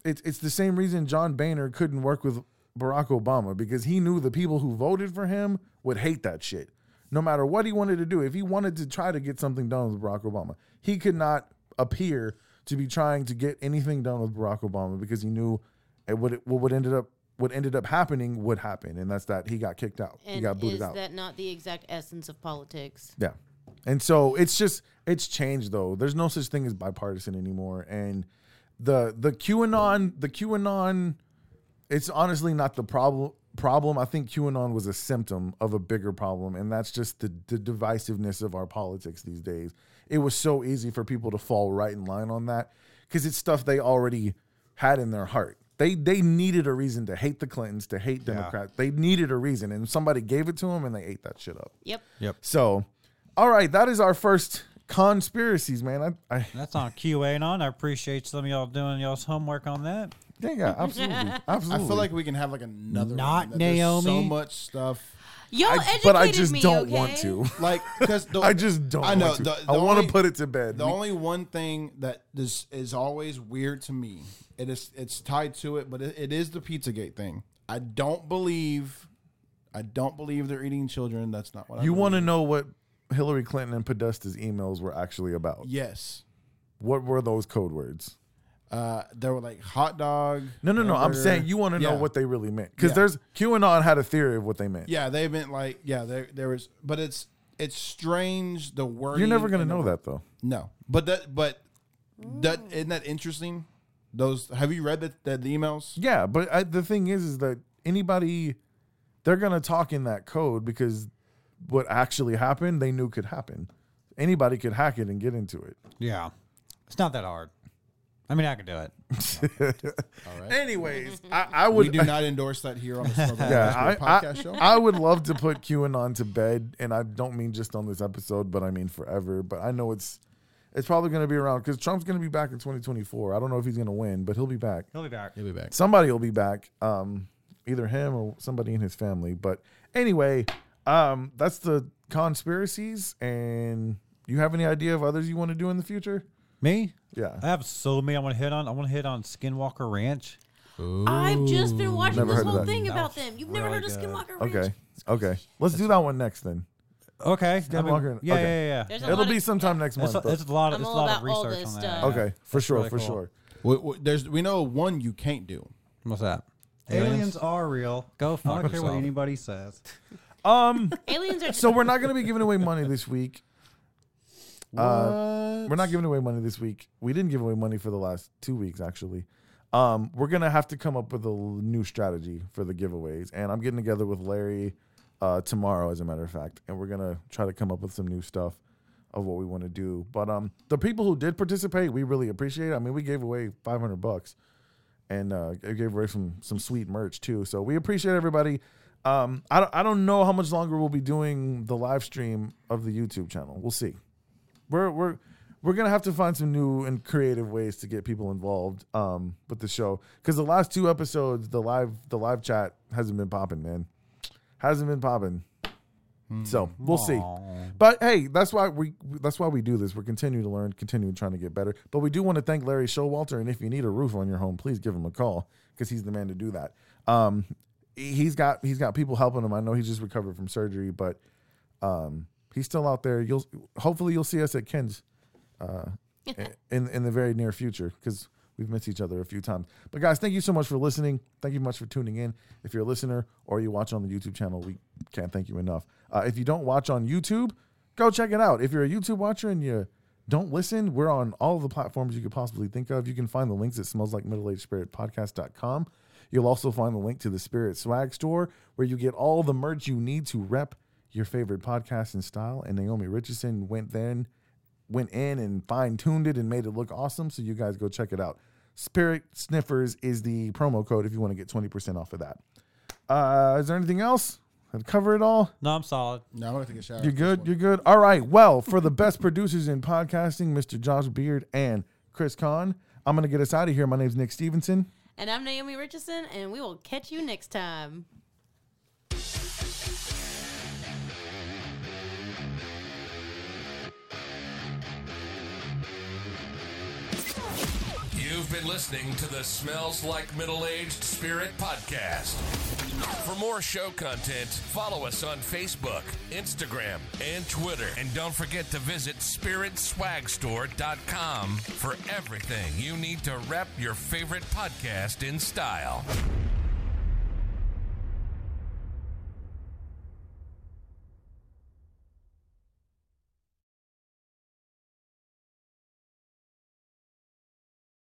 It's it's the same reason John Boehner couldn't work with Barack Obama because he knew the people who voted for him would hate that shit. No matter what he wanted to do, if he wanted to try to get something done with Barack Obama, he could not appear to be trying to get anything done with Barack Obama because he knew it would what would ended up what ended up happening would happen, and that's that he got kicked out. he And got booted is out. that not the exact essence of politics? Yeah. And so it's just it's changed though. There's no such thing as bipartisan anymore. And the the QAnon the QAnon it's honestly not the problem problem. I think QAnon was a symptom of a bigger problem, and that's just the, the divisiveness of our politics these days. It was so easy for people to fall right in line on that because it's stuff they already had in their heart. They they needed a reason to hate the Clintons, to hate Democrats. They needed a reason, and somebody gave it to them, and they ate that shit up. Yep. Yep. So, all right, that is our first conspiracies, man. I, I That's on QAnon. I appreciate some of y'all doing y'all's homework on that. yeah, yeah, absolutely, absolutely. I feel like we can have like another. Not one. There's So Naomi. much stuff. Y'all I- educated but I just me, don't okay? want to. Like, because I just don't. I know. Want to. The, the I want only- to put it to bed. The We- only one thing that is is always weird to me, it is it's tied to it, but it, it is the PizzaGate thing. I don't believe, I don't believe they're eating children. That's not what I you believe. want to know what Hillary Clinton and Podesta's emails were actually about? Yes, What were those code words? uh, they were like hot dog. No, no, no. I'm hamburger. saying you want to know Yeah. what they really meant because Yeah. there's QAnon had a theory of what they meant. Yeah, they've been like, yeah, there there was, but it's it's strange the word. You're never gonna know that though. No, but that but that isn't that interesting. Those have you read the, the, the emails? Yeah, but I, the thing is, is that anybody, they're gonna talk in that code because what actually happened, they knew could happen. Anybody could hack it and get into it. Yeah. It's not that hard. I mean, I could do it. Anyways, I, I We would. do not endorse that here on the Smugglers yeah, Whisperer I, podcast show. I, I would love to put QAnon to bed, and I don't mean just on this episode, but I mean forever. But I know it's it's probably going to be around because Trump's going to be back in 2024. I don't know if he's going to win, but he'll be back. He'll be back. He'll be back. Somebody will be back, um, either him or somebody in his family. But anyway, um, that's the conspiracies. And you have any idea of others you want to do in the future? Me? Yeah. I have so many I want to hit on. I want to hit on Skinwalker Ranch. I've just been watching Never this heard of whole that. thing That about was them. You've never really heard of good. Skinwalker Ranch? Okay. Okay. Let's do that one next then. Okay. I mean, Skinwalker. yeah, okay. yeah, yeah. There's a It'll lot be of- sometime next It's month. a, though. it's a lot. I'm It's a all lot about of all research this on that. stuff. yeah. okay. For That's sure. really for cool. sure. Well, well, there's we know one you can't do. What's that? Aliens are real. Go fuck Fuck I don't care what yourself. anybody says. Um. Aliens are so we're not going to be giving away money this week. Uh, we're not giving away money this week. We didn't give away money for the last two weeks, actually. Um, we're gonna have to come up with a l- new strategy for the giveaways, and I'm getting together with Larry uh, tomorrow, as a matter of fact, and we're gonna try to come up with some new stuff of what we want to do. But um, the people who did participate, we really appreciate. it. I mean, we gave away 500 bucks, and uh, I gave away some some sweet merch too. So we appreciate everybody. Um, I don't, I don't know how much longer we'll be doing the live stream of the YouTube channel. We'll see. We're we're we're gonna have to find some new and creative ways to get people involved um, with the show because the last two episodes, the live the live chat hasn't been popping, man. Hasn't been popping. So we'll see, but hey, that's why we that's why we do this. We're continuing to learn, continuing trying to get better. But we do want to thank Larry Showalter, and if you need a roof on your home, please give him a call because he's the man to do that. Um, he's got he's got people helping him. I know he just recovered from surgery, but um, he's still out there. You'll hopefully you'll see us at Ken's uh, in in the very near future because we've missed each other a few times. But guys, thank you so much for listening. Thank you much for tuning in. If you're a listener or you watch on the YouTube channel, we can't thank you enough. Uh, if you don't watch on YouTube, go check it out. If you're a YouTube watcher and you don't listen, we're on all of the platforms you could possibly think of. You can find the links at smells like middle aged spirit podcast.com. You'll also find the link to the Spirit Swag Store where you get all the merch you need to rep your favorite podcast and style. And Naomi Richardson went then went in and fine tuned it and made it look awesome. So you guys go check it out. Spirit Sniffers is the promo code if you want to get 20% off of that. Uh, is there anything else? I'd cover it all. No, I'm solid. No, I'm gonna take a shower. You're good. You're good. All right. Well, for the best producers in podcasting, Mr. Josh Beard and Chris Kahn, I'm going to get us out of here. My name's Nick Stevenson. And I'm Naomi Richardson, and we will catch you next time. You've been listening to the Smells Like Middle Aged Spirit podcast. For more show content, follow us on Facebook, Instagram, and Twitter. And don't forget to visit spiritswagstore.com for everything you need to rep your favorite podcast in style.